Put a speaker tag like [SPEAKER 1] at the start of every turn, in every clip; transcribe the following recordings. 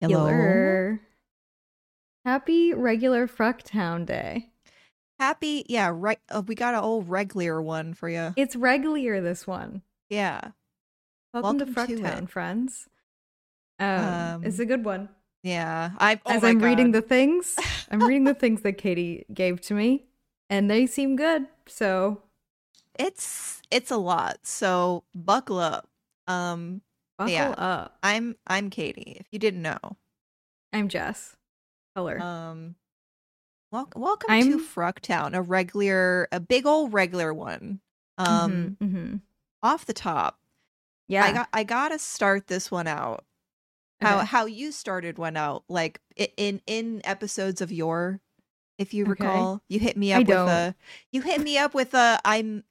[SPEAKER 1] Hello.
[SPEAKER 2] Regular. Happy regular Frucktown Day.
[SPEAKER 1] Happy, yeah, right. Uh, we got an old regular one for you.
[SPEAKER 2] It's regular this one.
[SPEAKER 1] Yeah,
[SPEAKER 2] Welcome, to
[SPEAKER 1] Welcome to
[SPEAKER 2] Frucktown,
[SPEAKER 1] it.
[SPEAKER 2] friends. Um,
[SPEAKER 1] Um,
[SPEAKER 2] it's a good one.
[SPEAKER 1] yeah. I oh
[SPEAKER 2] As
[SPEAKER 1] my
[SPEAKER 2] I'm reading the
[SPEAKER 1] God.
[SPEAKER 2] things, I'm reading the things that Katie gave to me, and they seem good. So
[SPEAKER 1] it's it's a lot. So buckle up. Um,
[SPEAKER 2] buckle
[SPEAKER 1] Yeah.
[SPEAKER 2] up.
[SPEAKER 1] I'm I'm Katie. If you didn't know,
[SPEAKER 2] I'm Jess. Color.
[SPEAKER 1] um, wel- welcome to
[SPEAKER 2] I'm-
[SPEAKER 1] Frucktown, a regular, a big old regular one. Um,
[SPEAKER 2] Mhm, mhm.
[SPEAKER 1] off the top,
[SPEAKER 2] yeah.
[SPEAKER 1] I got I gotta start this one out. How
[SPEAKER 2] Okay.
[SPEAKER 1] how you started one out, like i- in in episodes of your, if you
[SPEAKER 2] Okay.
[SPEAKER 1] recall, you hit me
[SPEAKER 2] I
[SPEAKER 1] up with
[SPEAKER 2] don't.
[SPEAKER 1] a you hit me up with a I'm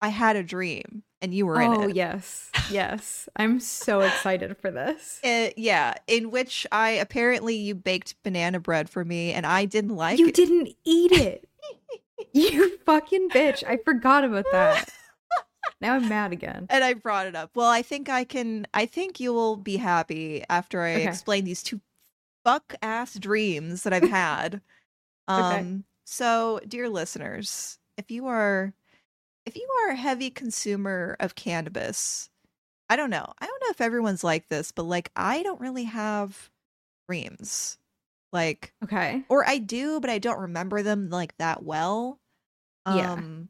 [SPEAKER 1] I had a dream and you were
[SPEAKER 2] oh
[SPEAKER 1] in it.
[SPEAKER 2] yes, yes. I'm so excited for this.
[SPEAKER 1] Uh, yeah, in which I apparently you baked banana bread for me and I didn't like
[SPEAKER 2] you
[SPEAKER 1] it.
[SPEAKER 2] didn't eat it. you fucking bitch. I forgot about that. Now I'm mad again.
[SPEAKER 1] and I brought it up. Well, I think I can. I think you will be happy after I
[SPEAKER 2] Okay.
[SPEAKER 1] explain these two fuck ass dreams that I've had. um.
[SPEAKER 2] Okay.
[SPEAKER 1] So, dear listeners, if you are if you are a heavy consumer of cannabis, I don't know. I don't know if everyone's like this, but like I don't really have dreams. Like
[SPEAKER 2] Okay.
[SPEAKER 1] or I do, but I don't remember them like that well.
[SPEAKER 2] Yeah.
[SPEAKER 1] Um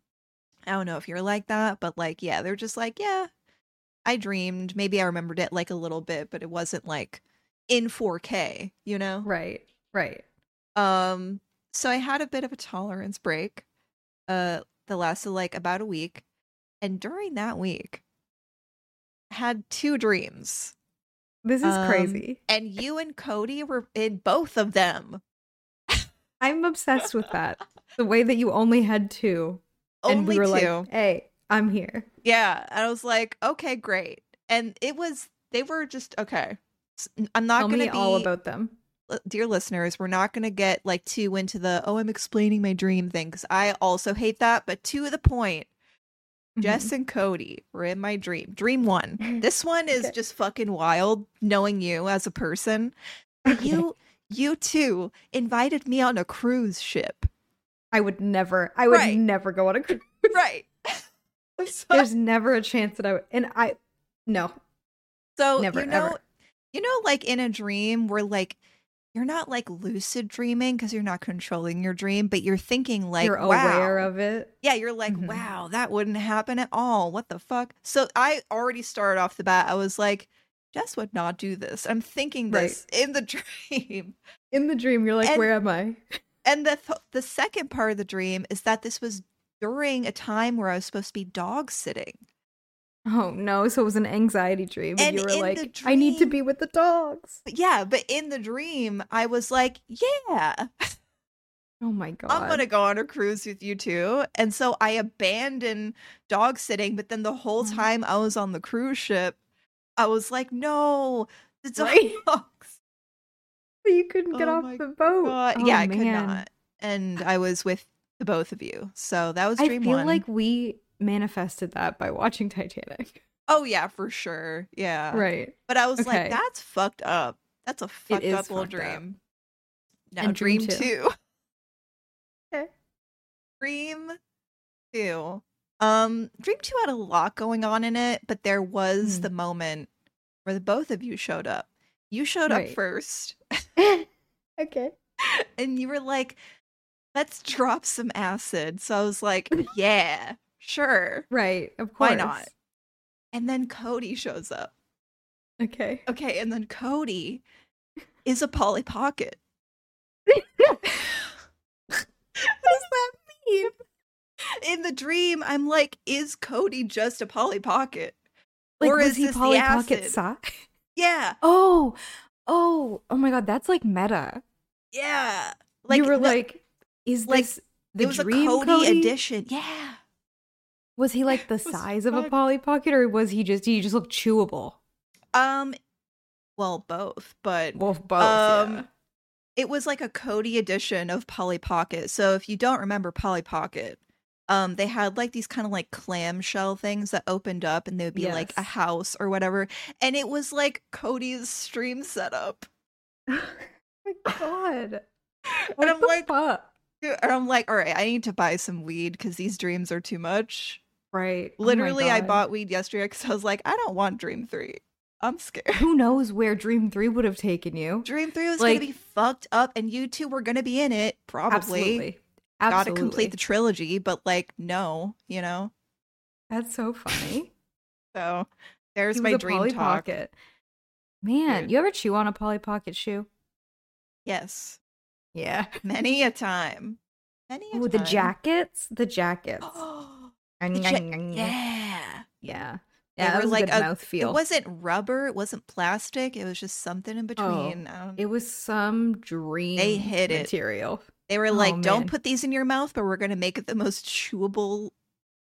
[SPEAKER 1] I don't know if you're like that, but like yeah, they're just like, yeah, I dreamed, maybe I remembered it like a little bit, but it wasn't like in 4K, you know?
[SPEAKER 2] Right. Right.
[SPEAKER 1] Um so I had a bit of a tolerance break uh that lasted like about a week, and during that week I had two dreams.
[SPEAKER 2] This is
[SPEAKER 1] Um,
[SPEAKER 2] crazy.
[SPEAKER 1] And you and Cody were in both of them.
[SPEAKER 2] I'm obsessed with that. The way that you only had two. and
[SPEAKER 1] Only
[SPEAKER 2] we were
[SPEAKER 1] two.
[SPEAKER 2] like, hey, I'm here.
[SPEAKER 1] Yeah, and I was like, okay, great. And it was they were just okay. S- I'm not
[SPEAKER 2] Tell
[SPEAKER 1] gonna
[SPEAKER 2] me
[SPEAKER 1] be
[SPEAKER 2] all about them.
[SPEAKER 1] li- dear listeners. We're not gonna get like too into the oh, I'm explaining my dream thing because I also hate that. But to the point,
[SPEAKER 2] Mhm.
[SPEAKER 1] Jess and Cody were in my dream. Dream one.
[SPEAKER 2] Mm-hmm.
[SPEAKER 1] This one is
[SPEAKER 2] Okay.
[SPEAKER 1] just fucking wild. Knowing you as a person, But
[SPEAKER 2] Okay.
[SPEAKER 1] you you two invited me on a cruise ship,
[SPEAKER 2] I would never, I would
[SPEAKER 1] Right.
[SPEAKER 2] never go on a cruise.
[SPEAKER 1] right? so,
[SPEAKER 2] There's never a chance that I would. And I, no,
[SPEAKER 1] so
[SPEAKER 2] never,
[SPEAKER 1] you know
[SPEAKER 2] ever.
[SPEAKER 1] you know like in a dream where like you're not like lucid dreaming because you're not controlling your dream but you're thinking like
[SPEAKER 2] You're
[SPEAKER 1] wow.
[SPEAKER 2] aware of it.
[SPEAKER 1] yeah you're like
[SPEAKER 2] Mhm.
[SPEAKER 1] wow that wouldn't happen at all what the fuck so i already started off the bat i was like jess would not do this i'm thinking
[SPEAKER 2] Right.
[SPEAKER 1] this in the dream
[SPEAKER 2] In the dream, you're like,
[SPEAKER 1] And-
[SPEAKER 2] where am I?
[SPEAKER 1] and the th- the second part of the dream is that this was during a time where i was supposed to be dog sitting
[SPEAKER 2] Oh no, so it was an anxiety dream. And,
[SPEAKER 1] And
[SPEAKER 2] you were
[SPEAKER 1] in
[SPEAKER 2] like,
[SPEAKER 1] the
[SPEAKER 2] I need to
[SPEAKER 1] dream-
[SPEAKER 2] be with the dogs.
[SPEAKER 1] but yeah but in the dream i was like yeah
[SPEAKER 2] Oh my god.
[SPEAKER 1] I'm gonna go on a cruise with you too. And so I abandoned dog sitting, but then the whole
[SPEAKER 2] Mhm.
[SPEAKER 1] time I was on the cruise ship, I was like, no, the
[SPEAKER 2] Right.
[SPEAKER 1] dogs.
[SPEAKER 2] But you couldn't get
[SPEAKER 1] Oh
[SPEAKER 2] off
[SPEAKER 1] my
[SPEAKER 2] the boat.
[SPEAKER 1] God.
[SPEAKER 2] Oh,
[SPEAKER 1] yeah, I could
[SPEAKER 2] man.
[SPEAKER 1] not. And I was with the both of you. So that was
[SPEAKER 2] I
[SPEAKER 1] dream
[SPEAKER 2] feel
[SPEAKER 1] one.
[SPEAKER 2] like we manifested that by watching Titanic.
[SPEAKER 1] oh yeah, for sure. Yeah.
[SPEAKER 2] right.
[SPEAKER 1] But I was
[SPEAKER 2] Okay.
[SPEAKER 1] like, that's fucked up. That's a fucked
[SPEAKER 2] is
[SPEAKER 1] up little
[SPEAKER 2] fucked up.
[SPEAKER 1] dream. Now
[SPEAKER 2] And dream
[SPEAKER 1] dream,
[SPEAKER 2] two.
[SPEAKER 1] two.
[SPEAKER 2] Okay.
[SPEAKER 1] dream two. Um, Dream Two had a lot going on in it, but there was
[SPEAKER 2] Mhm.
[SPEAKER 1] the moment where the both of you showed up. You showed
[SPEAKER 2] Right.
[SPEAKER 1] up first,
[SPEAKER 2] okay.
[SPEAKER 1] and you were like, "Let's drop some acid." So I was like, "Yeah, sure."
[SPEAKER 2] Right. Of course.
[SPEAKER 1] Why not? And then Cody shows up.
[SPEAKER 2] Okay.
[SPEAKER 1] Okay, and then Cody is a Polly Pocket.
[SPEAKER 2] What does that mean?
[SPEAKER 1] In the dream, I'm like, "Is Cody just a Polly Pocket?"
[SPEAKER 2] Like,
[SPEAKER 1] Or
[SPEAKER 2] was
[SPEAKER 1] is
[SPEAKER 2] he
[SPEAKER 1] this the
[SPEAKER 2] Polly Pocket
[SPEAKER 1] acid?
[SPEAKER 2] sock?
[SPEAKER 1] Yeah,
[SPEAKER 2] Oh. Oh. Oh my god, that's like meta.
[SPEAKER 1] yeah.
[SPEAKER 2] Like, you were
[SPEAKER 1] no-
[SPEAKER 2] like, is
[SPEAKER 1] like,
[SPEAKER 2] this the
[SPEAKER 1] it was
[SPEAKER 2] dream
[SPEAKER 1] a Cody,
[SPEAKER 2] Cody?
[SPEAKER 1] edition. Yeah.
[SPEAKER 2] Was he like the
[SPEAKER 1] Was
[SPEAKER 2] size of a
[SPEAKER 1] fucked.
[SPEAKER 2] Polly Pocket, or was he just he just looked chewable?
[SPEAKER 1] Um, well, both, but
[SPEAKER 2] Well, both.
[SPEAKER 1] Um, it was like a Cody edition of Polly Pocket. So if you don't remember Polly Pocket, um, they had like these kind of like clamshell things that opened up, and they would be like a
[SPEAKER 2] Yes.
[SPEAKER 1] house or whatever. And it was like Cody's stream setup.
[SPEAKER 2] Oh my god.
[SPEAKER 1] and I'm
[SPEAKER 2] the
[SPEAKER 1] like,
[SPEAKER 2] fuck?
[SPEAKER 1] and I'm like, all right, I need to buy some weed because these dreams are too much.
[SPEAKER 2] Right. Oh my
[SPEAKER 1] Literally, I
[SPEAKER 2] God.
[SPEAKER 1] bought weed yesterday because I was like, I don't want Dream Three. I'm scared.
[SPEAKER 2] Who knows where Dream 3 would have taken you?
[SPEAKER 1] Dream Three was
[SPEAKER 2] Like-
[SPEAKER 1] gonna be fucked up, and you two were gonna be in it probably.
[SPEAKER 2] Absolutely.
[SPEAKER 1] Got to
[SPEAKER 2] Absolutely.
[SPEAKER 1] complete the trilogy, but like, no, you know.
[SPEAKER 2] That's so funny.
[SPEAKER 1] So there's
[SPEAKER 2] He was
[SPEAKER 1] my
[SPEAKER 2] a
[SPEAKER 1] dream
[SPEAKER 2] Polly
[SPEAKER 1] talk.
[SPEAKER 2] Pocket. Man,
[SPEAKER 1] Dude.
[SPEAKER 2] you ever chew on a Polly Pocket shoe?
[SPEAKER 1] Yes,
[SPEAKER 2] Yeah.
[SPEAKER 1] many a time. Many. A
[SPEAKER 2] Oh, the
[SPEAKER 1] time.
[SPEAKER 2] jackets. The jackets.
[SPEAKER 1] The
[SPEAKER 2] Nyang,
[SPEAKER 1] ja-
[SPEAKER 2] nyang, nyang, nyang.
[SPEAKER 1] yeah.
[SPEAKER 2] Yeah.
[SPEAKER 1] They
[SPEAKER 2] Yeah,
[SPEAKER 1] were
[SPEAKER 2] it was
[SPEAKER 1] like
[SPEAKER 2] a good
[SPEAKER 1] a-
[SPEAKER 2] mouth feel.
[SPEAKER 1] It wasn't rubber. It wasn't plastic. It was just something in between. um, I don't
[SPEAKER 2] Oh, It was some dream
[SPEAKER 1] hid it.
[SPEAKER 2] material.
[SPEAKER 1] They were like,
[SPEAKER 2] Oh, man.
[SPEAKER 1] "Don't put these in your mouth, but we're going to make it the most chewable."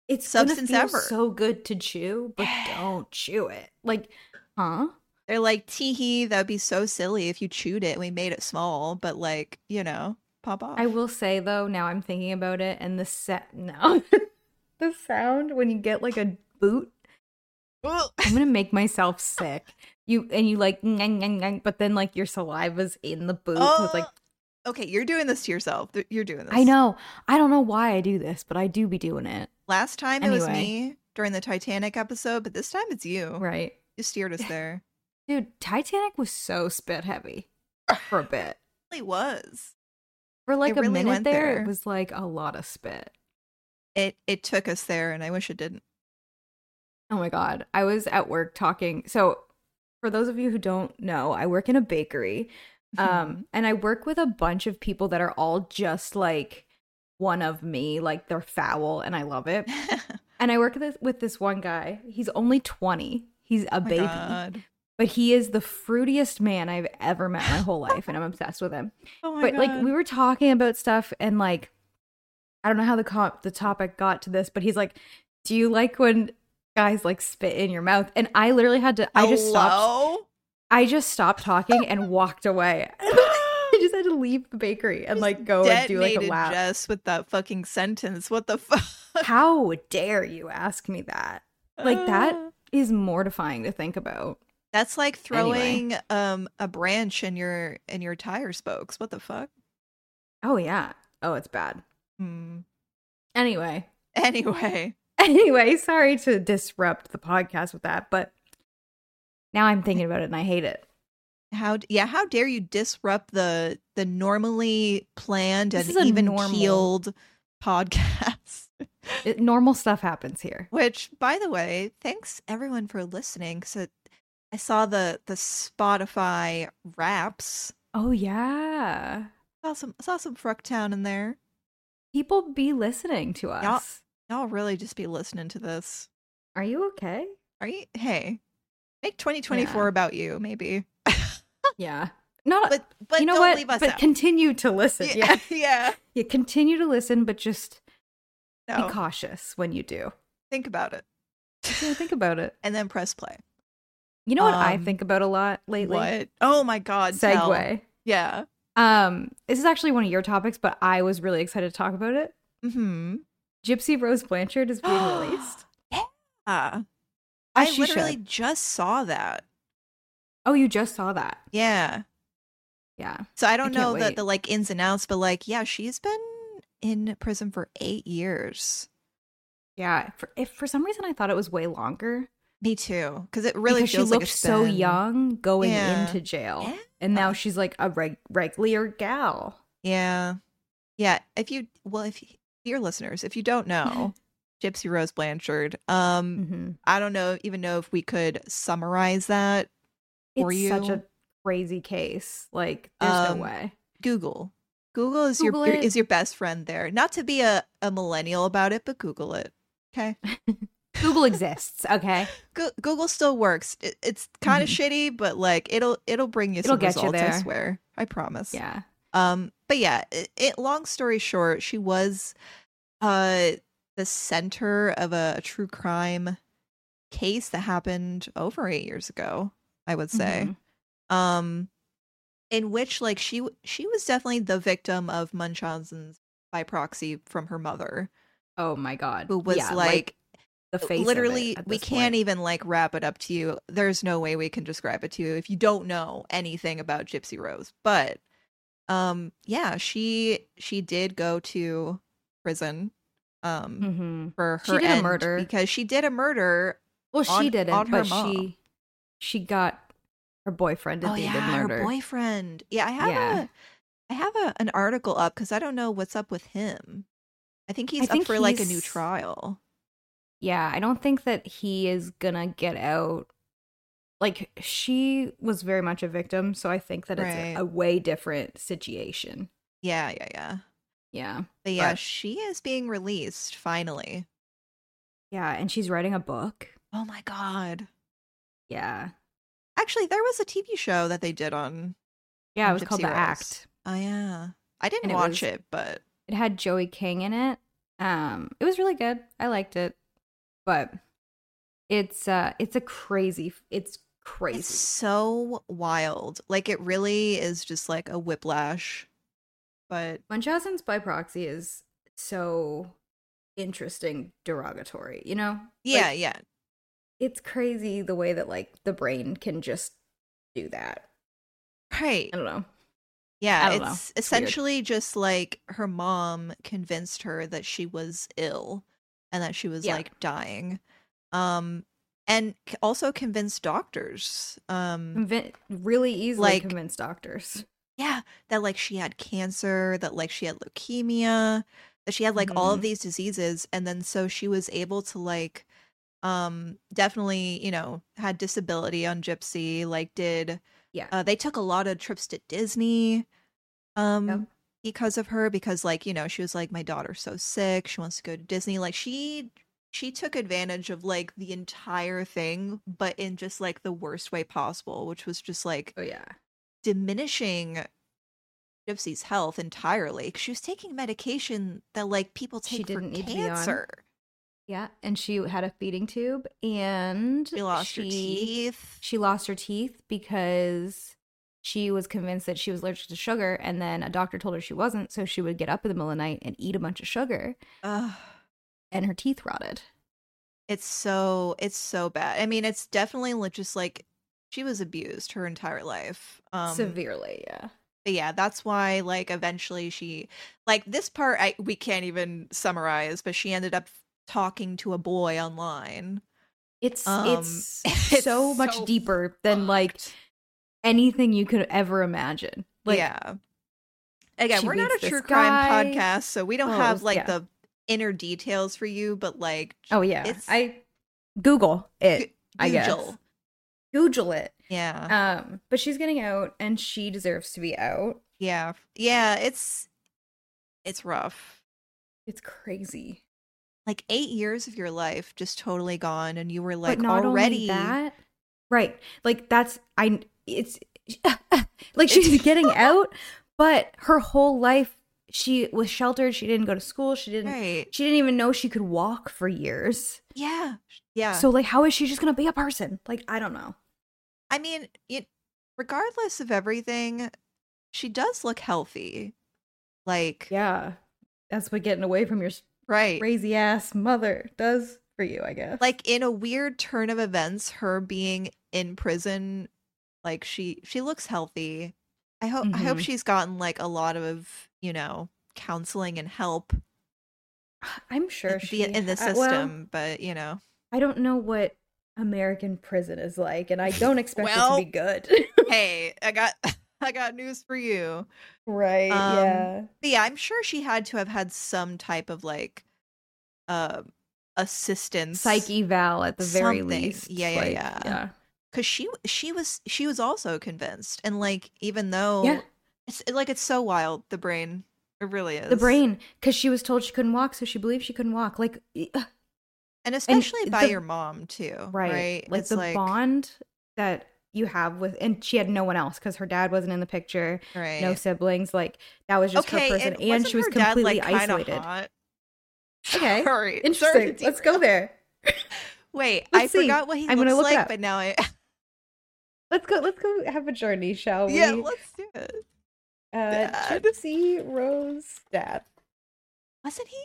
[SPEAKER 2] It's
[SPEAKER 1] Substance
[SPEAKER 2] gonna feel
[SPEAKER 1] ever.
[SPEAKER 2] so good to chew, but
[SPEAKER 1] Yeah.
[SPEAKER 2] don't chew it. Like, huh?
[SPEAKER 1] They're like, "Tee hee, that would be so silly if you chewed it and we made it small." But like, you know, pop off.
[SPEAKER 2] I will say though, now I'm thinking about it, and the set no, the sound when you get like a boot.
[SPEAKER 1] Ugh.
[SPEAKER 2] I'm gonna make myself sick. You and you like, ngang, ngang, ngang, but then like your saliva's in the boot. so it's like
[SPEAKER 1] Oh, okay, you're doing this to yourself. Th- You're doing this.
[SPEAKER 2] I know. I don't know why I do this, but I do be doing it.
[SPEAKER 1] Last time it was
[SPEAKER 2] Anyway.
[SPEAKER 1] me during the Titanic episode, but this time it's you.
[SPEAKER 2] Right,
[SPEAKER 1] You steered us there.
[SPEAKER 2] dude. Titanic was so spit heavy for a bit.
[SPEAKER 1] it really was.
[SPEAKER 2] For like
[SPEAKER 1] It
[SPEAKER 2] a
[SPEAKER 1] really
[SPEAKER 2] minute
[SPEAKER 1] went
[SPEAKER 2] there,
[SPEAKER 1] there.
[SPEAKER 2] it was like a lot of spit.
[SPEAKER 1] It it took us there, and I wish it didn't.
[SPEAKER 2] Oh my God. I was at work talking. So, for those of you who don't know, I work in a bakery.
[SPEAKER 1] Mm-hmm.
[SPEAKER 2] Um, and I work with a bunch of people that are all just like one of me, like they're foul and I love it. And I work with, with this one guy. He's only 20. He's a
[SPEAKER 1] Oh My
[SPEAKER 2] baby,
[SPEAKER 1] God.
[SPEAKER 2] but he is the fruitiest man I've ever met in my whole life. And I'm obsessed with him
[SPEAKER 1] Oh my
[SPEAKER 2] but like
[SPEAKER 1] God.
[SPEAKER 2] we were talking about stuff and like i don't know how the co- the topic got to this but he's like do you like when guys like spit in your mouth and i literally had to i just stopped
[SPEAKER 1] Hello?
[SPEAKER 2] i just stopped talking and walked away i just had to leave the bakery and
[SPEAKER 1] Just
[SPEAKER 2] like go and do like a
[SPEAKER 1] detonated
[SPEAKER 2] lap
[SPEAKER 1] Jess with that fucking sentence. What the fuck?
[SPEAKER 2] how dare you ask me that Like that? is mortifying to think about
[SPEAKER 1] That's like
[SPEAKER 2] Anyway.
[SPEAKER 1] throwing um a branch in your in your tire spokes. What the fuck?
[SPEAKER 2] oh yeah oh it's bad
[SPEAKER 1] Hmm.
[SPEAKER 2] anyway
[SPEAKER 1] Anyway,
[SPEAKER 2] Anyway, sorry to disrupt the podcast with that, but now I'm thinking about it and I hate it.
[SPEAKER 1] how d- yeah? How dare you disrupt the the normally planned
[SPEAKER 2] This
[SPEAKER 1] and
[SPEAKER 2] is a
[SPEAKER 1] even
[SPEAKER 2] normal-
[SPEAKER 1] keeled podcast?
[SPEAKER 2] it normal stuff happens here.
[SPEAKER 1] Which, by the way, thanks everyone for listening. Because I saw the the Spotify wraps.
[SPEAKER 2] Oh yeah.
[SPEAKER 1] Saw some saw some Frucktown in there.
[SPEAKER 2] People be listening to us.
[SPEAKER 1] Y'all really just be listening to this.
[SPEAKER 2] Are you okay?
[SPEAKER 1] Are you? Hey, make 2024 about you, maybe.
[SPEAKER 2] Yeah. Not
[SPEAKER 1] But but
[SPEAKER 2] Uh, you know
[SPEAKER 1] don't
[SPEAKER 2] what?
[SPEAKER 1] leave us
[SPEAKER 2] but
[SPEAKER 1] out.
[SPEAKER 2] continue to listen. Yeah.
[SPEAKER 1] yeah, yeah.
[SPEAKER 2] You continue to listen, but just
[SPEAKER 1] No,
[SPEAKER 2] be cautious when you do.
[SPEAKER 1] think about it,
[SPEAKER 2] Yeah, think about it.
[SPEAKER 1] and then press play.
[SPEAKER 2] You know what I
[SPEAKER 1] Um,
[SPEAKER 2] think about a lot lately?
[SPEAKER 1] What? Oh my God! tell.
[SPEAKER 2] Segway.
[SPEAKER 1] Yeah.
[SPEAKER 2] Um, this is actually one of your topics, but I was really excited to talk about it.
[SPEAKER 1] Hmm.
[SPEAKER 2] Gypsy Rose Blanchard is being released.
[SPEAKER 1] Ah,
[SPEAKER 2] As
[SPEAKER 1] I
[SPEAKER 2] she
[SPEAKER 1] literally
[SPEAKER 2] should.
[SPEAKER 1] just saw that.
[SPEAKER 2] Oh, you just saw that.
[SPEAKER 1] Yeah.
[SPEAKER 2] Yeah.
[SPEAKER 1] So I don't
[SPEAKER 2] can't
[SPEAKER 1] know the,
[SPEAKER 2] wait.
[SPEAKER 1] the like ins and outs, but like yeah, she's been in prison for eight years.
[SPEAKER 2] Yeah. For, if for some reason I thought it was way longer.
[SPEAKER 1] Me too, because it really
[SPEAKER 2] because she
[SPEAKER 1] feels
[SPEAKER 2] looked
[SPEAKER 1] like it's
[SPEAKER 2] so
[SPEAKER 1] been-
[SPEAKER 2] young going
[SPEAKER 1] Yeah.
[SPEAKER 2] into jail.
[SPEAKER 1] Yeah.
[SPEAKER 2] And now she's like a reg- regular gal.
[SPEAKER 1] Yeah. Yeah. If you, well, if you- dear listeners, if you don't know Gypsy Rose Blanchard, um,
[SPEAKER 2] Mm-hmm.
[SPEAKER 1] I don't know, even know if we could summarize that.
[SPEAKER 2] It's
[SPEAKER 1] For
[SPEAKER 2] such
[SPEAKER 1] you.
[SPEAKER 2] a crazy case. Like, there's
[SPEAKER 1] Um,
[SPEAKER 2] no way.
[SPEAKER 1] Google. Google is
[SPEAKER 2] Google
[SPEAKER 1] your
[SPEAKER 2] it.
[SPEAKER 1] is your best friend there. Not to be a, a millennial about it, but Google it. Okay.
[SPEAKER 2] Google exists. Okay.
[SPEAKER 1] Go- Google still works. It, it's kind of
[SPEAKER 2] Mhm.
[SPEAKER 1] shitty, but like it'll it'll bring you
[SPEAKER 2] It'll
[SPEAKER 1] some
[SPEAKER 2] get you
[SPEAKER 1] results. I
[SPEAKER 2] there.
[SPEAKER 1] swear. I promise.
[SPEAKER 2] Yeah.
[SPEAKER 1] Um, but yeah, it, it long story short, she was uh the center of a, a true crime case that happened over eight years ago, I would say.
[SPEAKER 2] Mhm.
[SPEAKER 1] Um in which like she w- she was definitely the victim of Munchausen's by proxy from her mother,
[SPEAKER 2] Oh my God.
[SPEAKER 1] who was
[SPEAKER 2] Yeah,
[SPEAKER 1] like
[SPEAKER 2] the face. of it
[SPEAKER 1] literally
[SPEAKER 2] at
[SPEAKER 1] we
[SPEAKER 2] this
[SPEAKER 1] can't
[SPEAKER 2] point.
[SPEAKER 1] even like wrap it up to you there's no way we can describe it to you if you don't know anything about gypsy rose but um yeah she she did go to prison um
[SPEAKER 2] Mhm.
[SPEAKER 1] for
[SPEAKER 2] She
[SPEAKER 1] her
[SPEAKER 2] did a
[SPEAKER 1] end
[SPEAKER 2] murder.
[SPEAKER 1] because she did a murder
[SPEAKER 2] Well, she
[SPEAKER 1] on-
[SPEAKER 2] did
[SPEAKER 1] on
[SPEAKER 2] it,
[SPEAKER 1] her
[SPEAKER 2] but
[SPEAKER 1] mom.
[SPEAKER 2] she she got her boyfriend to
[SPEAKER 1] oh
[SPEAKER 2] be
[SPEAKER 1] yeah
[SPEAKER 2] the murder.
[SPEAKER 1] her boyfriend yeah i have
[SPEAKER 2] Yeah.
[SPEAKER 1] a i have a, an article up because i don't know what's up with him i think he's
[SPEAKER 2] think
[SPEAKER 1] up for like a new
[SPEAKER 2] he's-
[SPEAKER 1] trial
[SPEAKER 2] Yeah, I don't think that he is gonna get out. Like she was very much a victim, so I think that it's
[SPEAKER 1] Right.
[SPEAKER 2] a, a way different situation.
[SPEAKER 1] yeah yeah yeah
[SPEAKER 2] Yeah,
[SPEAKER 1] but yeah
[SPEAKER 2] But-
[SPEAKER 1] she is being released finally
[SPEAKER 2] yeah, and she's writing a book.
[SPEAKER 1] oh my god
[SPEAKER 2] Yeah,
[SPEAKER 1] Actually, there was a TV show that they did on.
[SPEAKER 2] yeah, it
[SPEAKER 1] On
[SPEAKER 2] was called
[SPEAKER 1] Gypsy
[SPEAKER 2] The
[SPEAKER 1] Rose.
[SPEAKER 2] Act.
[SPEAKER 1] Oh yeah, I didn't
[SPEAKER 2] And it
[SPEAKER 1] watch
[SPEAKER 2] was-
[SPEAKER 1] it, but
[SPEAKER 2] It had Joey King in it. Um, it was really good. I liked it, but it's uh, it's a crazy. It's crazy.
[SPEAKER 1] it's so wild. Like it really is just like a whiplash. But
[SPEAKER 2] Munchausen's by proxy is so interesting, derogatory. You know?
[SPEAKER 1] yeah,
[SPEAKER 2] Like,
[SPEAKER 1] yeah,
[SPEAKER 2] it's crazy the way that like the brain can just do that.
[SPEAKER 1] right.
[SPEAKER 2] I don't know.
[SPEAKER 1] Yeah,
[SPEAKER 2] I don't know.
[SPEAKER 1] it's
[SPEAKER 2] It's weird.
[SPEAKER 1] essentially just like her mom convinced her that she was ill and that she was
[SPEAKER 2] Yeah.
[SPEAKER 1] like dying. Um and c- also convinced doctors um
[SPEAKER 2] Convin- really easily
[SPEAKER 1] Like-
[SPEAKER 2] convince doctors.
[SPEAKER 1] yeah that like she had cancer that like she had leukemia that she had like all of
[SPEAKER 2] Mhm.
[SPEAKER 1] these diseases and then so she was able to like um definitely you know had disability on gypsy like did
[SPEAKER 2] Yeah.
[SPEAKER 1] uh, they took a lot of trips to disney um
[SPEAKER 2] Yep.
[SPEAKER 1] because of her because like you know she was like my daughter's so sick she wants to go to disney like she she took advantage of like the entire thing but in just like the worst way possible which was just like
[SPEAKER 2] Oh yeah.
[SPEAKER 1] diminishing Gypsy's health entirely. 'cause She was taking medication that like people
[SPEAKER 2] She
[SPEAKER 1] take for
[SPEAKER 2] didn't need to be on.
[SPEAKER 1] cancer.
[SPEAKER 2] Yeah, and she had a feeding tube and
[SPEAKER 1] She lost her
[SPEAKER 2] she-
[SPEAKER 1] teeth.
[SPEAKER 2] She lost her teeth because she was convinced that she was allergic to sugar and then a doctor told her she wasn't, so she would get up in the middle of the night and eat a bunch of sugar
[SPEAKER 1] Ugh,
[SPEAKER 2] and her teeth rotted.
[SPEAKER 1] it's so it's so bad. I mean, it's definitely li- just like she was abused her entire life. Um,
[SPEAKER 2] Severely, yeah.
[SPEAKER 1] but yeah, that's why like eventually she like this part I we can't even summarize, but she ended up talking to a boy online.
[SPEAKER 2] It's
[SPEAKER 1] Um,
[SPEAKER 2] it's,
[SPEAKER 1] it's
[SPEAKER 2] so much
[SPEAKER 1] so
[SPEAKER 2] deeper than like
[SPEAKER 1] fucked.
[SPEAKER 2] anything you could ever imagine. Like
[SPEAKER 1] yeah. Again,
[SPEAKER 2] she
[SPEAKER 1] we're not
[SPEAKER 2] meets
[SPEAKER 1] a
[SPEAKER 2] this
[SPEAKER 1] true
[SPEAKER 2] guy.
[SPEAKER 1] crime podcast, so we don't
[SPEAKER 2] Oh, it
[SPEAKER 1] have
[SPEAKER 2] was-
[SPEAKER 1] like
[SPEAKER 2] yeah.
[SPEAKER 1] the inner details for you, but like
[SPEAKER 2] oh yeah,
[SPEAKER 1] It's-
[SPEAKER 2] I Google it.
[SPEAKER 1] G-
[SPEAKER 2] I guess
[SPEAKER 1] Google.
[SPEAKER 2] Google it.
[SPEAKER 1] Yeah.
[SPEAKER 2] Um, but she's getting out, and she deserves to be out.
[SPEAKER 1] yeah. Yeah, it's it's rough.
[SPEAKER 2] It's crazy.
[SPEAKER 1] Like 8 years of your life just totally gone and you were
[SPEAKER 2] Like
[SPEAKER 1] like
[SPEAKER 2] but not
[SPEAKER 1] already
[SPEAKER 2] already that, right? Like that's I. It's like she's getting out, but her whole life she was sheltered. She didn't go to school. She didn't.
[SPEAKER 1] right.
[SPEAKER 2] She didn't even know she could walk for years.
[SPEAKER 1] Yeah. Yeah.
[SPEAKER 2] So like how is she just gonna be a person? Like I don't know.
[SPEAKER 1] I mean, it, regardless of everything, she does look healthy. Like
[SPEAKER 2] Yeah. That's what getting away from your
[SPEAKER 1] right.
[SPEAKER 2] crazy ass mother does for you, I guess.
[SPEAKER 1] like in a weird turn of events her being in prison like she she looks healthy i hope i hope
[SPEAKER 2] Mhm.
[SPEAKER 1] she's gotten like a lot of you know counseling and help
[SPEAKER 2] I'm sure
[SPEAKER 1] in,
[SPEAKER 2] she
[SPEAKER 1] the, in the
[SPEAKER 2] uh,
[SPEAKER 1] system
[SPEAKER 2] well,
[SPEAKER 1] but you know
[SPEAKER 2] I don't know what American prison is like, and I don't expect
[SPEAKER 1] Well-
[SPEAKER 2] it to be good.
[SPEAKER 1] hey i got i got news for you
[SPEAKER 2] right.
[SPEAKER 1] Um, but yeah i'm sure she had to have had some type of like uh assistance
[SPEAKER 2] Psych eval at the very
[SPEAKER 1] something.
[SPEAKER 2] least.
[SPEAKER 1] Yeah, yeah,
[SPEAKER 2] like,
[SPEAKER 1] yeah. because she she was she was also convinced and like even though
[SPEAKER 2] Yeah.
[SPEAKER 1] it's like it's so wild the brain it really is
[SPEAKER 2] The brain, because she was told she couldn't walk, so she believed she couldn't walk. Like, eh,
[SPEAKER 1] and especially by
[SPEAKER 2] the-
[SPEAKER 1] your mom too
[SPEAKER 2] right,
[SPEAKER 1] right,
[SPEAKER 2] like
[SPEAKER 1] It's
[SPEAKER 2] the bond that you have with, and she had no one else because her dad wasn't in the picture.
[SPEAKER 1] right
[SPEAKER 2] no siblings. Like that was just
[SPEAKER 1] okay
[SPEAKER 2] her person, and,
[SPEAKER 1] wasn't
[SPEAKER 2] she was
[SPEAKER 1] her dad,
[SPEAKER 2] completely
[SPEAKER 1] like, kinda
[SPEAKER 2] isolated.
[SPEAKER 1] hot?
[SPEAKER 2] Okay,
[SPEAKER 1] Sorry. Sorry
[SPEAKER 2] Interesting.
[SPEAKER 1] to
[SPEAKER 2] Let's go
[SPEAKER 1] derail.
[SPEAKER 2] there.
[SPEAKER 1] wait i
[SPEAKER 2] Let's see.
[SPEAKER 1] forgot what he
[SPEAKER 2] I'm gonna
[SPEAKER 1] looks
[SPEAKER 2] look it
[SPEAKER 1] like
[SPEAKER 2] up.
[SPEAKER 1] but now i
[SPEAKER 2] Let's go. Let's go have a journey, shall we?
[SPEAKER 1] yeah let's do it
[SPEAKER 2] uh,
[SPEAKER 1] Dad.
[SPEAKER 2] Gypsy Rose dad.
[SPEAKER 1] wasn't he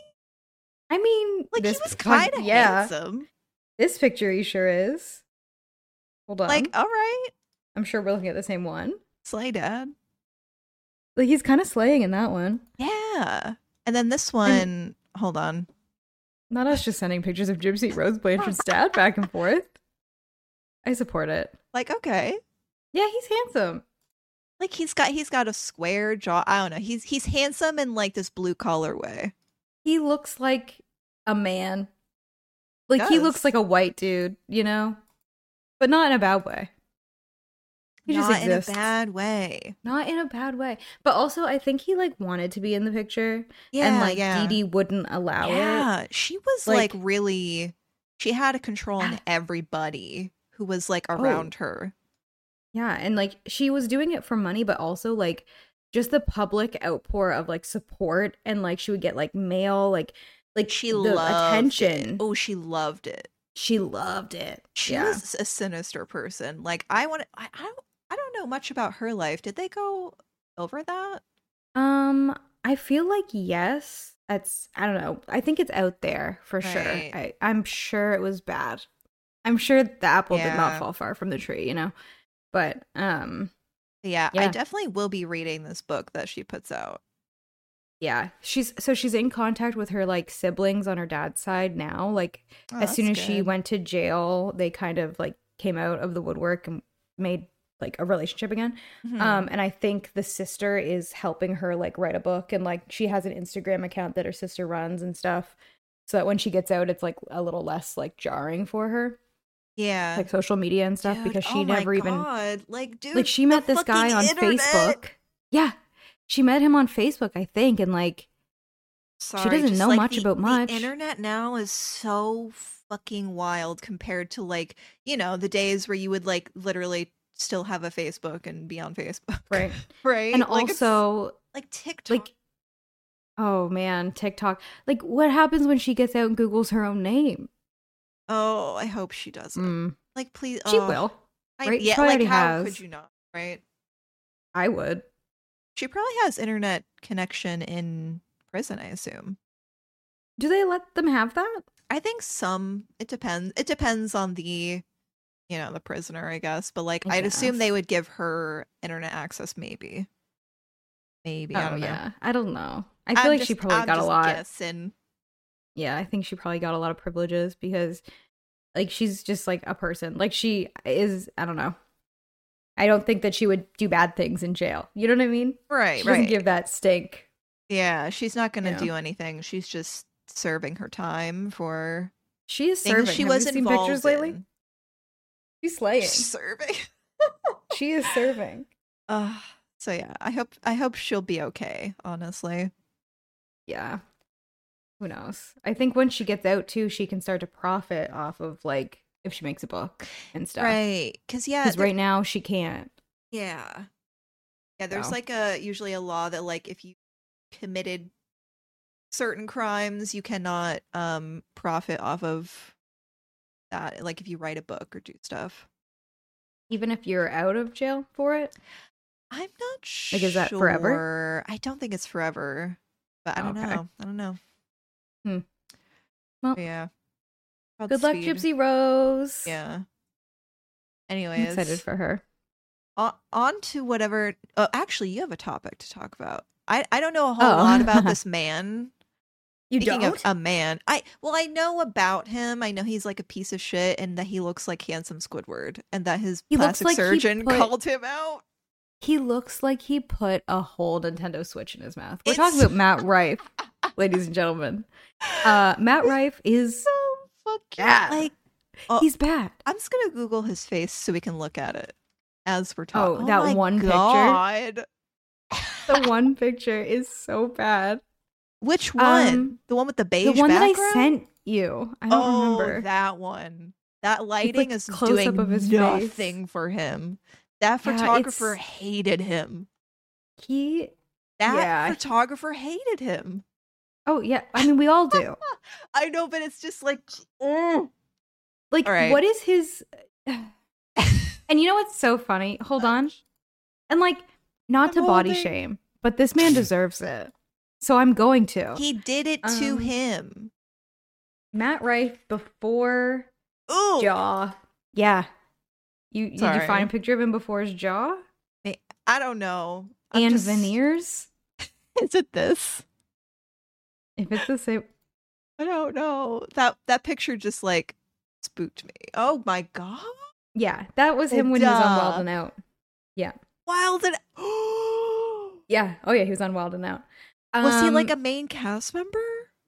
[SPEAKER 2] I mean,
[SPEAKER 1] like
[SPEAKER 2] this
[SPEAKER 1] he was
[SPEAKER 2] pod-
[SPEAKER 1] kind of
[SPEAKER 2] yeah.
[SPEAKER 1] handsome
[SPEAKER 2] This picture he sure is. Hold on.
[SPEAKER 1] Like, all right,
[SPEAKER 2] I'm sure we're looking at the same one.
[SPEAKER 1] Slay Dad.
[SPEAKER 2] Like he's kind of slaying in that one.
[SPEAKER 1] Yeah. And then this one, hold on.
[SPEAKER 2] Not us just sending pictures of Gypsy Rose Blanchard's dad back and forth. I support it.
[SPEAKER 1] Like, okay.
[SPEAKER 2] Yeah, he's handsome.
[SPEAKER 1] Like he's got he's got a square jaw. I don't know. He's he's handsome in like this blue collar way.
[SPEAKER 2] He looks like a man. Like he looks
[SPEAKER 1] Does.
[SPEAKER 2] like a white dude, you know? But not in a bad way. He
[SPEAKER 1] Not
[SPEAKER 2] just
[SPEAKER 1] in a
[SPEAKER 2] exists.
[SPEAKER 1] bad way.
[SPEAKER 2] not in a bad way. But also I think he like wanted to be in the picture.
[SPEAKER 1] Yeah.
[SPEAKER 2] and like
[SPEAKER 1] yeah.
[SPEAKER 2] Dee Dee wouldn't allow it.
[SPEAKER 1] Yeah, she was like,
[SPEAKER 2] Like- Ah.
[SPEAKER 1] really, she had a control on
[SPEAKER 2] Yeah.
[SPEAKER 1] everybody who was
[SPEAKER 2] Oh.
[SPEAKER 1] like around her.
[SPEAKER 2] Yeah, and like she was doing it for money, but also like just the public outpour of like support and like she would get like mail, like like
[SPEAKER 1] She
[SPEAKER 2] the
[SPEAKER 1] loved
[SPEAKER 2] attention.
[SPEAKER 1] It. Oh, she loved it.
[SPEAKER 2] She loved it.
[SPEAKER 1] She
[SPEAKER 2] yeah.
[SPEAKER 1] was a sinister person. Like I want, I, I don't, I don't know much about her life. Did they go over that?
[SPEAKER 2] Um, I feel like yes. That's I don't know. I think it's out there for sure.
[SPEAKER 1] Right.
[SPEAKER 2] I, I'm sure it was bad. I'm sure the apple did
[SPEAKER 1] Yeah.
[SPEAKER 2] not fall far from the tree, you know. But um,
[SPEAKER 1] Yeah, I
[SPEAKER 2] Yeah.
[SPEAKER 1] definitely will be reading this book that she puts out.
[SPEAKER 2] yeah, she's so she's in contact with her like siblings on her dad's side now. Like
[SPEAKER 1] Oh,
[SPEAKER 2] as soon as
[SPEAKER 1] that's
[SPEAKER 2] she
[SPEAKER 1] good.
[SPEAKER 2] went to jail, they kind of like came out of the woodwork and made like a relationship again.
[SPEAKER 1] Mhm.
[SPEAKER 2] Um, and I think the sister is helping her like write a book and like she has an Instagram account that her sister runs and stuff. So that when she gets out, it's like a little less like jarring for her,
[SPEAKER 1] yeah,
[SPEAKER 2] like social media and stuff,
[SPEAKER 1] Dude,
[SPEAKER 2] because she
[SPEAKER 1] oh my
[SPEAKER 2] never even
[SPEAKER 1] God, like, dude,
[SPEAKER 2] like she
[SPEAKER 1] the
[SPEAKER 2] met this guy
[SPEAKER 1] fucking
[SPEAKER 2] on
[SPEAKER 1] internet.
[SPEAKER 2] Facebook. Yeah, she met him on Facebook, I think, and like
[SPEAKER 1] Sorry,
[SPEAKER 2] doesn't
[SPEAKER 1] just,
[SPEAKER 2] know
[SPEAKER 1] like,
[SPEAKER 2] much
[SPEAKER 1] the-
[SPEAKER 2] about much.
[SPEAKER 1] The internet now is so fucking wild compared to like you know the days where you would like literally still have a Facebook and be on Facebook,
[SPEAKER 2] right,
[SPEAKER 1] right?
[SPEAKER 2] and
[SPEAKER 1] Like, it's-
[SPEAKER 2] also
[SPEAKER 1] like TikTok.
[SPEAKER 2] like. Oh man, TikTok. Like, what happens when she gets out and Googles her own name?
[SPEAKER 1] oh, I hope she doesn't.
[SPEAKER 2] Mm,
[SPEAKER 1] Like, please,
[SPEAKER 2] she
[SPEAKER 1] oh,
[SPEAKER 2] will.
[SPEAKER 1] I,
[SPEAKER 2] right? She
[SPEAKER 1] Yeah,
[SPEAKER 2] probably
[SPEAKER 1] like
[SPEAKER 2] already
[SPEAKER 1] how could
[SPEAKER 2] has.
[SPEAKER 1] you not? Right?
[SPEAKER 2] I would.
[SPEAKER 1] She probably has internet connection in prison, I assume.
[SPEAKER 2] Do they let them have that?
[SPEAKER 1] I think some it depends it depends on the you know the prisoner I guess but like
[SPEAKER 2] I
[SPEAKER 1] I'd assume they
[SPEAKER 2] guess.
[SPEAKER 1] would give her internet access maybe maybe I
[SPEAKER 2] oh
[SPEAKER 1] don't know
[SPEAKER 2] yeah, I don't know. I feel
[SPEAKER 1] I'm
[SPEAKER 2] like she
[SPEAKER 1] just-
[SPEAKER 2] probably
[SPEAKER 1] I'm
[SPEAKER 2] got a
[SPEAKER 1] just
[SPEAKER 2] lot.
[SPEAKER 1] guessing.
[SPEAKER 2] Yeah, I think she probably got a lot of privileges because, like, she's just like a person. Like she is. I don't know. I don't think that she would do bad things in jail. You know what I mean?
[SPEAKER 1] right
[SPEAKER 2] she doesn't
[SPEAKER 1] right
[SPEAKER 2] give that stink.
[SPEAKER 1] yeah she's not gonna
[SPEAKER 2] Yeah.
[SPEAKER 1] do anything she's just serving her time for
[SPEAKER 2] She is
[SPEAKER 1] things
[SPEAKER 2] serving.
[SPEAKER 1] she
[SPEAKER 2] Have
[SPEAKER 1] was
[SPEAKER 2] you seen
[SPEAKER 1] involved
[SPEAKER 2] pictures lately?
[SPEAKER 1] in.
[SPEAKER 2] She's slaying.
[SPEAKER 1] serving
[SPEAKER 2] she is serving.
[SPEAKER 1] uh, so yeah I hope I hope she'll be okay honestly
[SPEAKER 2] Yeah. Who knows? I think once she gets out too, she can start to profit off of like if she makes a book and stuff.
[SPEAKER 1] right because yeah
[SPEAKER 2] Because right now she can't.
[SPEAKER 1] Yeah. Yeah, there's
[SPEAKER 2] So.
[SPEAKER 1] like a usually a law that like if you committed certain crimes, you cannot um profit off of that like if you write a book or do stuff.
[SPEAKER 2] even if you're out of jail for it
[SPEAKER 1] I'm not sure.
[SPEAKER 2] Like, is that forever?
[SPEAKER 1] I don't think it's forever. But I don't
[SPEAKER 2] Okay.
[SPEAKER 1] know. I don't know.
[SPEAKER 2] Hmm. Well,
[SPEAKER 1] But yeah.
[SPEAKER 2] good luck
[SPEAKER 1] Godspeed.
[SPEAKER 2] gypsy rose
[SPEAKER 1] Yeah.
[SPEAKER 2] i'm
[SPEAKER 1] Anyways,
[SPEAKER 2] excited for her
[SPEAKER 1] on, on to whatever oh, actually you have a topic to talk about i i don't know a whole
[SPEAKER 2] Oh.
[SPEAKER 1] lot about this man
[SPEAKER 2] you
[SPEAKER 1] speaking of a man i well i know about him i know he's like a piece of shit and that he looks like handsome squidward and that his
[SPEAKER 2] He looks
[SPEAKER 1] plastic
[SPEAKER 2] like he
[SPEAKER 1] surgeon
[SPEAKER 2] put-
[SPEAKER 1] called him out
[SPEAKER 2] he looks like he put a whole nintendo switch in his mouth we're
[SPEAKER 1] It's-
[SPEAKER 2] talking about matt rife ladies and gentlemen uh matt rife is
[SPEAKER 1] so fucking
[SPEAKER 2] Yeah.
[SPEAKER 1] like Oh.
[SPEAKER 2] he's bad
[SPEAKER 1] i'm just gonna google his face so we can look at it as we're
[SPEAKER 2] Oh,
[SPEAKER 1] talking
[SPEAKER 2] that
[SPEAKER 1] my
[SPEAKER 2] one picture?
[SPEAKER 1] God. picture
[SPEAKER 2] the one picture is so bad
[SPEAKER 1] which one
[SPEAKER 2] Um,
[SPEAKER 1] the one with the beige
[SPEAKER 2] the one
[SPEAKER 1] background?
[SPEAKER 2] that i sent you i don't
[SPEAKER 1] oh,
[SPEAKER 2] remember
[SPEAKER 1] that one. That lighting is
[SPEAKER 2] close-up
[SPEAKER 1] doing
[SPEAKER 2] of his face.
[SPEAKER 1] nothing for him. That
[SPEAKER 2] Yeah, it's-
[SPEAKER 1] photographer hated him.
[SPEAKER 2] he
[SPEAKER 1] That
[SPEAKER 2] Yeah.
[SPEAKER 1] photographer hated him.
[SPEAKER 2] oh yeah i mean we all do
[SPEAKER 1] I know, but it's just like, mm.
[SPEAKER 2] Like,
[SPEAKER 1] All right.
[SPEAKER 2] what is his? and you know what's so funny? Hold on, and like, not
[SPEAKER 1] I'm
[SPEAKER 2] to body
[SPEAKER 1] holding-
[SPEAKER 2] shame, but this man deserves it. So I'm going to
[SPEAKER 1] he did it to
[SPEAKER 2] Um,
[SPEAKER 1] him.
[SPEAKER 2] Matt Rife before
[SPEAKER 1] Ooh,
[SPEAKER 2] jaw. Yeah. You did you
[SPEAKER 1] Oh. Sorry.
[SPEAKER 2] find a picture of him before his jaw
[SPEAKER 1] I don't know. I'm
[SPEAKER 2] and
[SPEAKER 1] just-
[SPEAKER 2] veneers?
[SPEAKER 1] Is it this?
[SPEAKER 2] If it's the same,
[SPEAKER 1] I don't know. That that picture just like spooked me. Oh my god.
[SPEAKER 2] yeah, that was him
[SPEAKER 1] Oh,
[SPEAKER 2] when he was on
[SPEAKER 1] duh.
[SPEAKER 2] Wild and Out.
[SPEAKER 1] Wild and
[SPEAKER 2] Yeah. Oh yeah, he was on Wild and Out.
[SPEAKER 1] Was he
[SPEAKER 2] Um,
[SPEAKER 1] like a main cast member?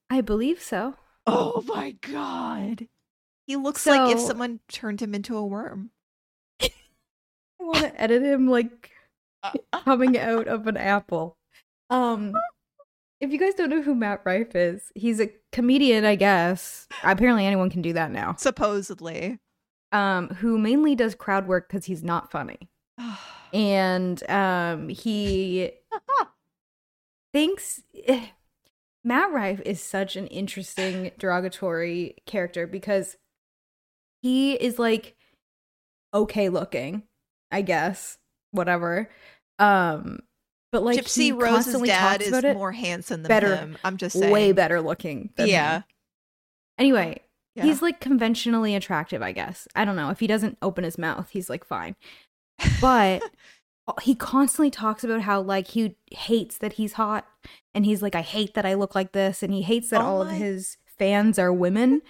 [SPEAKER 2] I believe so.
[SPEAKER 1] Oh my god. He looks like if
[SPEAKER 2] So-
[SPEAKER 1] someone turned him into a worm.
[SPEAKER 2] I want to edit him like
[SPEAKER 1] Uh,
[SPEAKER 2] coming out of an apple. Um, if you guys don't know who Matt Rife is, he's a comedian, I guess. Apparently, anyone can do that now.
[SPEAKER 1] Supposedly.
[SPEAKER 2] Um, who mainly does crowd work because he's not funny, and um, he thinks eh, Matt Rife is such an interesting derogatory character because he is like okay looking, I guess, whatever. Um, but like he
[SPEAKER 1] Gypsy Rose's
[SPEAKER 2] constantly
[SPEAKER 1] dad
[SPEAKER 2] talks
[SPEAKER 1] is
[SPEAKER 2] about it
[SPEAKER 1] more handsome than
[SPEAKER 2] better-
[SPEAKER 1] him. I'm just saying.
[SPEAKER 2] way better looking. Than
[SPEAKER 1] yeah.
[SPEAKER 2] him. Anyway,
[SPEAKER 1] yeah.
[SPEAKER 2] he's like conventionally attractive, I guess. I don't know if he doesn't open his mouth, he's like fine, but. He constantly talks about how like he hates that he's hot and he's like I hate that I look like this and he hates that
[SPEAKER 1] Oh
[SPEAKER 2] all of
[SPEAKER 1] my-
[SPEAKER 2] his fans are women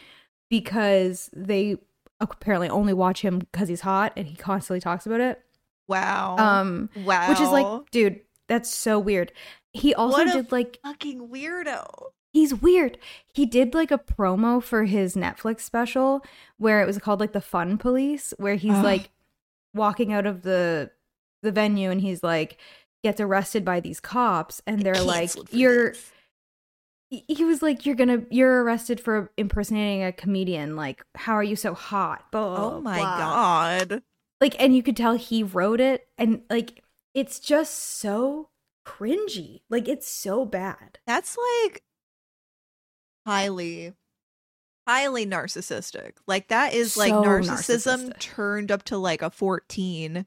[SPEAKER 2] because they apparently only watch him cuz he's hot and he constantly talks about it.
[SPEAKER 1] wow.
[SPEAKER 2] Um
[SPEAKER 1] wow.
[SPEAKER 2] which is like dude, that's so weird. He also
[SPEAKER 1] What a
[SPEAKER 2] did like
[SPEAKER 1] fucking weirdo.
[SPEAKER 2] He's weird. He did like a promo for his Netflix special where it was called like the Fun Police, where he's
[SPEAKER 1] Ugh.
[SPEAKER 2] like walking out of the the venue and he's like gets arrested by these cops and they're like
[SPEAKER 1] Canceled for
[SPEAKER 2] you're
[SPEAKER 1] this.
[SPEAKER 2] he he was like you're gonna you're arrested for impersonating a comedian like how are you so hot blah, blah,
[SPEAKER 1] Oh my
[SPEAKER 2] blah.
[SPEAKER 1] god.
[SPEAKER 2] like and you could tell he wrote it and like it's just so cringy like it's so bad
[SPEAKER 1] That's like highly highly narcissistic. Like that is like
[SPEAKER 2] So
[SPEAKER 1] narcissism
[SPEAKER 2] narcissistic.
[SPEAKER 1] turned up to like a 14.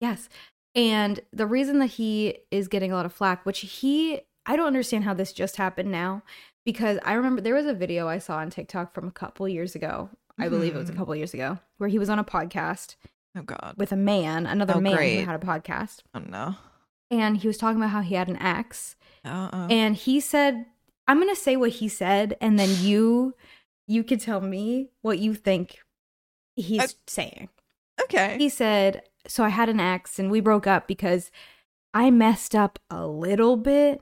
[SPEAKER 2] Yes. And the reason that he is getting a lot of flack, which he, I don't understand how this just happened now, because I remember there was a video I saw on TikTok from a couple years ago. I believe it was a
[SPEAKER 1] Mhm.
[SPEAKER 2] couple years ago, where he was on a podcast
[SPEAKER 1] Oh god.
[SPEAKER 2] with a man, another
[SPEAKER 1] Oh,
[SPEAKER 2] man
[SPEAKER 1] great.
[SPEAKER 2] who had a podcast.
[SPEAKER 1] I don't know.
[SPEAKER 2] And he was talking about how he had an ex.
[SPEAKER 1] Uh-uh.
[SPEAKER 2] And he said, I'm going to say what he said, and then you, you can tell me what you think he's
[SPEAKER 1] I-
[SPEAKER 2] saying.
[SPEAKER 1] okay.
[SPEAKER 2] He said, So I had an ex and we broke up because I messed up a little bit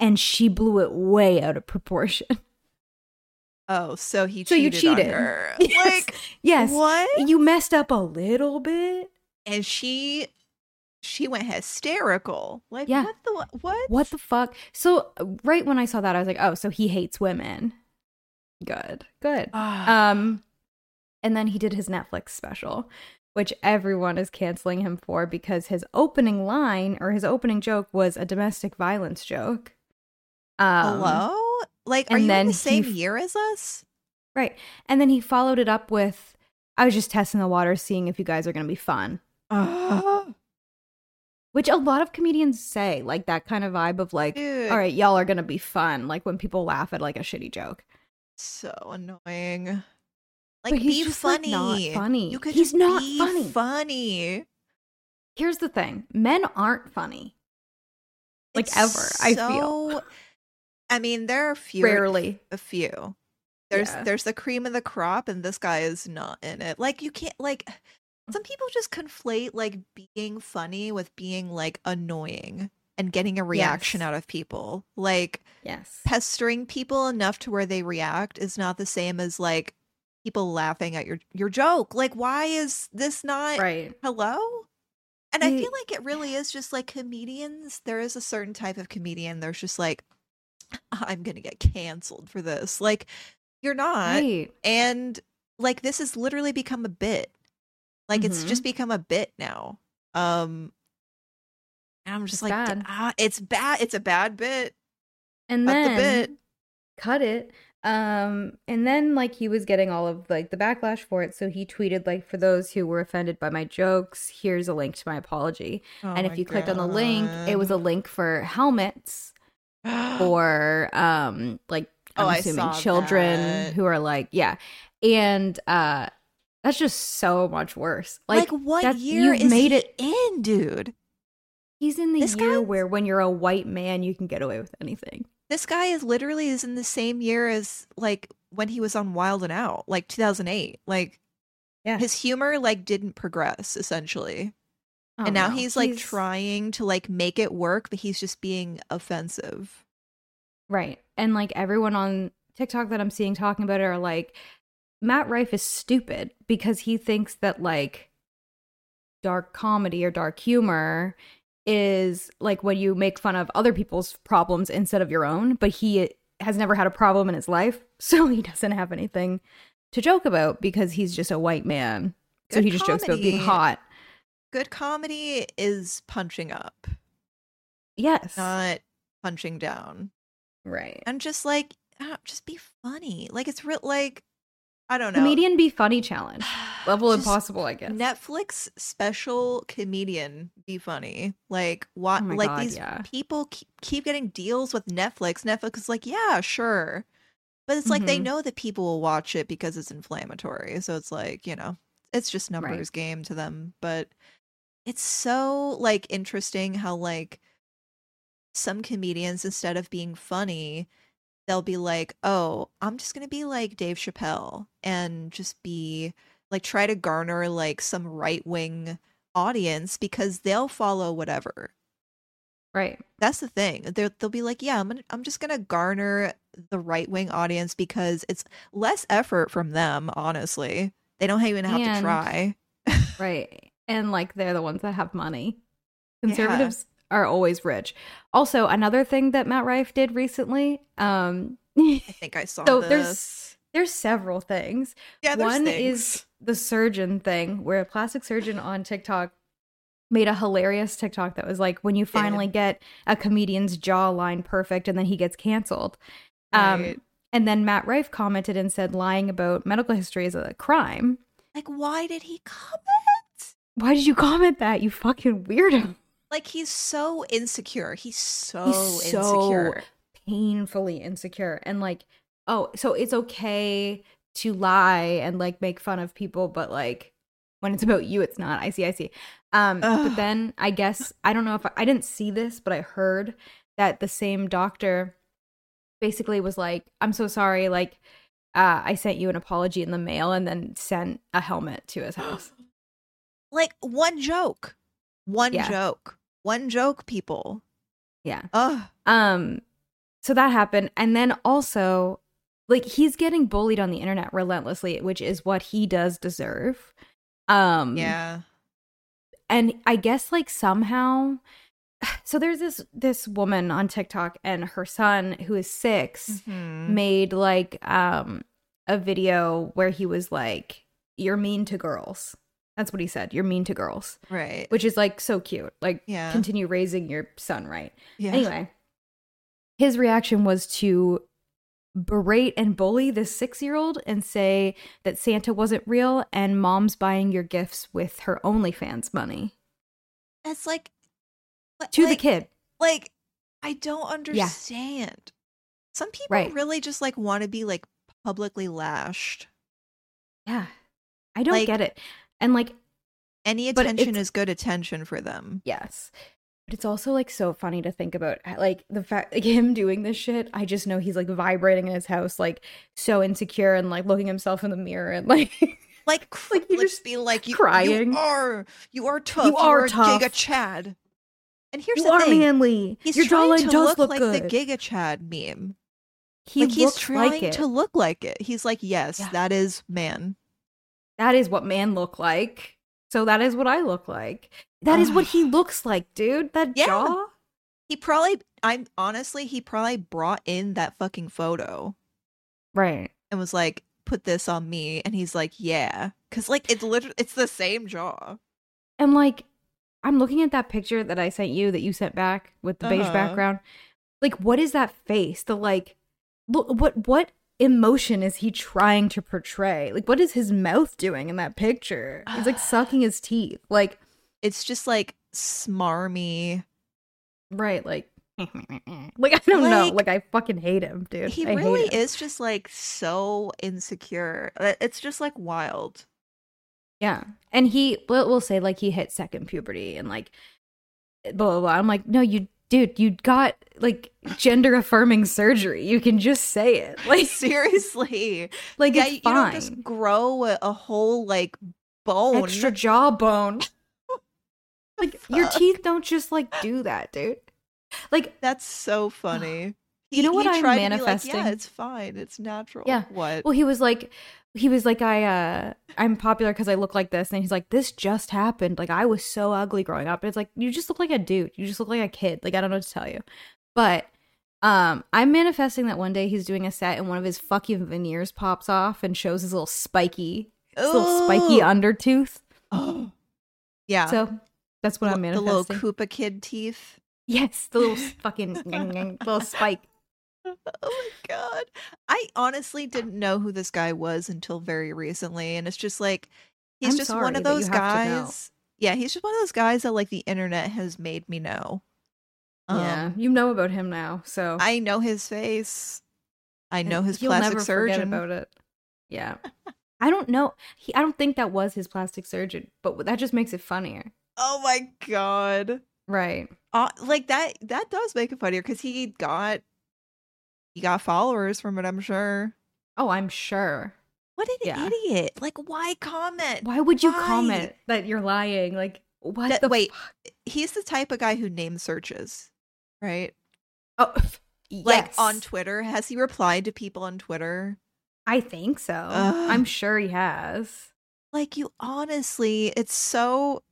[SPEAKER 2] and she blew it way out of proportion.
[SPEAKER 1] oh, so he
[SPEAKER 2] So you
[SPEAKER 1] cheated,
[SPEAKER 2] cheated.
[SPEAKER 1] on her.
[SPEAKER 2] Yes.
[SPEAKER 1] Like
[SPEAKER 2] yes.
[SPEAKER 1] what?
[SPEAKER 2] You messed up a little bit.
[SPEAKER 1] And she she went hysterical. Like
[SPEAKER 2] Yeah.
[SPEAKER 1] what the what?
[SPEAKER 2] What the fuck? So, right when I saw that, I was like, Oh, so he hates women. Good. Good.
[SPEAKER 1] Ah.
[SPEAKER 2] Um, and then he did his Netflix special, which everyone is canceling him for because his opening line or his opening joke was a domestic violence joke. Um,
[SPEAKER 1] Hello? Like are you
[SPEAKER 2] and
[SPEAKER 1] in
[SPEAKER 2] then
[SPEAKER 1] the
[SPEAKER 2] he
[SPEAKER 1] same
[SPEAKER 2] f-
[SPEAKER 1] year as us?
[SPEAKER 2] Right. And then he followed it up with I was just testing the water, seeing if you guys are going to be fun,
[SPEAKER 1] Oh,
[SPEAKER 2] which a lot of comedians say, like that kind of vibe of like,
[SPEAKER 1] dude.
[SPEAKER 2] all right, y'all are going to be fun, like when people laugh at like a shitty joke.
[SPEAKER 1] so annoying.
[SPEAKER 2] But
[SPEAKER 1] Like
[SPEAKER 2] he's
[SPEAKER 1] be
[SPEAKER 2] just, like,
[SPEAKER 1] funny.
[SPEAKER 2] not funny.
[SPEAKER 1] You could
[SPEAKER 2] He's
[SPEAKER 1] just
[SPEAKER 2] not
[SPEAKER 1] be
[SPEAKER 2] funny.
[SPEAKER 1] funny.
[SPEAKER 2] Here's the thing men aren't funny, like ever, I feel.
[SPEAKER 1] so- I mean, there are few
[SPEAKER 2] Rarely.
[SPEAKER 1] a few. There's
[SPEAKER 2] Yeah.
[SPEAKER 1] there's the cream of the crop, and this guy is not in it. Like you can't like
[SPEAKER 2] Mm.
[SPEAKER 1] some people just conflate like being funny with being like annoying and getting a reaction
[SPEAKER 2] Yes.
[SPEAKER 1] out of people. Like
[SPEAKER 2] Yes.
[SPEAKER 1] pestering people enough to where they react is not the same as like people laughing at your your joke. Like why is this not
[SPEAKER 2] Right.
[SPEAKER 1] hello? And I
[SPEAKER 2] Ye-
[SPEAKER 1] feel like it really is just like comedians. There is a certain type of comedian. There's just like, I'm gonna get canceled for this. Like, you're not,
[SPEAKER 2] Right.
[SPEAKER 1] and like this has literally become a bit. Like it's just
[SPEAKER 2] Mm-hmm.
[SPEAKER 1] become a bit now. Um, and I'm just
[SPEAKER 2] It's
[SPEAKER 1] like, "D-
[SPEAKER 2] bad.
[SPEAKER 1] ah, it's bad. It's a bad bit.
[SPEAKER 2] And
[SPEAKER 1] Cut the
[SPEAKER 2] then
[SPEAKER 1] bit.
[SPEAKER 2] cut it. Um, and then like he was getting all of like the backlash for it, so he tweeted like, "For those who were offended by my jokes, here's a link to my apology."
[SPEAKER 1] Oh
[SPEAKER 2] and if you clicked on the link, it was a link for helmets
[SPEAKER 1] or
[SPEAKER 2] or um like I'm
[SPEAKER 1] Oh, I
[SPEAKER 2] assuming
[SPEAKER 1] saw
[SPEAKER 2] children
[SPEAKER 1] that.
[SPEAKER 2] who are like, yeah. And uh that's just so much worse.
[SPEAKER 1] Like,
[SPEAKER 2] Like,
[SPEAKER 1] what
[SPEAKER 2] that's-
[SPEAKER 1] year
[SPEAKER 2] you've
[SPEAKER 1] is
[SPEAKER 2] made
[SPEAKER 1] made
[SPEAKER 2] it-
[SPEAKER 1] it in, dude?
[SPEAKER 2] he's in the
[SPEAKER 1] this
[SPEAKER 2] year
[SPEAKER 1] guy-
[SPEAKER 2] where when you're a white man you can get away with anything.
[SPEAKER 1] This guy is literally is in the same year as like when he was on Wild and Out, like 2008. Like
[SPEAKER 2] Yeah.
[SPEAKER 1] his humor like didn't progress essentially.
[SPEAKER 2] Oh,
[SPEAKER 1] and now he's like trying to like make it work, but he's just being offensive.
[SPEAKER 2] Right. And like everyone on TikTok that I'm seeing talking about it are like, Matt Rife is stupid because he thinks that like dark comedy or dark humor is like when you make fun of other people's problems instead of your own, but he has never had a problem in his life. So he doesn't have anything to joke about because he's just a white man. so
[SPEAKER 1] Good
[SPEAKER 2] he just jokes about being
[SPEAKER 1] comedy.
[SPEAKER 2] hot.
[SPEAKER 1] Good comedy is punching up,
[SPEAKER 2] Yes.
[SPEAKER 1] not punching down.
[SPEAKER 2] right.
[SPEAKER 1] And just like Uh, I don't- just be funny. Like it's real like I don't know.
[SPEAKER 2] Comedian be funny challenge. Level
[SPEAKER 1] Just-
[SPEAKER 2] impossible, I guess.
[SPEAKER 1] Netflix special comedian be funny. Like what?
[SPEAKER 2] Oh my
[SPEAKER 1] like
[SPEAKER 2] God,
[SPEAKER 1] these
[SPEAKER 2] yeah.
[SPEAKER 1] people keep, keep getting deals with Netflix. Netflix is like, yeah, sure, but it's like they
[SPEAKER 2] Mhm.
[SPEAKER 1] know that people will watch it because it's inflammatory. So it's like you know, it's just
[SPEAKER 2] Right.
[SPEAKER 1] numbers game to them. But it's so like interesting how like some comedians instead of being funny they'll be like, "Oh, I'm just going to be like Dave Chappelle and just be like try to garner like some right-wing audience because they'll follow whatever."
[SPEAKER 2] right.
[SPEAKER 1] That's the thing. They're, they'll be like, "Yeah, I'm gonna, I'm just going to garner the right-wing audience because it's less effort from them, honestly. They don't even have
[SPEAKER 2] And-
[SPEAKER 1] to try."
[SPEAKER 2] Right. And like they're the ones that have money. Conservatives are always rich. Also, another thing that Matt Rife did recently, um
[SPEAKER 1] I think I saw
[SPEAKER 2] so
[SPEAKER 1] this.
[SPEAKER 2] there's there's several things.
[SPEAKER 1] yeah, there's
[SPEAKER 2] One
[SPEAKER 1] things.
[SPEAKER 2] is the surgeon thing where a plastic surgeon on TikTok made a hilarious TikTok that was like when you finally get a comedian's jawline perfect and then he gets canceled.
[SPEAKER 1] Right.
[SPEAKER 2] Um and then Matt Rife commented and said lying about medical history is a crime.
[SPEAKER 1] like why did he comment?
[SPEAKER 2] Why did you comment that? You fucking weirdo.
[SPEAKER 1] Like he's so insecure. He's so
[SPEAKER 2] He's so
[SPEAKER 1] insecure.
[SPEAKER 2] painfully insecure and like oh so it's okay to lie and like make fun of people but like when it's about you it's not i see i see um
[SPEAKER 1] Ugh.
[SPEAKER 2] but then i guess i don't know if I, I didn't see this but i heard that the same doctor basically was like i'm so sorry like uh, i sent you an apology in the mail and then sent a helmet to his house
[SPEAKER 1] like one joke one
[SPEAKER 2] Yeah.
[SPEAKER 1] joke one joke people
[SPEAKER 2] yeah
[SPEAKER 1] Ugh.
[SPEAKER 2] Um, so that happened, and then also, like he's getting bullied on the internet relentlessly, which is what he does deserve. Um,
[SPEAKER 1] yeah
[SPEAKER 2] and I guess like somehow, so there's this this woman on TikTok and her son who is six
[SPEAKER 1] Mm-hmm.
[SPEAKER 2] made like um a video where he was like, "You're mean to girls." That's what he said. You're mean to girls,
[SPEAKER 1] right
[SPEAKER 2] which is like so cute. Like,
[SPEAKER 1] yeah
[SPEAKER 2] continue raising your son right.
[SPEAKER 1] yeah
[SPEAKER 2] Anyway, his reaction was to berate and bully this six year old and say that Santa wasn't real and mom's buying your gifts with her OnlyFans money
[SPEAKER 1] it's like but,
[SPEAKER 2] to the
[SPEAKER 1] like-
[SPEAKER 2] kid.
[SPEAKER 1] like i don't understand some people
[SPEAKER 2] Right.
[SPEAKER 1] really just like want to be like publicly lashed
[SPEAKER 2] Yeah. I don't
[SPEAKER 1] Like-
[SPEAKER 2] get it. And like,
[SPEAKER 1] any
[SPEAKER 2] But
[SPEAKER 1] attention
[SPEAKER 2] it's-
[SPEAKER 1] is good attention for them
[SPEAKER 2] yes. But it's also like so funny to think about uh, like the fact like him doing this shit. I just know he's like vibrating in his house, like so insecure and like looking himself in the mirror and like
[SPEAKER 1] like cr-
[SPEAKER 2] Like, you
[SPEAKER 1] let's
[SPEAKER 2] just
[SPEAKER 1] be like you,
[SPEAKER 2] crying.
[SPEAKER 1] you are you are tough
[SPEAKER 2] are
[SPEAKER 1] a
[SPEAKER 2] tough.
[SPEAKER 1] giga chad and here's
[SPEAKER 2] you
[SPEAKER 1] the
[SPEAKER 2] are
[SPEAKER 1] thing
[SPEAKER 2] manly.
[SPEAKER 1] he's
[SPEAKER 2] Your
[SPEAKER 1] trying
[SPEAKER 2] jawline
[SPEAKER 1] to
[SPEAKER 2] does
[SPEAKER 1] look,
[SPEAKER 2] look
[SPEAKER 1] like
[SPEAKER 2] good.
[SPEAKER 1] the giga chad meme
[SPEAKER 2] he
[SPEAKER 1] like he's
[SPEAKER 2] looks
[SPEAKER 1] trying
[SPEAKER 2] like it.
[SPEAKER 1] to look like it. He's like, yes,
[SPEAKER 2] Yeah.
[SPEAKER 1] that is man.
[SPEAKER 2] that is what man look like. So that is what I look like. That is what he looks like, dude. That
[SPEAKER 1] Yeah.
[SPEAKER 2] jaw.
[SPEAKER 1] He probably, I'm honestly, he probably brought in that fucking photo
[SPEAKER 2] Right.
[SPEAKER 1] and was like, put this on me. And he's like, yeah, because like it's literally, it's the same jaw.
[SPEAKER 2] And like I'm looking at that picture that I sent you that you sent back with the beige
[SPEAKER 1] Uh-huh.
[SPEAKER 2] background. Like what is that face? The like look what what emotion is he trying to portray? Like what is his mouth doing in that picture? He's like sucking his teeth. Like
[SPEAKER 1] It's just like smarmy.
[SPEAKER 2] right, like like I don't know.
[SPEAKER 1] Like,
[SPEAKER 2] Like I fucking hate him, dude.
[SPEAKER 1] He
[SPEAKER 2] I hate
[SPEAKER 1] really
[SPEAKER 2] him.
[SPEAKER 1] is just like so insecure. Uh, It's just like wild.
[SPEAKER 2] Yeah. And he will will say like he hit second puberty and like blah blah blah. I'm like, no, you dude, you got like gender affirming surgery. You can just say it. Like
[SPEAKER 1] Seriously.
[SPEAKER 2] like
[SPEAKER 1] yeah,
[SPEAKER 2] it's
[SPEAKER 1] you, you
[SPEAKER 2] fine.
[SPEAKER 1] don't just grow a, a whole like bone.
[SPEAKER 2] Extra jawbone. like your
[SPEAKER 1] Fuck.
[SPEAKER 2] teeth don't just like do that, dude. Like
[SPEAKER 1] That's so funny.
[SPEAKER 2] You know what I'm
[SPEAKER 1] tried to be Like, yeah,
[SPEAKER 2] manifesting?
[SPEAKER 1] it's fine. It's natural.
[SPEAKER 2] Yeah.
[SPEAKER 1] What?
[SPEAKER 2] well he was like he was like I uh I'm popular cuz I look like this and he's like this just happened. Like I was so ugly growing up. And it's like you just look like a dude. You just look like a kid. Like I don't know what to tell you. But um I'm manifesting that one day he's doing a set and one of his fucking veneers pops off and shows his little spiky his little spiky
[SPEAKER 1] Ooh.
[SPEAKER 2] undertooth.
[SPEAKER 1] Oh. Yeah.
[SPEAKER 2] So that's what I'm
[SPEAKER 1] L- the little
[SPEAKER 2] manifesting.
[SPEAKER 1] Koopa kid teeth.
[SPEAKER 2] yes, the little s- fucking nyang, nyang, little spike.
[SPEAKER 1] Oh my god. I honestly didn't know who this guy was until very recently and it's just like he's
[SPEAKER 2] I'm
[SPEAKER 1] just one
[SPEAKER 2] sorry,
[SPEAKER 1] of
[SPEAKER 2] but you
[SPEAKER 1] those
[SPEAKER 2] have to know.
[SPEAKER 1] guys. Yeah, he's just one of those guys that like the internet has made me know. Um,
[SPEAKER 2] yeah, you know about him now. So
[SPEAKER 1] I know his face. I know
[SPEAKER 2] And
[SPEAKER 1] his
[SPEAKER 2] you'll
[SPEAKER 1] plastic
[SPEAKER 2] never forget
[SPEAKER 1] surgeon.
[SPEAKER 2] about it. Yeah. I don't know. He, I don't think that was his plastic surgeon, but that just makes it funnier.
[SPEAKER 1] Oh my god.
[SPEAKER 2] Right.
[SPEAKER 1] uh, like that that does make it funnier because he got he got followers from it i'm sure
[SPEAKER 2] Oh, I'm sure.
[SPEAKER 1] what an
[SPEAKER 2] Yeah.
[SPEAKER 1] idiot like why comment
[SPEAKER 2] Why would you
[SPEAKER 1] Why?
[SPEAKER 2] comment that you're lying? Like, what
[SPEAKER 1] Eh, That-
[SPEAKER 2] the
[SPEAKER 1] wait he's the type of guy who name searches right
[SPEAKER 2] Oh,
[SPEAKER 1] like
[SPEAKER 2] yes.
[SPEAKER 1] on twitter has he replied to people on twitter
[SPEAKER 2] I think so.
[SPEAKER 1] Ugh.
[SPEAKER 2] I'm sure he has.
[SPEAKER 1] like you honestly it's so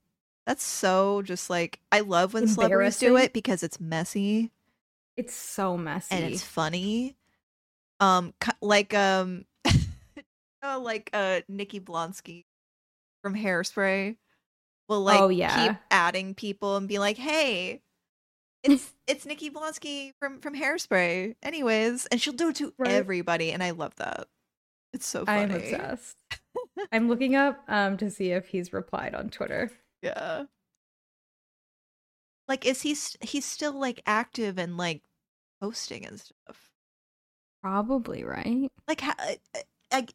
[SPEAKER 1] that's so just like i love when celebrities do
[SPEAKER 2] Embarrassing.
[SPEAKER 1] it because it's messy
[SPEAKER 2] It's so messy.
[SPEAKER 1] and it's funny. Um, ki- like um, uh, like uh, Nikki Blonsky from Hairspray will like
[SPEAKER 2] Oh, yeah.
[SPEAKER 1] keep adding people and be like, "Hey, it's it's Nikki Blonsky from from Hairspray." Anyways, and she'll do it to
[SPEAKER 2] Right.
[SPEAKER 1] everybody, and I love that. It's so funny.
[SPEAKER 2] I'm obsessed. I'm looking up um to see if he's replied on Twitter.
[SPEAKER 1] Yeah. Like, is he st- he's still like active and like posting and stuff?
[SPEAKER 2] Probably right.
[SPEAKER 1] like how, I, I-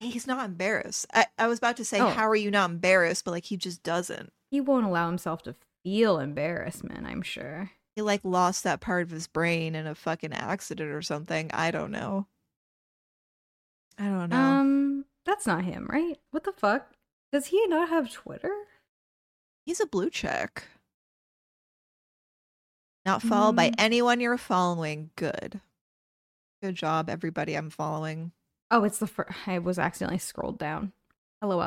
[SPEAKER 1] he's not embarrassed I, I was about to say
[SPEAKER 2] Oh.
[SPEAKER 1] how are you not embarrassed but like he just doesn't
[SPEAKER 2] He won't allow himself to feel embarrassment. I'm sure.
[SPEAKER 1] he like lost that part of his brain in a fucking accident or something i don't know i don't know
[SPEAKER 2] Um, that's not him, right? What the fuck? Does he not have Twitter?
[SPEAKER 1] he's a blue check not followed by
[SPEAKER 2] Mm.
[SPEAKER 1] anyone you're following good good job everybody i'm following
[SPEAKER 2] Oh, it's the first. I was accidentally scrolled down. LOL.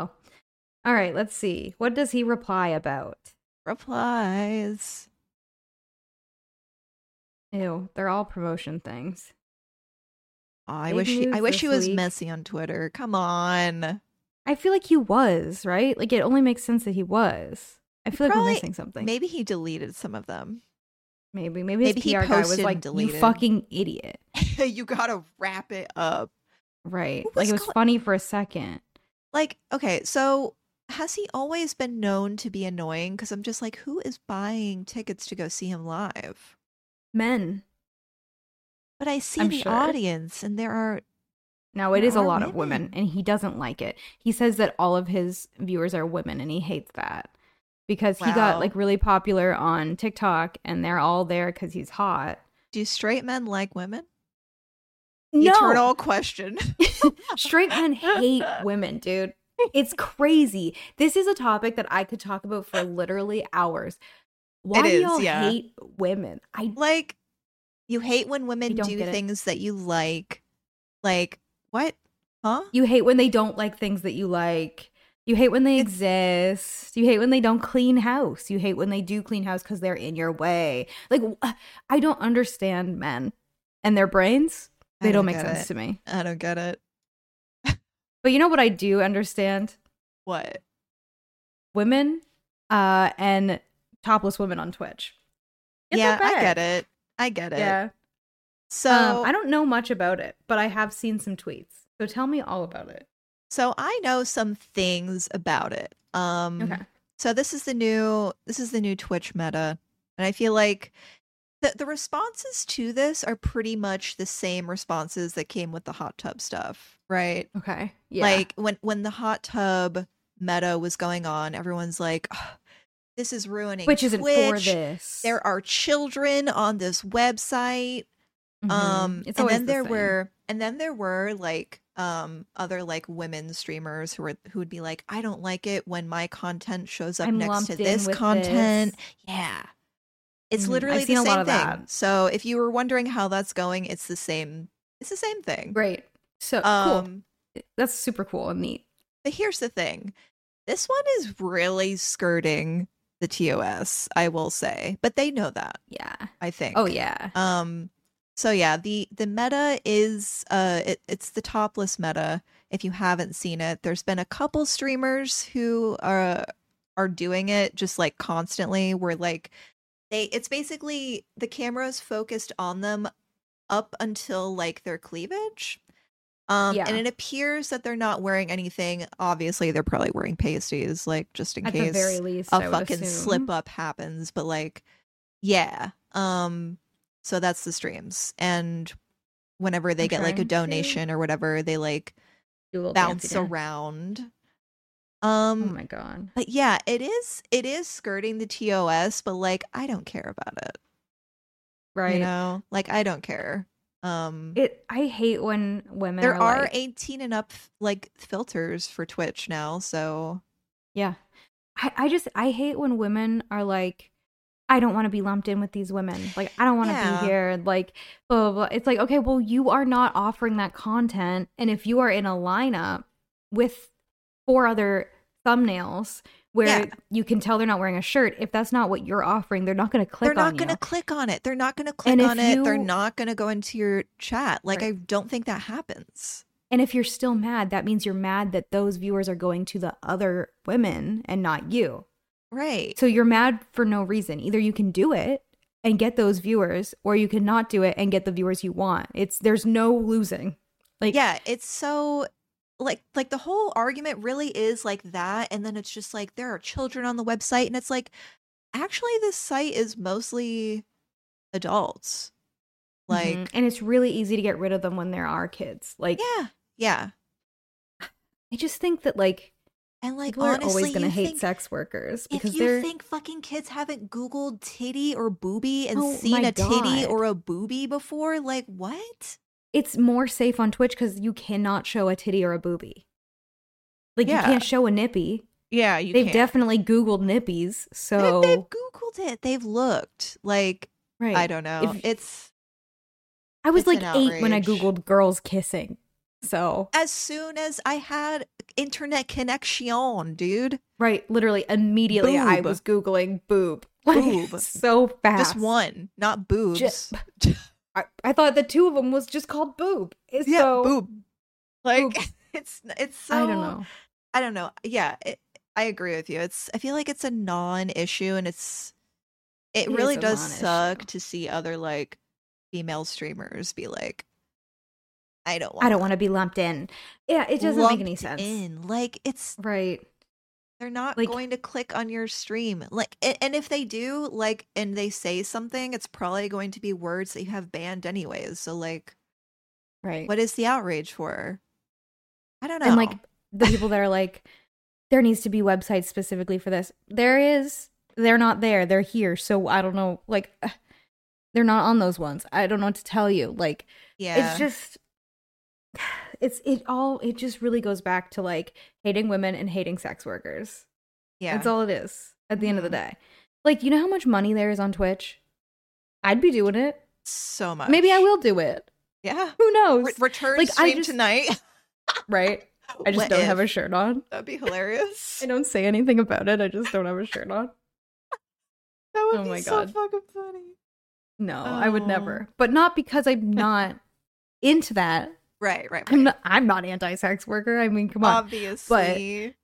[SPEAKER 2] All right, let's see. What does he reply about?
[SPEAKER 1] replies
[SPEAKER 2] Ew, they're all promotion things.
[SPEAKER 1] i
[SPEAKER 2] Big
[SPEAKER 1] wish he, i
[SPEAKER 2] news
[SPEAKER 1] wish he
[SPEAKER 2] this
[SPEAKER 1] was
[SPEAKER 2] week.
[SPEAKER 1] messy on twitter come on
[SPEAKER 2] I feel like he was right. Like it only makes sense that he was. I feel like
[SPEAKER 1] Probably-
[SPEAKER 2] we're missing something.
[SPEAKER 1] maybe he deleted some of them
[SPEAKER 2] maybe, maybe his
[SPEAKER 1] maybe he
[SPEAKER 2] PR guy was
[SPEAKER 1] posted
[SPEAKER 2] like,
[SPEAKER 1] and deleted."
[SPEAKER 2] "You fucking idiot!"
[SPEAKER 1] you gotta wrap it up.
[SPEAKER 2] Right?
[SPEAKER 1] What
[SPEAKER 2] Like
[SPEAKER 1] was
[SPEAKER 2] it was
[SPEAKER 1] go-
[SPEAKER 2] funny for a second.
[SPEAKER 1] Like, okay, so has he always been known to be annoying? Because I'm just like, who is buying tickets to go see him live?
[SPEAKER 2] Men.
[SPEAKER 1] But I see
[SPEAKER 2] I'm
[SPEAKER 1] the
[SPEAKER 2] sure.
[SPEAKER 1] audience, and there are
[SPEAKER 2] No, it
[SPEAKER 1] There
[SPEAKER 2] is a
[SPEAKER 1] are
[SPEAKER 2] lot of women,
[SPEAKER 1] women.
[SPEAKER 2] and he doesn't like it. He says that all of his viewers are women, and he hates that because he
[SPEAKER 1] Wow.
[SPEAKER 2] got like really popular on TikTok, and they're all there because he's hot.
[SPEAKER 1] do straight men like women?
[SPEAKER 2] No,
[SPEAKER 1] Eternal question.
[SPEAKER 2] straight men hate women, dude. It's crazy. This is a topic that I could talk about for literally hours. Why do
[SPEAKER 1] is,
[SPEAKER 2] y'all
[SPEAKER 1] yeah.
[SPEAKER 2] hate women? I
[SPEAKER 1] like, you hate when women
[SPEAKER 2] don't
[SPEAKER 1] do
[SPEAKER 2] get it.
[SPEAKER 1] things that you like. Like, what? Huh?
[SPEAKER 2] you hate when they don't like things that you like. You hate when they
[SPEAKER 1] It's-
[SPEAKER 2] exist. You hate when they don't clean house. You hate when they do clean house because they're in your way. Like, wh- I don't understand men and their brains. They
[SPEAKER 1] I don't
[SPEAKER 2] don't make
[SPEAKER 1] get
[SPEAKER 2] sense
[SPEAKER 1] it.
[SPEAKER 2] to me.
[SPEAKER 1] I don't get it.
[SPEAKER 2] But you know what I do understand?
[SPEAKER 1] What?
[SPEAKER 2] Women uh, and topless women on Twitch. It's
[SPEAKER 1] yeah,
[SPEAKER 2] not
[SPEAKER 1] I
[SPEAKER 2] bad.
[SPEAKER 1] get it. I get it.
[SPEAKER 2] Yeah.
[SPEAKER 1] So
[SPEAKER 2] um, I don't know much about it, but I have seen some tweets. So tell me all about it.
[SPEAKER 1] So I know some things about it. Um
[SPEAKER 2] Okay.
[SPEAKER 1] so this is the new this is the new Twitch meta. And I feel like the, the responses to this are pretty much the same responses that came with the hot tub stuff, right?
[SPEAKER 2] Okay. Yeah.
[SPEAKER 1] Like when when the hot tub meta was going on, everyone's like, "Ugh, "This is ruining
[SPEAKER 2] which isn't for
[SPEAKER 1] Twitch.
[SPEAKER 2] this.
[SPEAKER 1] There are children on this website."
[SPEAKER 2] Mhm.
[SPEAKER 1] Um,
[SPEAKER 2] It's
[SPEAKER 1] and
[SPEAKER 2] always
[SPEAKER 1] then
[SPEAKER 2] the
[SPEAKER 1] there
[SPEAKER 2] same.
[SPEAKER 1] were, and then there were like um other like women streamers who were who would be like, "I don't like it when my content shows up
[SPEAKER 2] I'm
[SPEAKER 1] next
[SPEAKER 2] lumped
[SPEAKER 1] to
[SPEAKER 2] in
[SPEAKER 1] this
[SPEAKER 2] with
[SPEAKER 1] content." Yeah. It's
[SPEAKER 2] Mhm. I've
[SPEAKER 1] literally the
[SPEAKER 2] seen a
[SPEAKER 1] same
[SPEAKER 2] lot of
[SPEAKER 1] thing.
[SPEAKER 2] that.
[SPEAKER 1] So if you were wondering how that's going, it's the same. It's the same thing.
[SPEAKER 2] Great. So Oh, cool.
[SPEAKER 1] Um,
[SPEAKER 2] That's super cool and neat.
[SPEAKER 1] but here's the thing: this one is really skirting the TOS. I will say, but they know that.
[SPEAKER 2] Yeah.
[SPEAKER 1] I think.
[SPEAKER 2] Oh yeah.
[SPEAKER 1] Um. So yeah, the the meta is uh, it, it's the topless meta. If you haven't seen it, there's been a couple streamers who are are doing it just like constantly. Where like they, it's basically the camera's focused on them up until like their cleavage. Um,
[SPEAKER 2] Yeah.
[SPEAKER 1] and it appears that they're not wearing anything. Obviously, they're probably wearing pasties, like just in
[SPEAKER 2] At
[SPEAKER 1] case
[SPEAKER 2] the very least, I
[SPEAKER 1] a
[SPEAKER 2] would
[SPEAKER 1] fucking
[SPEAKER 2] assume.
[SPEAKER 1] slip up happens but like yeah um so that's the streams and whenever they
[SPEAKER 2] I'm
[SPEAKER 1] get like a
[SPEAKER 2] trying to-
[SPEAKER 1] donation or whatever they like
[SPEAKER 2] Do a little
[SPEAKER 1] bounce
[SPEAKER 2] dancey dance.
[SPEAKER 1] around
[SPEAKER 2] Oh
[SPEAKER 1] um
[SPEAKER 2] my god.
[SPEAKER 1] but yeah it is it is skirting the tos but like i don't care about it
[SPEAKER 2] Right.
[SPEAKER 1] you know like i don't care um
[SPEAKER 2] It. I hate when women.
[SPEAKER 1] there
[SPEAKER 2] are,
[SPEAKER 1] are
[SPEAKER 2] like-
[SPEAKER 1] 18 and up like filters for twitch now so
[SPEAKER 2] Yeah. I, I just I hate when women are like, I don't want to be lumped in with these women. Like I don't want to
[SPEAKER 1] Yeah.
[SPEAKER 2] be here. Like blah, blah blah. It's like okay, well you are not offering that content, and if you are in a lineup with four other thumbnails where
[SPEAKER 1] Yeah.
[SPEAKER 2] you can tell they're not wearing a shirt, if that's not what you're offering, they're not going to click.
[SPEAKER 1] they're not
[SPEAKER 2] on
[SPEAKER 1] going
[SPEAKER 2] you.
[SPEAKER 1] to click on it. They're not going to click
[SPEAKER 2] And if
[SPEAKER 1] on it. They're
[SPEAKER 2] you-
[SPEAKER 1] not going to go into your chat. Like
[SPEAKER 2] Right.
[SPEAKER 1] I don't think that happens.
[SPEAKER 2] And if you're still mad, that means you're mad that those viewers are going to the other women and not you.
[SPEAKER 1] Right.
[SPEAKER 2] So you're mad for no reason. Either you can do it and get those viewers, or you can not do it and get the viewers you want. It's there's no losing. Like
[SPEAKER 1] yeah, it's so like like the whole argument really is like that and then it's just like there are children on the website and it's like actually this site is mostly adults. Like
[SPEAKER 2] mhm. and it's really easy to get rid of them when there are kids. Like
[SPEAKER 1] yeah. Yeah.
[SPEAKER 2] I just think that like,
[SPEAKER 1] And like
[SPEAKER 2] people
[SPEAKER 1] honestly
[SPEAKER 2] are always going to
[SPEAKER 1] you
[SPEAKER 2] hate
[SPEAKER 1] think-
[SPEAKER 2] sex workers
[SPEAKER 1] If
[SPEAKER 2] because
[SPEAKER 1] you
[SPEAKER 2] they're
[SPEAKER 1] think fucking kids haven't Googled titty or booby and
[SPEAKER 2] Oh
[SPEAKER 1] seen
[SPEAKER 2] my
[SPEAKER 1] a titty
[SPEAKER 2] God.
[SPEAKER 1] or a booby before, like what?
[SPEAKER 2] it's more safe on Twitch because you cannot show a titty or a booby. Like
[SPEAKER 1] Yeah.
[SPEAKER 2] you can't show a nippy.
[SPEAKER 1] Yeah, you
[SPEAKER 2] They've
[SPEAKER 1] can't.
[SPEAKER 2] definitely Googled nippies,
[SPEAKER 1] They-
[SPEAKER 2] so
[SPEAKER 1] they've googled it. They've looked. Like
[SPEAKER 2] right.
[SPEAKER 1] I don't know.
[SPEAKER 2] If-
[SPEAKER 1] it's
[SPEAKER 2] I was
[SPEAKER 1] it's an
[SPEAKER 2] like eight when I
[SPEAKER 1] outrage.
[SPEAKER 2] googled girls kissing. So
[SPEAKER 1] as soon as I had internet connection, dude.
[SPEAKER 2] Right, literally immediately I
[SPEAKER 1] Boob.
[SPEAKER 2] was googling boob.
[SPEAKER 1] Boob.
[SPEAKER 2] so fast.
[SPEAKER 1] Just one, not boobs.
[SPEAKER 2] I, I thought the two of them was just called boob. It's
[SPEAKER 1] yeah,
[SPEAKER 2] so
[SPEAKER 1] boob. Like
[SPEAKER 2] boobs.
[SPEAKER 1] it's it's so
[SPEAKER 2] I don't know.
[SPEAKER 1] I don't know. Yeah, it, I agree with you. It's I feel like it's a non-issue, and it's it,
[SPEAKER 2] It is
[SPEAKER 1] really
[SPEAKER 2] a
[SPEAKER 1] does
[SPEAKER 2] non-issue.
[SPEAKER 1] suck to see other like female streamers be like, I don't want.
[SPEAKER 2] I don't want to be lumped in. Yeah, it doesn't make any sense.
[SPEAKER 1] In like it's
[SPEAKER 2] Right.
[SPEAKER 1] They're not
[SPEAKER 2] Like-
[SPEAKER 1] going to click on your stream. Like a- and if they do, like and they say something, it's probably going to be words that you have banned anyways. So like
[SPEAKER 2] Right.
[SPEAKER 1] what is the outrage for? I don't know.
[SPEAKER 2] and like the people that are like there needs to be websites specifically for this. There is. They're not there. They're here. So I don't know like they're not on those ones. I don't know what to tell you. Like
[SPEAKER 1] yeah.
[SPEAKER 2] it's just it's it all it just really goes back to like hating women and hating sex workers
[SPEAKER 1] yeah. Mm-hmm.
[SPEAKER 2] that's all it is at the end of the day like you know how much money there is on twitch i'd be doing it
[SPEAKER 1] so much.
[SPEAKER 2] maybe i will do it
[SPEAKER 1] Yeah.
[SPEAKER 2] who knows
[SPEAKER 1] Re- return
[SPEAKER 2] Like, I
[SPEAKER 1] stream
[SPEAKER 2] just-
[SPEAKER 1] tonight.
[SPEAKER 2] right i just
[SPEAKER 1] What
[SPEAKER 2] don't have
[SPEAKER 1] if?
[SPEAKER 2] a shirt on
[SPEAKER 1] That'd be hilarious.
[SPEAKER 2] i don't say anything about it i just don't have a shirt on
[SPEAKER 1] that would
[SPEAKER 2] Oh
[SPEAKER 1] be
[SPEAKER 2] my
[SPEAKER 1] so
[SPEAKER 2] God.
[SPEAKER 1] fucking funny.
[SPEAKER 2] no i would
[SPEAKER 1] Oh.
[SPEAKER 2] never but not because i'm not into that
[SPEAKER 1] Right, right. right.
[SPEAKER 2] i'm not i'm not anti-sex worker i mean come on
[SPEAKER 1] Obviously.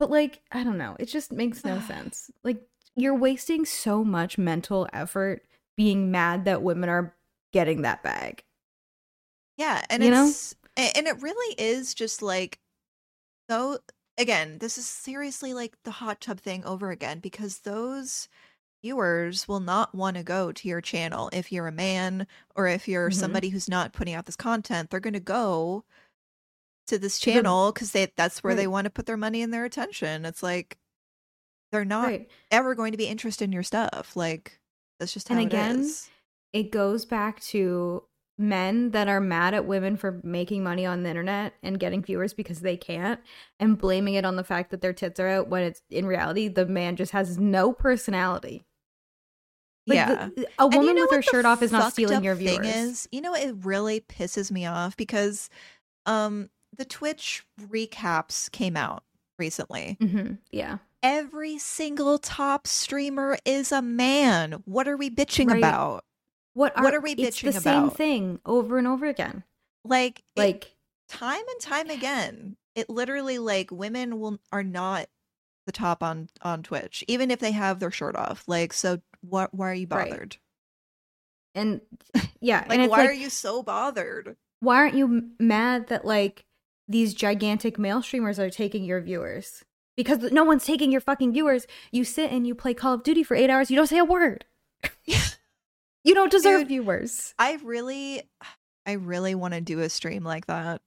[SPEAKER 2] But like, I don't know. It just makes no sense. Like you're wasting so much mental effort being mad that women are getting that bag.
[SPEAKER 1] Yeah, and
[SPEAKER 2] You know?
[SPEAKER 1] it's a- and it really is just like though again, this is seriously like the hot tub thing over again because those viewers will not want to go to your channel if you're a man or if you're
[SPEAKER 2] Mhm.
[SPEAKER 1] somebody who's not putting out this content. They're going to go to this
[SPEAKER 2] the-
[SPEAKER 1] channel because they that's where they
[SPEAKER 2] Right.
[SPEAKER 1] want to put their money and their attention. It's like they're not
[SPEAKER 2] Right.
[SPEAKER 1] ever going to be interested in your stuff. Like that's just how
[SPEAKER 2] And
[SPEAKER 1] it
[SPEAKER 2] again,
[SPEAKER 1] is.
[SPEAKER 2] It goes back to men that are mad at women for making money on the internet and getting viewers because they can't and blaming it on the fact that their tits are out when it's in reality the man just has no personality. Like,
[SPEAKER 1] yeah.
[SPEAKER 2] the- a
[SPEAKER 1] And you
[SPEAKER 2] woman
[SPEAKER 1] know
[SPEAKER 2] with
[SPEAKER 1] what
[SPEAKER 2] her
[SPEAKER 1] the
[SPEAKER 2] shirt off is not
[SPEAKER 1] fucked
[SPEAKER 2] stealing
[SPEAKER 1] up
[SPEAKER 2] your
[SPEAKER 1] thing
[SPEAKER 2] viewers.
[SPEAKER 1] Is, you know, it really pisses me off because um the Twitch recaps came out recently.
[SPEAKER 2] hmm Yeah.
[SPEAKER 1] Every single top streamer is a man. What are we bitching
[SPEAKER 2] Right.
[SPEAKER 1] about?
[SPEAKER 2] What are,
[SPEAKER 1] What are we
[SPEAKER 2] it's the
[SPEAKER 1] bitching
[SPEAKER 2] same
[SPEAKER 1] about?
[SPEAKER 2] thing over and over again.
[SPEAKER 1] Like it-
[SPEAKER 2] Like
[SPEAKER 1] time and time again, it literally like women will are not the top on on Twitch, even if they have their shirt off. Like, so what? Why are you
[SPEAKER 2] Right.
[SPEAKER 1] bothered?
[SPEAKER 2] and yeah, and
[SPEAKER 1] Like,
[SPEAKER 2] it's
[SPEAKER 1] why
[SPEAKER 2] like
[SPEAKER 1] are you so bothered?
[SPEAKER 2] why aren't you m- mad that like these gigantic male streamers are taking your viewers? Because no one's taking your fucking viewers. You sit and you play Call of Duty for eight hours. You don't say a word. you don't deserve
[SPEAKER 1] Dude.
[SPEAKER 2] viewers.
[SPEAKER 1] I really, I really want to do a stream like that.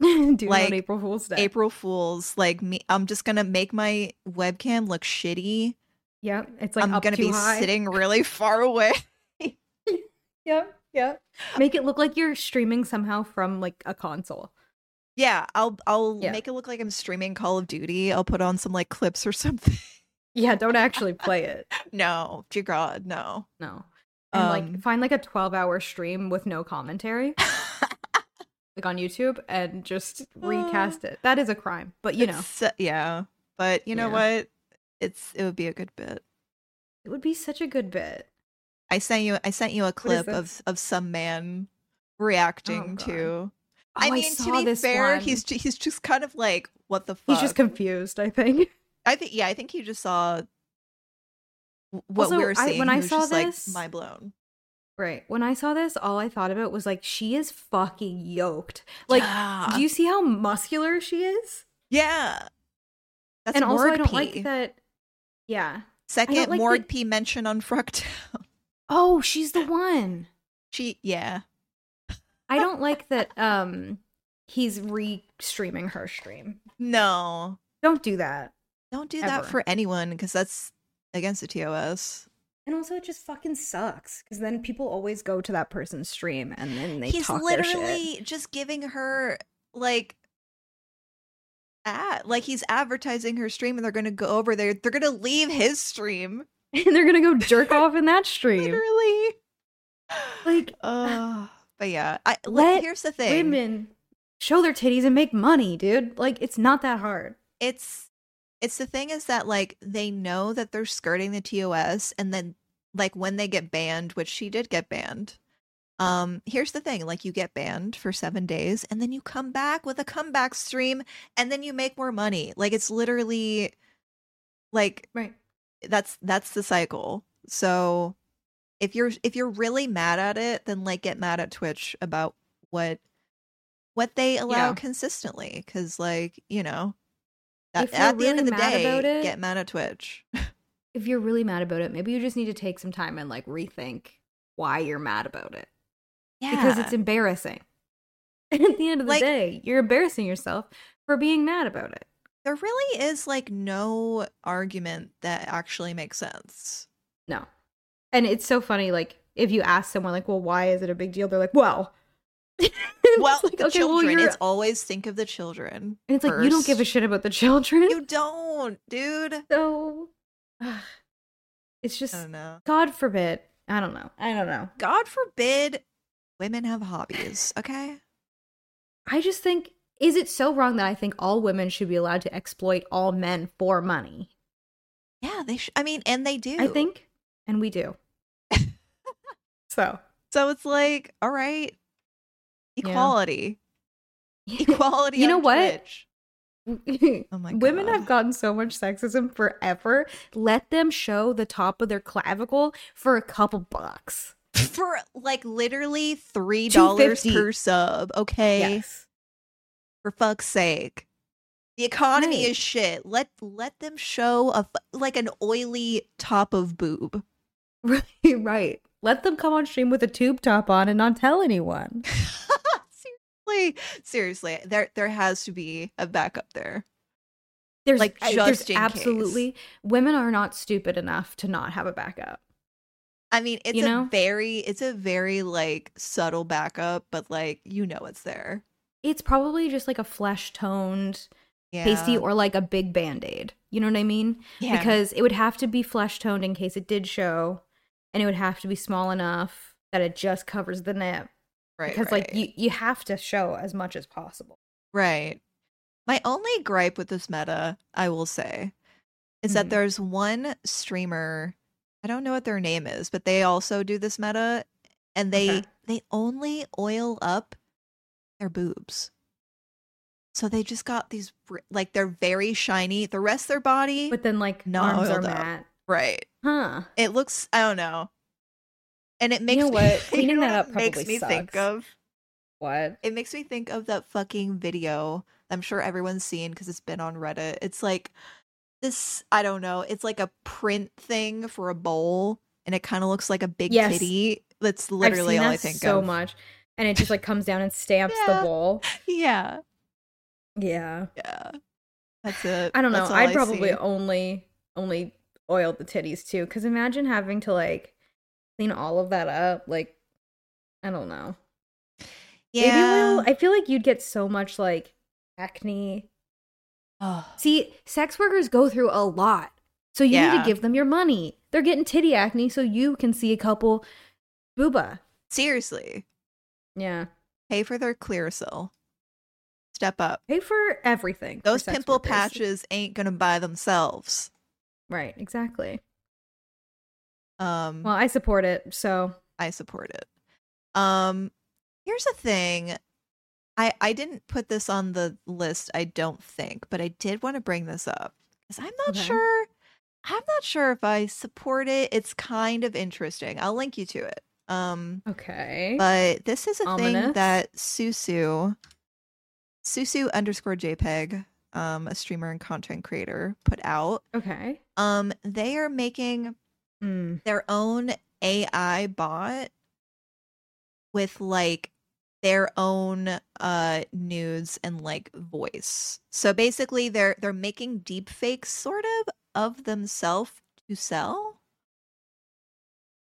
[SPEAKER 2] Dude,
[SPEAKER 1] Like,
[SPEAKER 2] on April Fool's Day.
[SPEAKER 1] April Fools, like me, I'm just gonna make my webcam look shitty.
[SPEAKER 2] Yep. It's like
[SPEAKER 1] I'm
[SPEAKER 2] up
[SPEAKER 1] gonna
[SPEAKER 2] too
[SPEAKER 1] be
[SPEAKER 2] high.
[SPEAKER 1] sitting really far away.
[SPEAKER 2] Yep. Yep. Make it look like you're streaming somehow from like a console.
[SPEAKER 1] Yeah, I'll I'll
[SPEAKER 2] Yeah.
[SPEAKER 1] make it look like I'm streaming Call of Duty. I'll put on some like clips or something.
[SPEAKER 2] Yeah. Don't actually play it.
[SPEAKER 1] No, dear God, no.
[SPEAKER 2] No. And
[SPEAKER 1] Um,
[SPEAKER 2] like find like a 12 hour stream with no commentary, like on YouTube, and just recast it. That is a crime, but you know,
[SPEAKER 1] It's, uh, yeah. But you know what? It's it would be a good bit.
[SPEAKER 2] it would be such a good bit.
[SPEAKER 1] I sent you I sent you a clip
[SPEAKER 2] this?
[SPEAKER 1] of of some man reacting
[SPEAKER 2] God.
[SPEAKER 1] to
[SPEAKER 2] Oh,
[SPEAKER 1] I mean,
[SPEAKER 2] saw
[SPEAKER 1] to be
[SPEAKER 2] this
[SPEAKER 1] fair,
[SPEAKER 2] one.
[SPEAKER 1] he's ju- he's just kind of like, what the fuck?
[SPEAKER 2] he's just confused. I think.
[SPEAKER 1] I think, yeah, I think he just saw w- what
[SPEAKER 2] Also,
[SPEAKER 1] we were
[SPEAKER 2] I-
[SPEAKER 1] seeing.
[SPEAKER 2] when I
[SPEAKER 1] he was
[SPEAKER 2] saw
[SPEAKER 1] just,
[SPEAKER 2] this-
[SPEAKER 1] like, mind blown.
[SPEAKER 2] Right. When I saw this, all I thought about was like, she is fucking yoked. Like,
[SPEAKER 1] yeah,
[SPEAKER 2] do you see how muscular she is?
[SPEAKER 1] yeah. That's
[SPEAKER 2] and
[SPEAKER 1] Morg
[SPEAKER 2] also, I don't
[SPEAKER 1] P.
[SPEAKER 2] like that. Yeah.
[SPEAKER 1] Second
[SPEAKER 2] like
[SPEAKER 1] Morg
[SPEAKER 2] the-
[SPEAKER 1] P mention on Fructown.
[SPEAKER 2] Oh, she's the one.
[SPEAKER 1] She, yeah,
[SPEAKER 2] I don't like that. Um, he's re-streaming her stream.
[SPEAKER 1] no,
[SPEAKER 2] Don't do that.
[SPEAKER 1] don't do that
[SPEAKER 2] Ever.
[SPEAKER 1] for anyone because that's against the TOS.
[SPEAKER 2] And also, it just fucking sucks because then people always go to that person's stream and then they
[SPEAKER 1] He's
[SPEAKER 2] talk their shit.
[SPEAKER 1] literally just giving her like. At, like he's advertising her stream and they're gonna go over there they're gonna leave his stream
[SPEAKER 2] and they're gonna go jerk off in that stream.
[SPEAKER 1] literally
[SPEAKER 2] Like
[SPEAKER 1] Oh, but yeah, I like,
[SPEAKER 2] Let
[SPEAKER 1] here's the thing.
[SPEAKER 2] women show their titties and make money, dude. Like it's not that hard.
[SPEAKER 1] It's it's the thing is that like they know that they're skirting the TOS, and then like when they get banned, which she did get banned. Um, here's the thing: like you get banned for seven days, and then you come back with a comeback stream, and then you make more money. Like it's literally like
[SPEAKER 2] Right.
[SPEAKER 1] that's that's the cycle. So if you're if you're really mad at it, then like get mad at Twitch about what what they allow
[SPEAKER 2] Yeah.
[SPEAKER 1] consistently cuz like, you know, that,
[SPEAKER 2] If you're
[SPEAKER 1] at the end
[SPEAKER 2] really
[SPEAKER 1] of the
[SPEAKER 2] mad
[SPEAKER 1] day,
[SPEAKER 2] about it-
[SPEAKER 1] get mad at Twitch.
[SPEAKER 2] If you're really mad about it, maybe you just need to take some time and like rethink why you're mad about it.
[SPEAKER 1] Yeah.
[SPEAKER 2] Because it's embarrassing. And at the end of the
[SPEAKER 1] Like-
[SPEAKER 2] day, you're embarrassing yourself for being mad about it.
[SPEAKER 1] there really is like no argument that actually makes sense.
[SPEAKER 2] No. And it's so funny, like, if you ask someone, like, well, why is it a big deal? They're like, well. And it's
[SPEAKER 1] Well,
[SPEAKER 2] like,
[SPEAKER 1] the children,
[SPEAKER 2] you're-
[SPEAKER 1] it's always think of the children.
[SPEAKER 2] and it's like, you don't
[SPEAKER 1] first.
[SPEAKER 2] give a shit about the children.
[SPEAKER 1] You don't, dude.
[SPEAKER 2] so ugh. it's
[SPEAKER 1] I
[SPEAKER 2] just,
[SPEAKER 1] don't know.
[SPEAKER 2] God forbid. I don't know. I don't know.
[SPEAKER 1] God forbid women have hobbies, okay?
[SPEAKER 2] I just think, is it so wrong that I think all women should be allowed to exploit all men for money?
[SPEAKER 1] Yeah, they. Sh- I mean, and they do.
[SPEAKER 2] I think, and we do. so,
[SPEAKER 1] so. It's like, all right,
[SPEAKER 2] Yeah.
[SPEAKER 1] equality, equality.
[SPEAKER 2] You know
[SPEAKER 1] on
[SPEAKER 2] what?
[SPEAKER 1] Twitch.
[SPEAKER 2] oh
[SPEAKER 1] my
[SPEAKER 2] Women
[SPEAKER 1] God.
[SPEAKER 2] have gotten so much sexism forever. Let them show the top of their clavicle for a couple bucks.
[SPEAKER 1] for like literally three dollars
[SPEAKER 2] $2.50.
[SPEAKER 1] per sub. Okay,
[SPEAKER 2] Yes.
[SPEAKER 1] for fuck's sake. The economy
[SPEAKER 2] Right.
[SPEAKER 1] is shit. Let let them show a f- like an oily top of boob.
[SPEAKER 2] Right, right. Let them come on stream with a tube top on and not tell anyone.
[SPEAKER 1] seriously, seriously, there there has to be a backup there.
[SPEAKER 2] There's
[SPEAKER 1] Like,
[SPEAKER 2] I-
[SPEAKER 1] just
[SPEAKER 2] there's
[SPEAKER 1] in case.
[SPEAKER 2] absolutely women are not stupid enough to not have a backup.
[SPEAKER 1] I mean, it's
[SPEAKER 2] You know?
[SPEAKER 1] a very it's a very like subtle backup, but like you know it's there.
[SPEAKER 2] It's probably just like a flesh toned
[SPEAKER 1] Yeah.
[SPEAKER 2] pasty or like a big band aid. You know what I mean?
[SPEAKER 1] Yeah.
[SPEAKER 2] Because it would have to be flesh toned in case it did show, and it would have to be small enough that it just covers the nip.
[SPEAKER 1] right,
[SPEAKER 2] because
[SPEAKER 1] right.
[SPEAKER 2] like you, you have to show as much as possible.
[SPEAKER 1] Right. My only gripe with this meta, I will say, is that
[SPEAKER 2] Mhm.
[SPEAKER 1] there's one streamer, I don't know what their name is, but they also do this meta and they
[SPEAKER 2] Okay.
[SPEAKER 1] they only oil up their boobs. So they just got these br- like they're very shiny, the rest of their body.
[SPEAKER 2] But then like
[SPEAKER 1] Not
[SPEAKER 2] arms are
[SPEAKER 1] oiled up.
[SPEAKER 2] matte.
[SPEAKER 1] right.
[SPEAKER 2] Huh.
[SPEAKER 1] It looks I don't know. And it makes
[SPEAKER 2] know
[SPEAKER 1] me,
[SPEAKER 2] what?
[SPEAKER 1] you
[SPEAKER 2] Cleaning
[SPEAKER 1] know
[SPEAKER 2] that
[SPEAKER 1] what
[SPEAKER 2] up
[SPEAKER 1] it makes
[SPEAKER 2] probably
[SPEAKER 1] me think
[SPEAKER 2] sucks.
[SPEAKER 1] of
[SPEAKER 2] What?
[SPEAKER 1] It makes me think of that fucking video I'm sure everyone's seen because it's been on Reddit. It's like this, I don't know, it's like a print thing for a bowl and it kind of looks like a big
[SPEAKER 2] Yes.
[SPEAKER 1] kitty. That's literally
[SPEAKER 2] I've seen
[SPEAKER 1] all
[SPEAKER 2] that
[SPEAKER 1] I think
[SPEAKER 2] so
[SPEAKER 1] of.
[SPEAKER 2] much, and it just like comes down and stamps
[SPEAKER 1] Yeah.
[SPEAKER 2] the bowl.
[SPEAKER 1] Yeah.
[SPEAKER 2] Yeah,
[SPEAKER 1] Yeah. That's it.
[SPEAKER 2] I don't know.
[SPEAKER 1] That's all
[SPEAKER 2] I probably
[SPEAKER 1] see.
[SPEAKER 2] only only oiled the titties too, because imagine having to like clean all of that up. Like, I don't know. Baby
[SPEAKER 1] Yeah.
[SPEAKER 2] oil. I feel like you'd get so much like acne.
[SPEAKER 1] Ugh.
[SPEAKER 2] See, sex workers go through a lot, so you need
[SPEAKER 1] Yeah.
[SPEAKER 2] to give them your money. They're getting titty acne, so you can see a couple booba.
[SPEAKER 1] Seriously,
[SPEAKER 2] Yeah,
[SPEAKER 1] pay for their clear cell. Step up.
[SPEAKER 2] pay for everything. for
[SPEAKER 1] Those
[SPEAKER 2] sex
[SPEAKER 1] pimple
[SPEAKER 2] workers.
[SPEAKER 1] patches ain't going to buy themselves.
[SPEAKER 2] Right. Exactly.
[SPEAKER 1] Um,
[SPEAKER 2] Well, I support it, so
[SPEAKER 1] I support it. Um here's the thing. I I didn't put this on the list, I don't think, but I did want to bring this up cuz I'm not
[SPEAKER 2] Okay.
[SPEAKER 1] sure I'm not sure if I support it. It's kind of interesting. I'll link you to it. Um
[SPEAKER 2] okay.
[SPEAKER 1] but this is a thing
[SPEAKER 2] Ominous.
[SPEAKER 1] that Susu Susu underscore JPEG, um, a streamer and content creator, put out.
[SPEAKER 2] okay.
[SPEAKER 1] Um, they are making
[SPEAKER 2] Mm.
[SPEAKER 1] their own AI bot with like their own uh nudes and like voice. So basically they're they're making deep fakes sort of of themselves to sell.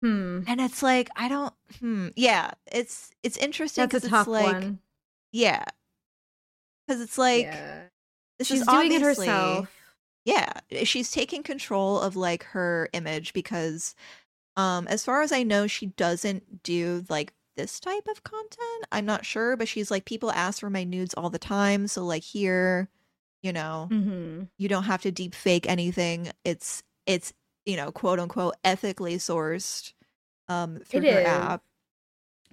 [SPEAKER 2] Hmm.
[SPEAKER 1] And it's like I don't hmm yeah, it's it's interesting
[SPEAKER 2] That's
[SPEAKER 1] cuz
[SPEAKER 2] a tough
[SPEAKER 1] it's like
[SPEAKER 2] one.
[SPEAKER 1] yeah. Cuz it's like
[SPEAKER 2] Yeah.
[SPEAKER 1] this
[SPEAKER 2] she's
[SPEAKER 1] is
[SPEAKER 2] doing it
[SPEAKER 1] obviously-
[SPEAKER 2] herself.
[SPEAKER 1] yeah eh, she's taking control of like her image because um as far as i know she doesn't do like this type of content i'm not sure but she's like people ask for my nudes all the time so like here you know
[SPEAKER 2] Mm-hmm.
[SPEAKER 1] you don't have to deep fake anything it's it's you know quote unquote ethically sourced um through
[SPEAKER 2] It
[SPEAKER 1] her
[SPEAKER 2] is.
[SPEAKER 1] app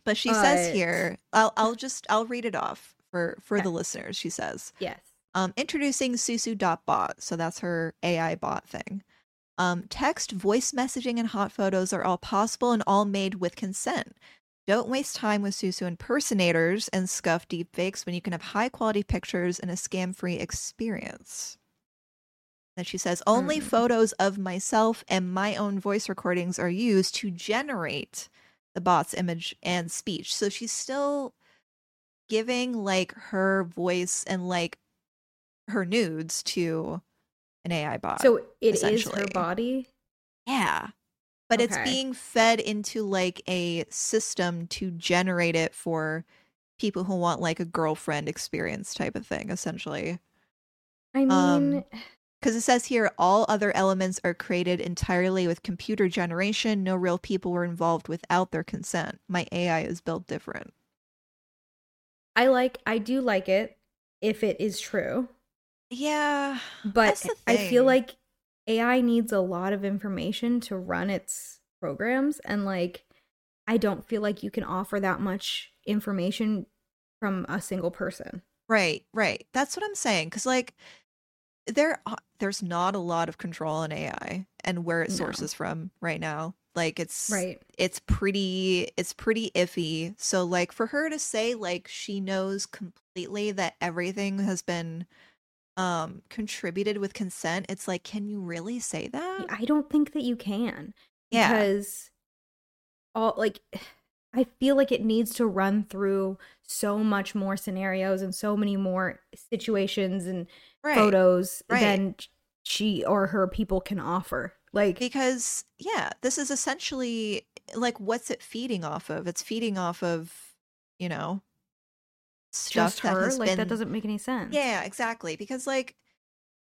[SPEAKER 1] but she says
[SPEAKER 2] But- Mm.
[SPEAKER 1] here i'll i'll just i'll read it off for for
[SPEAKER 2] Okay.
[SPEAKER 1] the listeners she says
[SPEAKER 2] Yes.
[SPEAKER 1] um, introducing Susu.bot, so that's her AI bot thing. Um, text, voice messaging, and hot photos are all possible and all made with consent. Don't waste time with Susu impersonators and scuff deepfakes when you can have high quality pictures and a scam free experience. Then she says, only
[SPEAKER 2] Mm.
[SPEAKER 1] photos of myself and my own voice recordings are used to generate the bot's image and speech. So she's still giving like her voice and like her nudes to an AI bot.
[SPEAKER 2] So it is her
[SPEAKER 1] essentially.
[SPEAKER 2] body.
[SPEAKER 1] yeah. But it's
[SPEAKER 2] Okay.
[SPEAKER 1] being fed into like a system to generate it for people who want like a girlfriend experience type of thing, essentially.
[SPEAKER 2] I mean,
[SPEAKER 1] Um, Because it says here, all other elements are created entirely with computer generation. No real people were involved without their consent. My AI is built different.
[SPEAKER 2] I like. I do like it if it is true,
[SPEAKER 1] Yeah.
[SPEAKER 2] but
[SPEAKER 1] the
[SPEAKER 2] I feel
[SPEAKER 1] thing.
[SPEAKER 2] like AI needs a lot of information to run its programs, and like, I don't feel like you can offer that much information from a single person.
[SPEAKER 1] Right, right. That's what I'm saying. Because like there, a- there's not a lot of control in AI and where it
[SPEAKER 2] No.
[SPEAKER 1] sources from right now. Like it's
[SPEAKER 2] Right.
[SPEAKER 1] it's pretty it's pretty iffy. So like for her to say like she knows completely that everything has been um contributed with consent it's like can you really say that
[SPEAKER 2] I don't think that you can.
[SPEAKER 1] uh yeah
[SPEAKER 2] Because all like I feel like it needs to run through so much more scenarios and so many more situations and
[SPEAKER 1] right
[SPEAKER 2] photos
[SPEAKER 1] right.
[SPEAKER 2] than she or her people can offer. Like
[SPEAKER 1] because yeah this is essentially like what's it feeding off of it's feeding off of you know stuff
[SPEAKER 2] just
[SPEAKER 1] that
[SPEAKER 2] her,
[SPEAKER 1] has
[SPEAKER 2] like that
[SPEAKER 1] been-
[SPEAKER 2] doesn't make any sense.
[SPEAKER 1] Yeah, exactly. Because like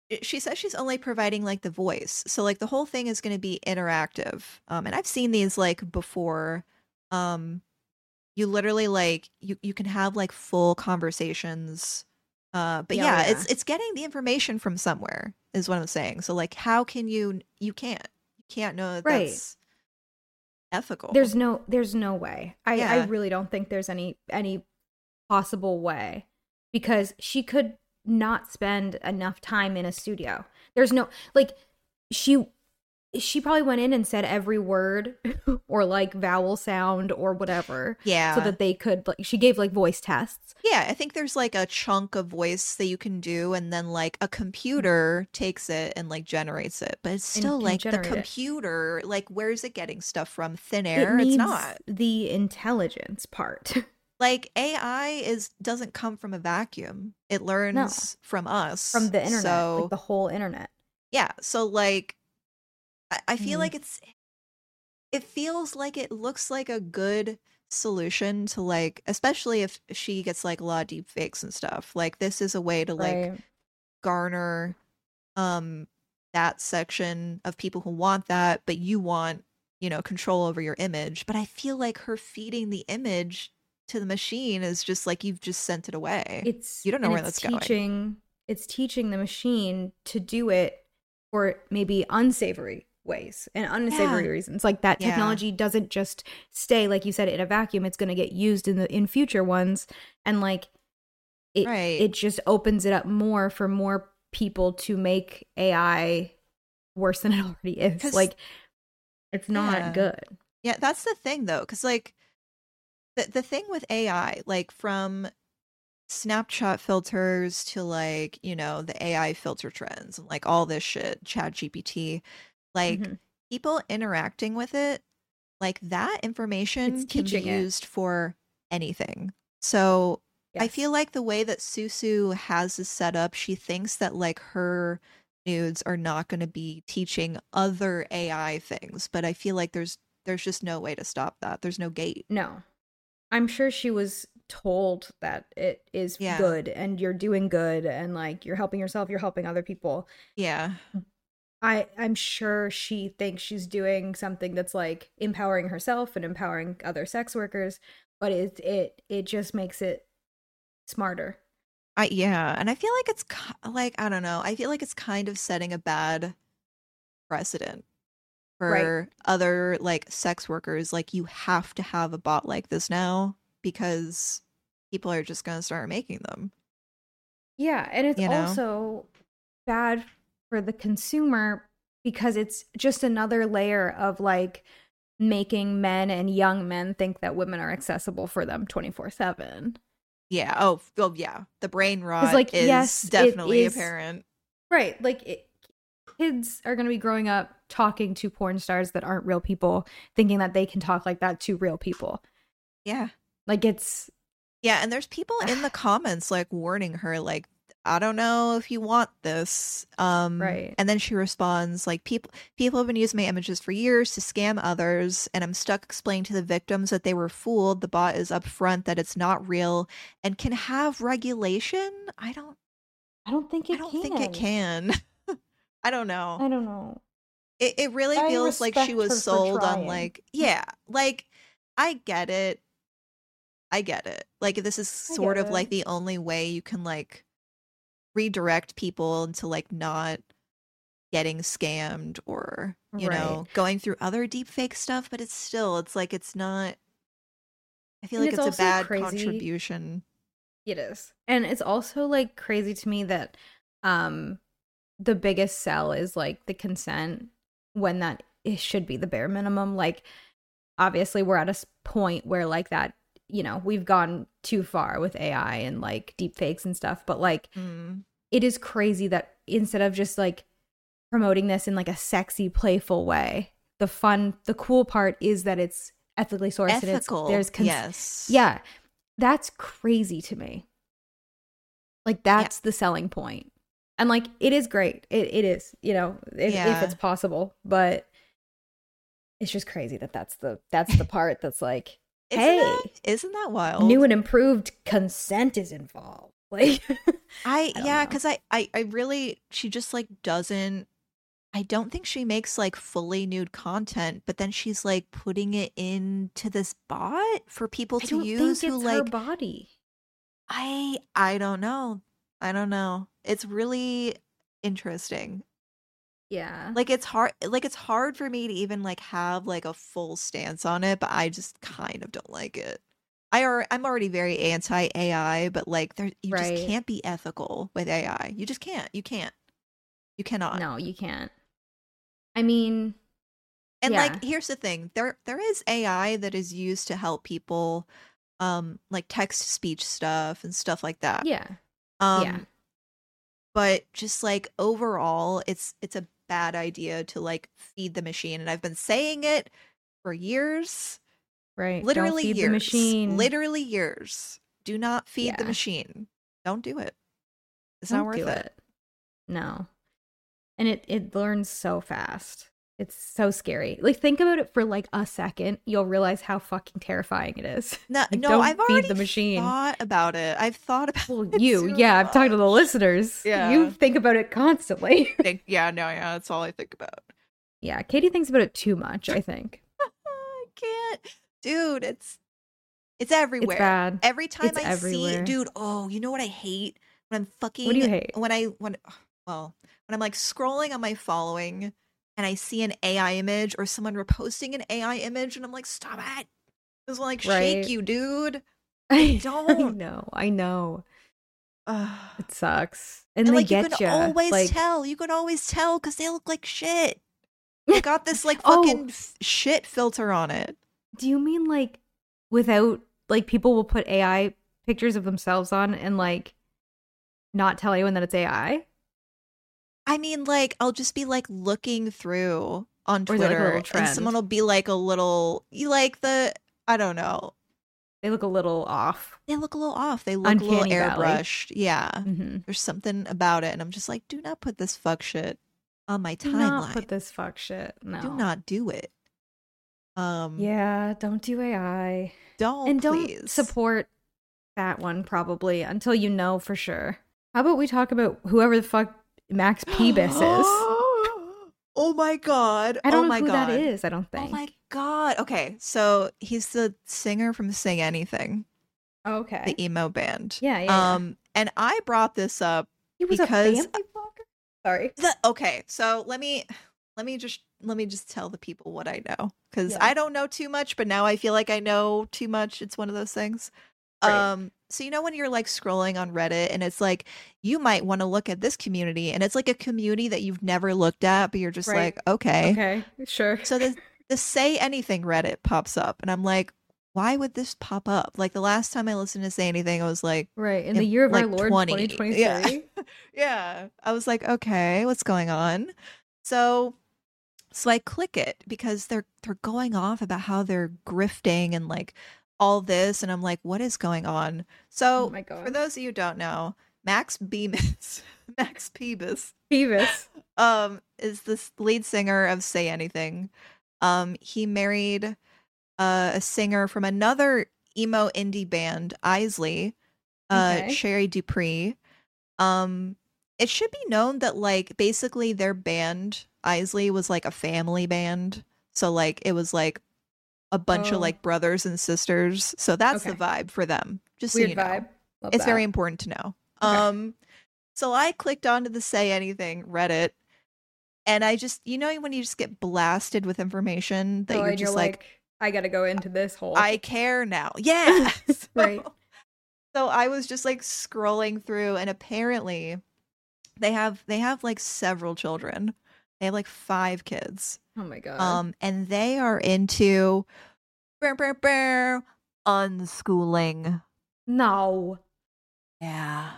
[SPEAKER 1] it- she says she's only providing like the voice. So like the whole thing is going to be interactive. Um and I've seen these like before um you literally like you you can have like full conversations. Uh but
[SPEAKER 2] Yeah, oh
[SPEAKER 1] yeah,
[SPEAKER 2] yeah.
[SPEAKER 1] it's it's getting the information from somewhere is what I'm saying. So like how can you you can't you can't know that
[SPEAKER 2] Right.
[SPEAKER 1] that's ethical.
[SPEAKER 2] There's no there's no way. I, I
[SPEAKER 1] Yeah.
[SPEAKER 2] really don't think there's any any possible way because she could not spend enough time in a studio. There's no like she she probably went in and said every word or like vowel sound or whatever
[SPEAKER 1] yeah.
[SPEAKER 2] so that they could like she gave like voice tests.
[SPEAKER 1] Yeah, I think there's like a chunk of voice that you can do, and then like a computer takes it and like generates it. But it's
[SPEAKER 2] Mm-hmm. And
[SPEAKER 1] still
[SPEAKER 2] can
[SPEAKER 1] like the
[SPEAKER 2] generate it.
[SPEAKER 1] computer, like where's it getting stuff from? Thin
[SPEAKER 2] It
[SPEAKER 1] air? It's
[SPEAKER 2] needs
[SPEAKER 1] not.
[SPEAKER 2] the intelligence part.
[SPEAKER 1] Like AI is doesn't come from a vacuum. It learns from us.
[SPEAKER 2] from the internet,
[SPEAKER 1] So
[SPEAKER 2] like the whole internet.
[SPEAKER 1] yeah. So like I, I feel
[SPEAKER 2] Mm.
[SPEAKER 1] like it's it feels like it looks like a good solution to like especially if she gets like a lot of deep fakes and stuff. Like this is a way to like
[SPEAKER 2] Right.
[SPEAKER 1] garner um that section of people who want that but you want you know control over your image but i feel like her feeding the image to the machine is just like you've just sent it away
[SPEAKER 2] it's
[SPEAKER 1] You don't know
[SPEAKER 2] and
[SPEAKER 1] where
[SPEAKER 2] it's
[SPEAKER 1] that's going.
[SPEAKER 2] teaching, It's teaching the machine to do it for maybe unsavory ways and unsavory
[SPEAKER 1] Yeah.
[SPEAKER 2] reasons. Like that
[SPEAKER 1] Yeah.
[SPEAKER 2] technology doesn't just stay, like you said, in a vacuum. It's going to get used in the in future ones, and like it
[SPEAKER 1] Right.
[SPEAKER 2] it just opens it up more for more people to make AI worse than it already is.
[SPEAKER 1] 'Cause-
[SPEAKER 2] Like it's not
[SPEAKER 1] Yeah.
[SPEAKER 2] good.
[SPEAKER 1] yeah that's the thing though because like the, the thing with ai like from snapchat filters to like you know the ai filter trends and like all this shit chat gpt like
[SPEAKER 2] Mhm.
[SPEAKER 1] people interacting with it, like that information
[SPEAKER 2] It's
[SPEAKER 1] can be
[SPEAKER 2] teaching it.
[SPEAKER 1] used for anything. So I
[SPEAKER 2] Yes.
[SPEAKER 1] feel like the way that Susu has this set up, she thinks that like her nudes are not going to be teaching other AI things, but I feel like there's there's just no way to stop that. There's no gate.
[SPEAKER 2] No. I'm sure she was told that it is
[SPEAKER 1] Yeah.
[SPEAKER 2] good and you're doing good and like you're helping yourself, you're helping other people.
[SPEAKER 1] Yeah.
[SPEAKER 2] I I'm sure she thinks she's doing something that's like empowering herself and empowering other sex workers, but it it it just makes it smarter.
[SPEAKER 1] I yeah, and I feel like it's ki- like I don't know. I feel like it's kind of setting a bad precedent
[SPEAKER 2] Right.
[SPEAKER 1] for other like sex workers. Like you have to have a bot like this now because people are just going to start making them.
[SPEAKER 2] Yeah, and it's
[SPEAKER 1] You know?
[SPEAKER 2] also bad for the consumer because it's just another layer of like making men and young men think that women are accessible for them 24/7.
[SPEAKER 1] Yeah. Oh, oh yeah. The brain rot
[SPEAKER 2] like,
[SPEAKER 1] is
[SPEAKER 2] yes, it
[SPEAKER 1] definitely
[SPEAKER 2] is-
[SPEAKER 1] apparent.
[SPEAKER 2] Right, like it, kids are going to be growing up talking to porn stars that aren't real people, thinking that they can talk like that to real people.
[SPEAKER 1] Yeah.
[SPEAKER 2] Like it's
[SPEAKER 1] Yeah, and there's people in the comments like warning her like I don't know if you want this. Um
[SPEAKER 2] Right.
[SPEAKER 1] and then she responds like people people have been using my images for years to scam others and I'm stuck explaining to the victims that they were fooled. The bot is upfront that it's not real and can have regulation. I don't
[SPEAKER 2] I don't think it
[SPEAKER 1] I don't think it can. I don't know.
[SPEAKER 2] I don't know.
[SPEAKER 1] It it really
[SPEAKER 2] I
[SPEAKER 1] feels like she
[SPEAKER 2] respect her for
[SPEAKER 1] was sold on
[SPEAKER 2] trying.
[SPEAKER 1] like yeah, like I get it. I get it. Like if this is
[SPEAKER 2] I
[SPEAKER 1] sort
[SPEAKER 2] get
[SPEAKER 1] of like
[SPEAKER 2] it.
[SPEAKER 1] the only way you can like redirect people into like not getting scammed or you
[SPEAKER 2] Right.
[SPEAKER 1] know going through other deep fake stuff but it's still it's like it's not i feel
[SPEAKER 2] And
[SPEAKER 1] like
[SPEAKER 2] it's
[SPEAKER 1] it's, a
[SPEAKER 2] also
[SPEAKER 1] bad
[SPEAKER 2] crazy-
[SPEAKER 1] contribution
[SPEAKER 2] It is. And it's also like crazy to me that um the biggest sell is like the consent when that it should be the bare minimum. Like obviously we're at a s- point where like that, you know, we've gone too far with AI and like deepfakes and stuff, but like
[SPEAKER 1] Mm.
[SPEAKER 2] it is crazy that instead of just like promoting this in like a sexy, playful way, the fun, the cool part is that it's ethically sourced and it's
[SPEAKER 1] Ethical.
[SPEAKER 2] there's cons-
[SPEAKER 1] yes.
[SPEAKER 2] yeah. That's crazy to me. Like that's the selling point. And like it is great. It it is, you know, if, if
[SPEAKER 1] Yeah.
[SPEAKER 2] it's possible, but it's just crazy that that's the that's the part that's like
[SPEAKER 1] Isn't
[SPEAKER 2] Hey.
[SPEAKER 1] that, isn't that wild?
[SPEAKER 2] new and improved consent is involved. Like
[SPEAKER 1] I,
[SPEAKER 2] I don't
[SPEAKER 1] yeah,
[SPEAKER 2] know.
[SPEAKER 1] because I, I I really she just like doesn't. I don't think she makes like fully nude content, but then she's like putting it into this bot for people
[SPEAKER 2] I
[SPEAKER 1] to
[SPEAKER 2] don't
[SPEAKER 1] use
[SPEAKER 2] think
[SPEAKER 1] who
[SPEAKER 2] it's her
[SPEAKER 1] like
[SPEAKER 2] body.
[SPEAKER 1] I I don't know. I don't know. It's really interesting.
[SPEAKER 2] Yeah.
[SPEAKER 1] Like it's hard like it's hard for me to even like have like a full stance on it, but I just kind of don't like it. I are I'm already very anti AI, but like there you
[SPEAKER 2] Right.
[SPEAKER 1] just can't be ethical with AI. You just can't. You can't. You cannot.
[SPEAKER 2] no, you can't. I mean,
[SPEAKER 1] And
[SPEAKER 2] Yeah.
[SPEAKER 1] like here's the thing. There there is AI that is used to help people um like text to speech stuff and stuff like that.
[SPEAKER 2] yeah.
[SPEAKER 1] Um
[SPEAKER 2] yeah.
[SPEAKER 1] but just like overall it's it's a bad idea to like feed the machine and i've been saying it for years
[SPEAKER 2] Right. Don't
[SPEAKER 1] literally
[SPEAKER 2] feed
[SPEAKER 1] years
[SPEAKER 2] the machine.
[SPEAKER 1] literally years do not feed the
[SPEAKER 2] Yeah.
[SPEAKER 1] machine don't do it it's
[SPEAKER 2] Don't
[SPEAKER 1] not worth
[SPEAKER 2] do
[SPEAKER 1] it.
[SPEAKER 2] No. And it it learns so fast. It's so scary. Like think about it for like a second, you'll realize how fucking terrifying it is.
[SPEAKER 1] no
[SPEAKER 2] Like,
[SPEAKER 1] no
[SPEAKER 2] don't
[SPEAKER 1] i've
[SPEAKER 2] feed the
[SPEAKER 1] already
[SPEAKER 2] machine.
[SPEAKER 1] thought about it i've thought about
[SPEAKER 2] Well,
[SPEAKER 1] it
[SPEAKER 2] you,
[SPEAKER 1] so
[SPEAKER 2] yeah, I'm talking to the
[SPEAKER 1] much.
[SPEAKER 2] listeners. You
[SPEAKER 1] Yeah.
[SPEAKER 2] think about it constantly.
[SPEAKER 1] Think- yeah no yeah that's all i think about
[SPEAKER 2] yeah, Katie thinks about it too much, I think.
[SPEAKER 1] Ah, i can't dude it's it's everywhere
[SPEAKER 2] It's bad.
[SPEAKER 1] Every time
[SPEAKER 2] It's
[SPEAKER 1] I see,
[SPEAKER 2] everywhere.
[SPEAKER 1] dude, oh, you know what I hate when I'm fucking.
[SPEAKER 2] What do you hate?
[SPEAKER 1] When I when well when I'm like scrolling on my following and I see an AI image or someone reposting an AI image and I'm like, stop it. It's like
[SPEAKER 2] Right.
[SPEAKER 1] shake you, dude.
[SPEAKER 2] I I
[SPEAKER 1] don't.
[SPEAKER 2] know. I know.
[SPEAKER 1] Ugh.
[SPEAKER 2] It sucks. And,
[SPEAKER 1] And
[SPEAKER 2] they
[SPEAKER 1] like you
[SPEAKER 2] get
[SPEAKER 1] can
[SPEAKER 2] ya.
[SPEAKER 1] always
[SPEAKER 2] Like,
[SPEAKER 1] tell, you can always tell because they look like shit. They got this like
[SPEAKER 2] Oh.
[SPEAKER 1] fucking f- shit filter on it.
[SPEAKER 2] Do you mean like without like people will put AI pictures of themselves on and like not tell anyone that it's AI?
[SPEAKER 1] I mean, like, I'll just be like looking through on
[SPEAKER 2] Or is it, like, a
[SPEAKER 1] Twitter,
[SPEAKER 2] little
[SPEAKER 1] and
[SPEAKER 2] trend?
[SPEAKER 1] someone will be like a little, you like the, I don't know,
[SPEAKER 2] They look a little off.
[SPEAKER 1] they look a little off. They look a
[SPEAKER 2] Uncanny
[SPEAKER 1] little
[SPEAKER 2] Valley.
[SPEAKER 1] airbrushed. Yeah,
[SPEAKER 2] Mm-hmm.
[SPEAKER 1] there's something about it, and I'm just like, do not put this fuck shit on my
[SPEAKER 2] Do
[SPEAKER 1] timeline.
[SPEAKER 2] not put this fuck shit. No.
[SPEAKER 1] Do not do it. Um,
[SPEAKER 2] Yeah, don't do AI.
[SPEAKER 1] don't
[SPEAKER 2] and don't
[SPEAKER 1] Oh, please.
[SPEAKER 2] support that one probably until you know for sure. How about we talk about whoever the fuck Max Phoebus is? I
[SPEAKER 1] oh my god!
[SPEAKER 2] don't
[SPEAKER 1] oh
[SPEAKER 2] know
[SPEAKER 1] my
[SPEAKER 2] who
[SPEAKER 1] god!
[SPEAKER 2] that is, I don't think.
[SPEAKER 1] Oh my god! Okay, so he's the singer from Sing Anything,
[SPEAKER 2] okay.
[SPEAKER 1] the emo band.
[SPEAKER 2] yeah, yeah. yeah.
[SPEAKER 1] Um, and I brought this up.
[SPEAKER 2] he was
[SPEAKER 1] because-
[SPEAKER 2] a family blogger? Sorry.
[SPEAKER 1] The, okay, so let me let me just let me just tell the people what I know because
[SPEAKER 2] Yeah.
[SPEAKER 1] I don't know too much, but now I feel like I know too much. It's one of those things.
[SPEAKER 2] Right.
[SPEAKER 1] Um, so you know when you're like scrolling on Reddit and it's like you might want to look at this community, and it's like a community that you've never looked at, but you're just
[SPEAKER 2] Right.
[SPEAKER 1] like, okay.
[SPEAKER 2] Okay, sure.
[SPEAKER 1] So the the say anything Reddit pops up, and I'm like, why would this pop up? Like the last time I listened to say anything, I was like.
[SPEAKER 2] Right. In
[SPEAKER 1] in,
[SPEAKER 2] the year of our
[SPEAKER 1] like,
[SPEAKER 2] Lord
[SPEAKER 1] 20,
[SPEAKER 2] 2023.
[SPEAKER 1] yeah. Yeah. I was like, okay, what's going on? So so I click it because they're they're going off about how they're grifting and like all this and I'm like, what is going on? So
[SPEAKER 2] Oh my God.
[SPEAKER 1] for those of you who don't know, Max Bemis, Max Phoebus,
[SPEAKER 2] Beavis.
[SPEAKER 1] um, is this lead singer of Say Anything. Um, he married uh, a singer from another emo indie band, Isley, uh,
[SPEAKER 2] Okay.
[SPEAKER 1] Sherry Dupree. Um, it should be known that like basically their band, Isley, was like a family band. So like it was like a bunch
[SPEAKER 2] Oh.
[SPEAKER 1] of like brothers and sisters. So that's the
[SPEAKER 2] Okay.
[SPEAKER 1] vibe for them. Just so
[SPEAKER 2] Weird
[SPEAKER 1] you know
[SPEAKER 2] vibe. Love
[SPEAKER 1] it's
[SPEAKER 2] that.
[SPEAKER 1] very important to know.
[SPEAKER 2] Okay.
[SPEAKER 1] Um, so I clicked onto the Say Anything Reddit, and I just, you know, when you just get blasted with information that
[SPEAKER 2] Oh,
[SPEAKER 1] you're
[SPEAKER 2] and
[SPEAKER 1] just like,
[SPEAKER 2] I gotta go into this hole.
[SPEAKER 1] I care now. Yeah.
[SPEAKER 2] Right.
[SPEAKER 1] So- So I was just like scrolling through, and apparently, they have they have like several children. They have like five kids.
[SPEAKER 2] oh my god.
[SPEAKER 1] Um, and they are into brr, brr, brr, unschooling.
[SPEAKER 2] no.
[SPEAKER 1] Yeah.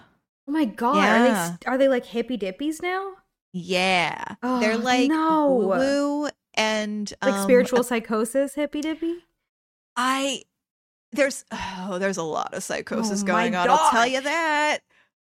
[SPEAKER 2] Oh my god,
[SPEAKER 1] Yeah.
[SPEAKER 2] are they are they like hippy dippies now?
[SPEAKER 1] Yeah. They're
[SPEAKER 2] Oh,
[SPEAKER 1] like
[SPEAKER 2] no.
[SPEAKER 1] woo and
[SPEAKER 2] Like
[SPEAKER 1] um,
[SPEAKER 2] spiritual psychosis, hippy dippy.
[SPEAKER 1] I there's oh there's a lot of psychosis
[SPEAKER 2] my
[SPEAKER 1] going on. I'll tell you
[SPEAKER 2] gosh.
[SPEAKER 1] that.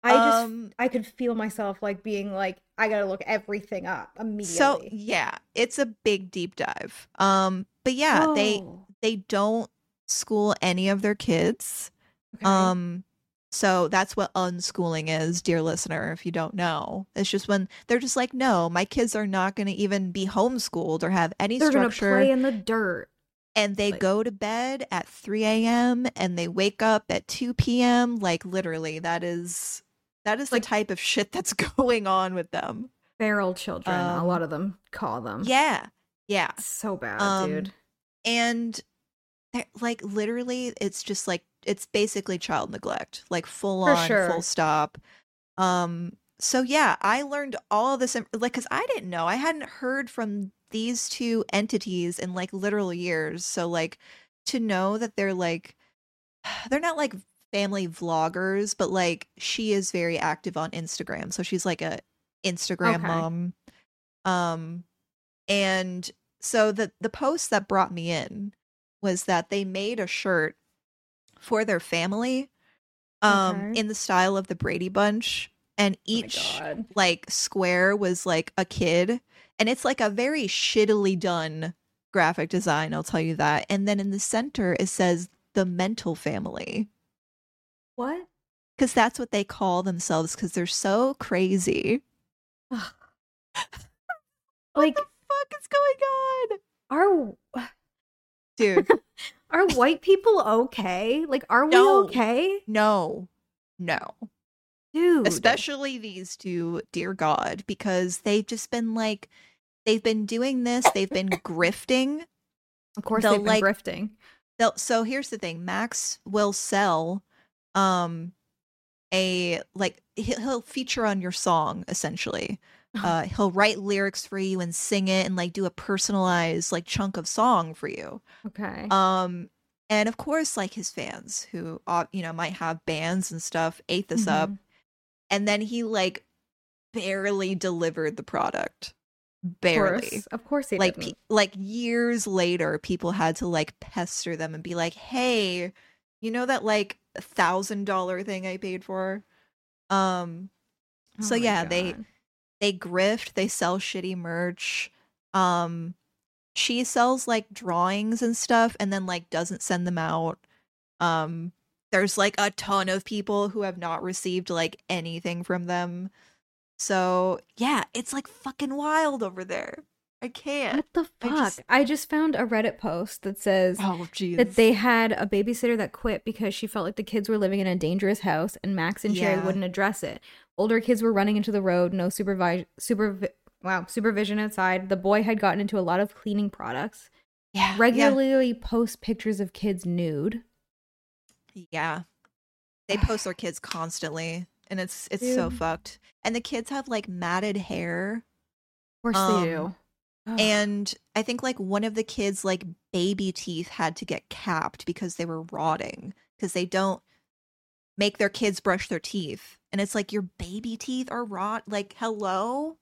[SPEAKER 2] I just
[SPEAKER 1] um,
[SPEAKER 2] I could feel myself like being like I gotta look everything up immediately.
[SPEAKER 1] so yeah, it's a big deep dive. Um, but yeah, they
[SPEAKER 2] Whoa.
[SPEAKER 1] they don't school any of their kids.
[SPEAKER 2] Okay.
[SPEAKER 1] Um, so that's what unschooling is, dear listener. If you don't know, it's just when they're just like, no, my kids are not going to even be homeschooled or have any
[SPEAKER 2] they're gonna
[SPEAKER 1] structure.
[SPEAKER 2] play in the dirt.
[SPEAKER 1] and they
[SPEAKER 2] Like-
[SPEAKER 1] go to bed at 3 a.m and they wake up at 2 p.m like literally that is that is
[SPEAKER 2] Like-
[SPEAKER 1] the type of shit that's going on with them
[SPEAKER 2] Feral children, a
[SPEAKER 1] Um,
[SPEAKER 2] lot of them call them.
[SPEAKER 1] yeah yeah
[SPEAKER 2] It's so bad,
[SPEAKER 1] Um,
[SPEAKER 2] dude. Oh
[SPEAKER 1] and they're- like literally it's just like it's basically child neglect like full
[SPEAKER 2] For
[SPEAKER 1] on
[SPEAKER 2] sure.
[SPEAKER 1] full stop um so yeah i learned all this inf- like because i didn't know i hadn't heard from these two entities in like literal years so like to know that they're like they're not like family vloggers but like she is very active on instagram so she's like a instagram
[SPEAKER 2] Okay.
[SPEAKER 1] mom um and so the the post that brought me in was that they made a shirt for their family um
[SPEAKER 2] Okay.
[SPEAKER 1] in the style of the Brady Bunch and
[SPEAKER 2] Oh my
[SPEAKER 1] each
[SPEAKER 2] God.
[SPEAKER 1] like square was like a kid and it's like a very shittily done graphic design I'll tell you that and then in the center it says the mental family
[SPEAKER 2] What?
[SPEAKER 1] cuz that's what they call themselves cuz they're so crazy
[SPEAKER 2] Like
[SPEAKER 1] fuck is going on
[SPEAKER 2] are
[SPEAKER 1] dude
[SPEAKER 2] are white people okay? Like are we
[SPEAKER 1] No.
[SPEAKER 2] okay?
[SPEAKER 1] no no
[SPEAKER 2] Dude.
[SPEAKER 1] especially these two dear god because they've just been like they've been doing this they've been grifting
[SPEAKER 2] of course
[SPEAKER 1] the,
[SPEAKER 2] they've been
[SPEAKER 1] like-
[SPEAKER 2] grifting.
[SPEAKER 1] They'll, so here's the thing max will sell um a like he- he'll feature on your song essentially uh he'll write lyrics for you and sing it and like do a personalized like chunk of song for you
[SPEAKER 2] Okay.
[SPEAKER 1] um and of course like his fans who uh, you know might have bands and stuff ate this up
[SPEAKER 2] Mhm.
[SPEAKER 1] and then he like barely delivered the product
[SPEAKER 2] Of
[SPEAKER 1] barely
[SPEAKER 2] course. Of course they
[SPEAKER 1] like
[SPEAKER 2] didn't.
[SPEAKER 1] pe- like years later people had to like pester them and be like hey you know that like thousand dollar thing i paid for um
[SPEAKER 2] Oh
[SPEAKER 1] so
[SPEAKER 2] my
[SPEAKER 1] yeah, they-
[SPEAKER 2] God.
[SPEAKER 1] they grift they sell shitty merch um she sells like drawings and stuff and then like doesn't send them out um there's like a ton of people who have not received like anything from them so yeah it's like fucking wild over there i can't
[SPEAKER 2] What the
[SPEAKER 1] I
[SPEAKER 2] fuck? I
[SPEAKER 1] just-
[SPEAKER 2] just, found a Reddit post that says
[SPEAKER 1] oh jeez
[SPEAKER 2] that they had a babysitter that quit because she felt like the kids were living in a dangerous house and Max and Sherry
[SPEAKER 1] Yeah.
[SPEAKER 2] wouldn't address it. Older kids were running into the road, no supervise supervi- wow, supervision outside. The boy had gotten into a lot of cleaning products.
[SPEAKER 1] yeah, yeah,
[SPEAKER 2] Regularly post pictures of kids nude.
[SPEAKER 1] yeah, they post their kids constantly and it's it's so
[SPEAKER 2] Dude.
[SPEAKER 1] fucked and the kids have like matted hair
[SPEAKER 2] Of course
[SPEAKER 1] Um,
[SPEAKER 2] they do. Ugh.
[SPEAKER 1] and i think like one of the kids like baby teeth had to get capped because they were rotting because they don't make their kids brush their teeth and it's like your baby teeth are rot like hello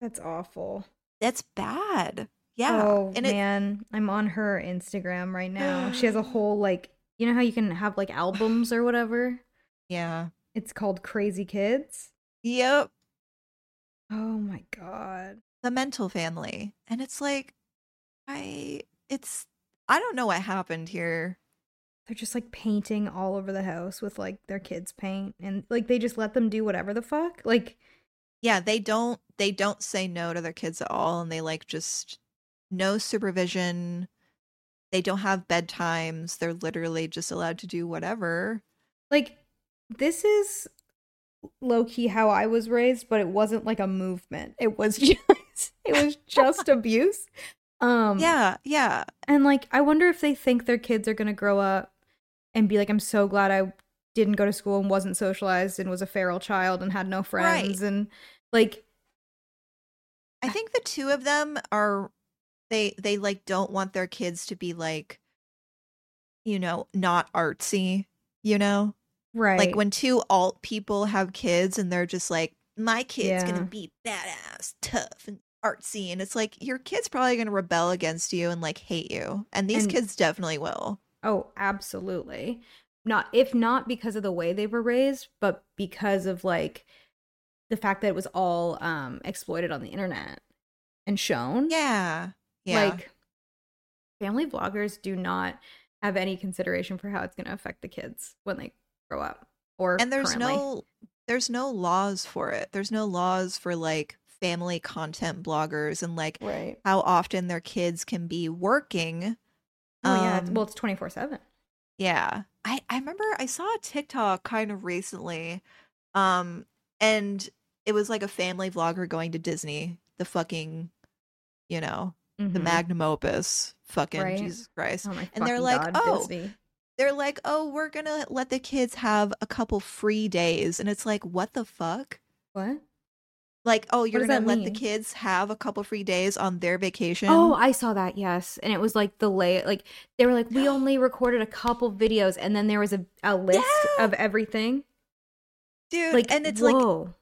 [SPEAKER 2] that's awful.
[SPEAKER 1] that's bad yeah
[SPEAKER 2] Oh
[SPEAKER 1] and it
[SPEAKER 2] man, I'm on her Instagram right now. She has a whole like, you know how you can have like albums or whatever.
[SPEAKER 1] yeah
[SPEAKER 2] It's called Crazy Kids.
[SPEAKER 1] yep
[SPEAKER 2] Oh my god.
[SPEAKER 1] the mental family and it's like i it's i don't know what happened here
[SPEAKER 2] They're just like painting all over the house with like their kids paint and like they just let them do whatever the fuck. Like
[SPEAKER 1] yeah they don't they don't say no to their kids at all and they like just no supervision they don't have bedtimes they're literally just allowed to do whatever
[SPEAKER 2] like this is low key how I was raised, but it wasn't like a movement. It was just it was just abuse. Um
[SPEAKER 1] yeah yeah
[SPEAKER 2] And like, I wonder if they think their kids are going to grow up and be like, I'm so glad I didn't go to school and wasn't socialized and was a feral child and had no friends. And like,
[SPEAKER 1] i think the two of them are they they like don't want their kids to be like you know not artsy you know
[SPEAKER 2] Right.
[SPEAKER 1] Like when two alt people have kids and they're just like, my kid's
[SPEAKER 2] Yeah.
[SPEAKER 1] gonna be badass, tough, and artsy, and it's like your kid's probably gonna rebel against you and like hate you, and these
[SPEAKER 2] And-
[SPEAKER 1] kids definitely will.
[SPEAKER 2] Oh, absolutely. Not if not because of the way they were raised, but because of like the fact that it was all um exploited on the internet and shown.
[SPEAKER 1] Yeah, yeah,
[SPEAKER 2] Like family vloggers do not have any consideration for how it's going to affect the kids when they grow up or
[SPEAKER 1] and there's
[SPEAKER 2] currently.
[SPEAKER 1] no there's no laws for it. There's no laws for like family content bloggers and like
[SPEAKER 2] right.
[SPEAKER 1] how often their kids can be working.
[SPEAKER 2] Oh yeah, it's,
[SPEAKER 1] Um,
[SPEAKER 2] well it's 24/7.
[SPEAKER 1] Yeah. I, I remember I saw a TikTok kind of recently. Um, and it was like a family vlogger going to Disney, the fucking, you know, the
[SPEAKER 2] Mhm.
[SPEAKER 1] magnum opus, fucking
[SPEAKER 2] Right.
[SPEAKER 1] Jesus Christ.
[SPEAKER 2] Oh my
[SPEAKER 1] and they're
[SPEAKER 2] fucking
[SPEAKER 1] like,
[SPEAKER 2] God,
[SPEAKER 1] "Oh,
[SPEAKER 2] Disney."
[SPEAKER 1] They're like, oh, we're gonna let the kids have a couple free days. And it's like, what the fuck?
[SPEAKER 2] What?
[SPEAKER 1] Like, oh, you're
[SPEAKER 2] does
[SPEAKER 1] gonna
[SPEAKER 2] that
[SPEAKER 1] let the
[SPEAKER 2] mean?
[SPEAKER 1] kids have a couple free days on their vacation?
[SPEAKER 2] Oh, I saw that. Yes, and it was like the lay. Like they were like, we only recorded a couple videos, and then there was a, a list
[SPEAKER 1] Yeah.
[SPEAKER 2] of everything.
[SPEAKER 1] dude.
[SPEAKER 2] Like,
[SPEAKER 1] and it's like
[SPEAKER 2] whoa.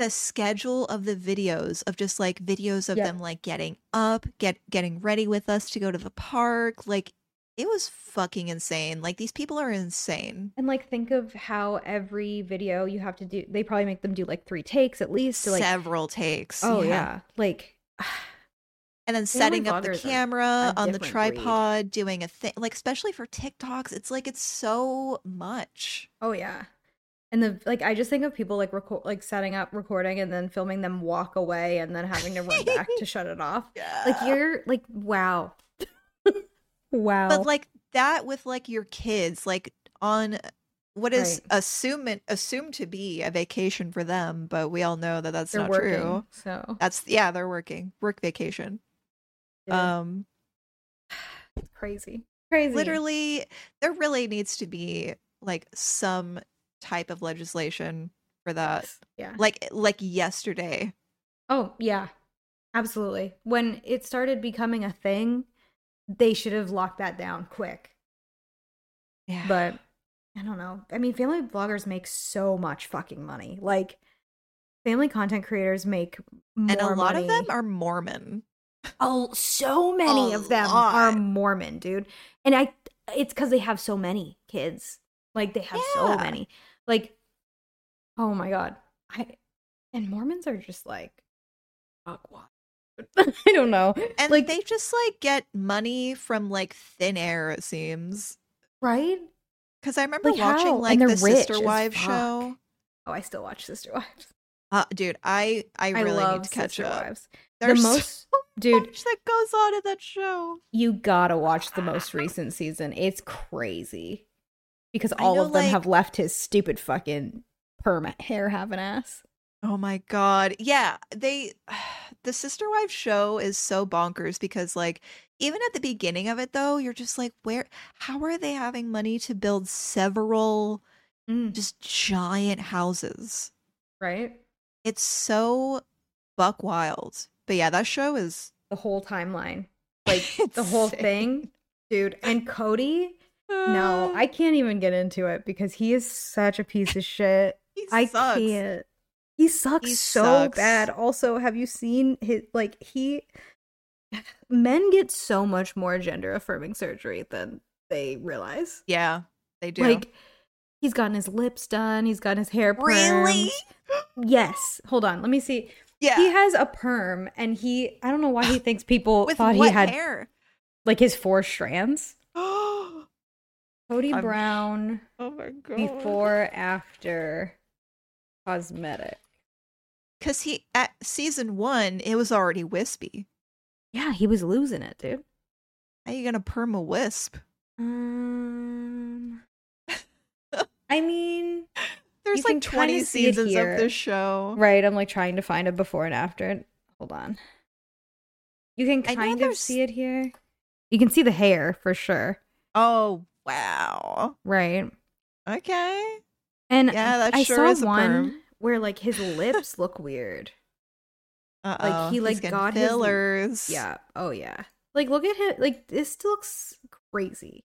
[SPEAKER 1] the schedule of the videos of just like videos of
[SPEAKER 2] Yeah.
[SPEAKER 1] them like getting up, get getting ready with us to go to the park. Like it was fucking insane. Like these people are insane.
[SPEAKER 2] and like think of how every video you have to do. They probably make them do like three takes at least. To, like,
[SPEAKER 1] Several takes.
[SPEAKER 2] oh yeah, like
[SPEAKER 1] And then
[SPEAKER 2] Family
[SPEAKER 1] setting up the
[SPEAKER 2] vloggers are
[SPEAKER 1] camera
[SPEAKER 2] a
[SPEAKER 1] on the
[SPEAKER 2] different breed.
[SPEAKER 1] tripod, doing a thing like especially for TikToks, it's like it's so much.
[SPEAKER 2] oh yeah, and the like. I just think of people like record, like setting up recording, and then filming them walk away, and then having to run back to shut it off.
[SPEAKER 1] Yeah.
[SPEAKER 2] Like you're like wow, wow.
[SPEAKER 1] but like that with like your kids like on what is assumed assumed to be a vacation for them but we all know that that's
[SPEAKER 2] they're
[SPEAKER 1] not
[SPEAKER 2] working,
[SPEAKER 1] true
[SPEAKER 2] so
[SPEAKER 1] that's yeah they're working work vacation
[SPEAKER 2] yeah,
[SPEAKER 1] um
[SPEAKER 2] it's crazy, crazy.
[SPEAKER 1] literally there really needs to be like some type of legislation for that
[SPEAKER 2] yeah.
[SPEAKER 1] like eh, like yesterday
[SPEAKER 2] Oh, yeah. Absolutely. When it started becoming a thing, they should have locked that down quick.
[SPEAKER 1] yeah
[SPEAKER 2] But I don't know. I mean, family vloggers make so much fucking money. Like, family content creators make more
[SPEAKER 1] and a lot of them
[SPEAKER 2] money.
[SPEAKER 1] are mormon
[SPEAKER 2] Oh, so many
[SPEAKER 1] A
[SPEAKER 2] of them are
[SPEAKER 1] lot.
[SPEAKER 2] Mormon, dude. And I it's cuz they have so many kids. Like they have so
[SPEAKER 1] Yeah.
[SPEAKER 2] many. Like oh my god. I and Mormons are just like fuck what. I don't know.
[SPEAKER 1] and
[SPEAKER 2] like
[SPEAKER 1] they just like get money from like thin air it seems
[SPEAKER 2] right?
[SPEAKER 1] because i remember
[SPEAKER 2] Like,
[SPEAKER 1] watching
[SPEAKER 2] how? And
[SPEAKER 1] like
[SPEAKER 2] they're
[SPEAKER 1] the
[SPEAKER 2] rich
[SPEAKER 1] sister
[SPEAKER 2] as
[SPEAKER 1] wives
[SPEAKER 2] fuck.
[SPEAKER 1] show
[SPEAKER 2] Oh, I still watch Sister Wives.
[SPEAKER 1] Uh, dude, I I
[SPEAKER 2] I,
[SPEAKER 1] really
[SPEAKER 2] love
[SPEAKER 1] need to catch
[SPEAKER 2] Sister
[SPEAKER 1] up.
[SPEAKER 2] Wives.
[SPEAKER 1] There's
[SPEAKER 2] the most
[SPEAKER 1] so
[SPEAKER 2] dude,
[SPEAKER 1] much that goes on in that show.
[SPEAKER 2] you got to watch the most recent season. It's crazy. Because
[SPEAKER 1] I
[SPEAKER 2] all
[SPEAKER 1] know,
[SPEAKER 2] of them
[SPEAKER 1] like-
[SPEAKER 2] have left his stupid fucking perma hair have an ass.
[SPEAKER 1] Oh my god. Yeah, they the sister wife show is so bonkers because like even at the beginning of it though, you're just like where how are they having money to build several
[SPEAKER 2] Mm,
[SPEAKER 1] just giant houses?
[SPEAKER 2] right?
[SPEAKER 1] It's so buck wild. But yeah, that show is
[SPEAKER 2] The whole timeline, like the whole
[SPEAKER 1] insane.
[SPEAKER 2] thing, dude. And Cody, no,
[SPEAKER 1] Uh,
[SPEAKER 2] I can't even get into it because he is such a piece of shit.
[SPEAKER 1] he
[SPEAKER 2] I
[SPEAKER 1] sucks.
[SPEAKER 2] can't. He sucks
[SPEAKER 1] He
[SPEAKER 2] so
[SPEAKER 1] sucks.
[SPEAKER 2] bad. Also, have you seen his like he? Men get so much more gender affirming surgery than they realize.
[SPEAKER 1] Yeah, they do.
[SPEAKER 2] Like, he's gotten his lips done. He's gotten his hair.
[SPEAKER 1] Really?
[SPEAKER 2] permed. Yes. Hold on. Let me see.
[SPEAKER 1] yeah.
[SPEAKER 2] He has a perm, and he I don't know why he thinks people
[SPEAKER 1] With
[SPEAKER 2] thought
[SPEAKER 1] what
[SPEAKER 2] he had
[SPEAKER 1] hair?
[SPEAKER 2] like his four strands.
[SPEAKER 1] oh
[SPEAKER 2] Cody
[SPEAKER 1] I'm sh-
[SPEAKER 2] Brown
[SPEAKER 1] my god.
[SPEAKER 2] before after cosmetic.
[SPEAKER 1] Because he at season one, it was already wispy.
[SPEAKER 2] Yeah, he was losing it, dude.
[SPEAKER 1] How you gonna perm a wisp?
[SPEAKER 2] Um, I mean,
[SPEAKER 1] There's
[SPEAKER 2] You can
[SPEAKER 1] like 20
[SPEAKER 2] kinda see it
[SPEAKER 1] seasons
[SPEAKER 2] here.
[SPEAKER 1] of this show.
[SPEAKER 2] right? I'm like trying to find a before and after. Hold on. You can
[SPEAKER 1] I know
[SPEAKER 2] kind of
[SPEAKER 1] there's-
[SPEAKER 2] see it here. You can see the hair for sure,
[SPEAKER 1] Oh wow.
[SPEAKER 2] right?
[SPEAKER 1] Okay.
[SPEAKER 2] And
[SPEAKER 1] Yeah, that
[SPEAKER 2] I
[SPEAKER 1] sure
[SPEAKER 2] saw
[SPEAKER 1] is a
[SPEAKER 2] one
[SPEAKER 1] perm.
[SPEAKER 2] where like his lips look weird.
[SPEAKER 1] Uh
[SPEAKER 2] he, like, got his-
[SPEAKER 1] fillers.
[SPEAKER 2] Yeah. Oh yeah. Like look at him. Like this looks crazy.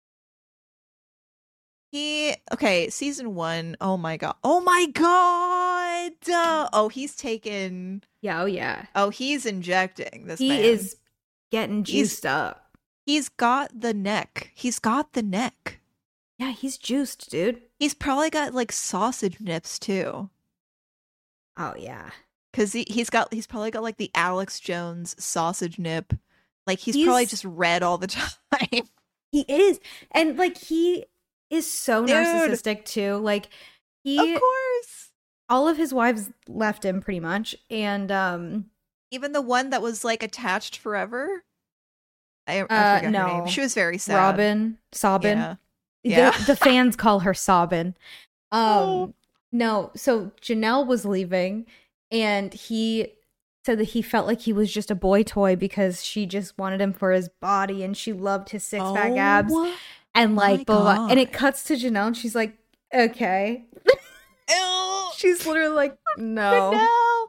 [SPEAKER 1] He okay, season one. Oh my god. Oh my god. Uh, oh, he's taken.
[SPEAKER 2] Yeah, oh yeah.
[SPEAKER 1] Oh, he's injecting this.
[SPEAKER 2] he
[SPEAKER 1] man.
[SPEAKER 2] is getting juiced up.
[SPEAKER 1] He's got the neck. He's got the neck.
[SPEAKER 2] Yeah, he's juiced, dude.
[SPEAKER 1] He's probably got like sausage nips too,
[SPEAKER 2] Oh yeah.
[SPEAKER 1] because he he's got he's probably got like the Alex Jones sausage nip. Like he's,
[SPEAKER 2] He's-
[SPEAKER 1] probably just red all the time.
[SPEAKER 2] He is. And like he is so
[SPEAKER 1] Dude.
[SPEAKER 2] narcissistic too. Like he
[SPEAKER 1] of course.
[SPEAKER 2] all of his wives left him pretty much and um
[SPEAKER 1] Even the one that was like attached forever. I, I
[SPEAKER 2] Uh,
[SPEAKER 1] forgot her name.
[SPEAKER 2] no.
[SPEAKER 1] She was very sad.
[SPEAKER 2] Robin, Sobbin.
[SPEAKER 1] Yeah.
[SPEAKER 2] The-
[SPEAKER 1] Yeah.
[SPEAKER 2] The, fans call her Sobbin. Um
[SPEAKER 1] Oh.
[SPEAKER 2] no, so Janelle was leaving and he said that he felt like he was just a boy toy because she just wanted him for his body and she loved his six pack
[SPEAKER 1] Oh
[SPEAKER 2] abs and
[SPEAKER 1] my
[SPEAKER 2] like blah, blah, blah. and it
[SPEAKER 1] God.
[SPEAKER 2] cuts to Janelle and she's like, Okay.
[SPEAKER 1] Ew.
[SPEAKER 2] She's literally like, No.
[SPEAKER 1] Janelle.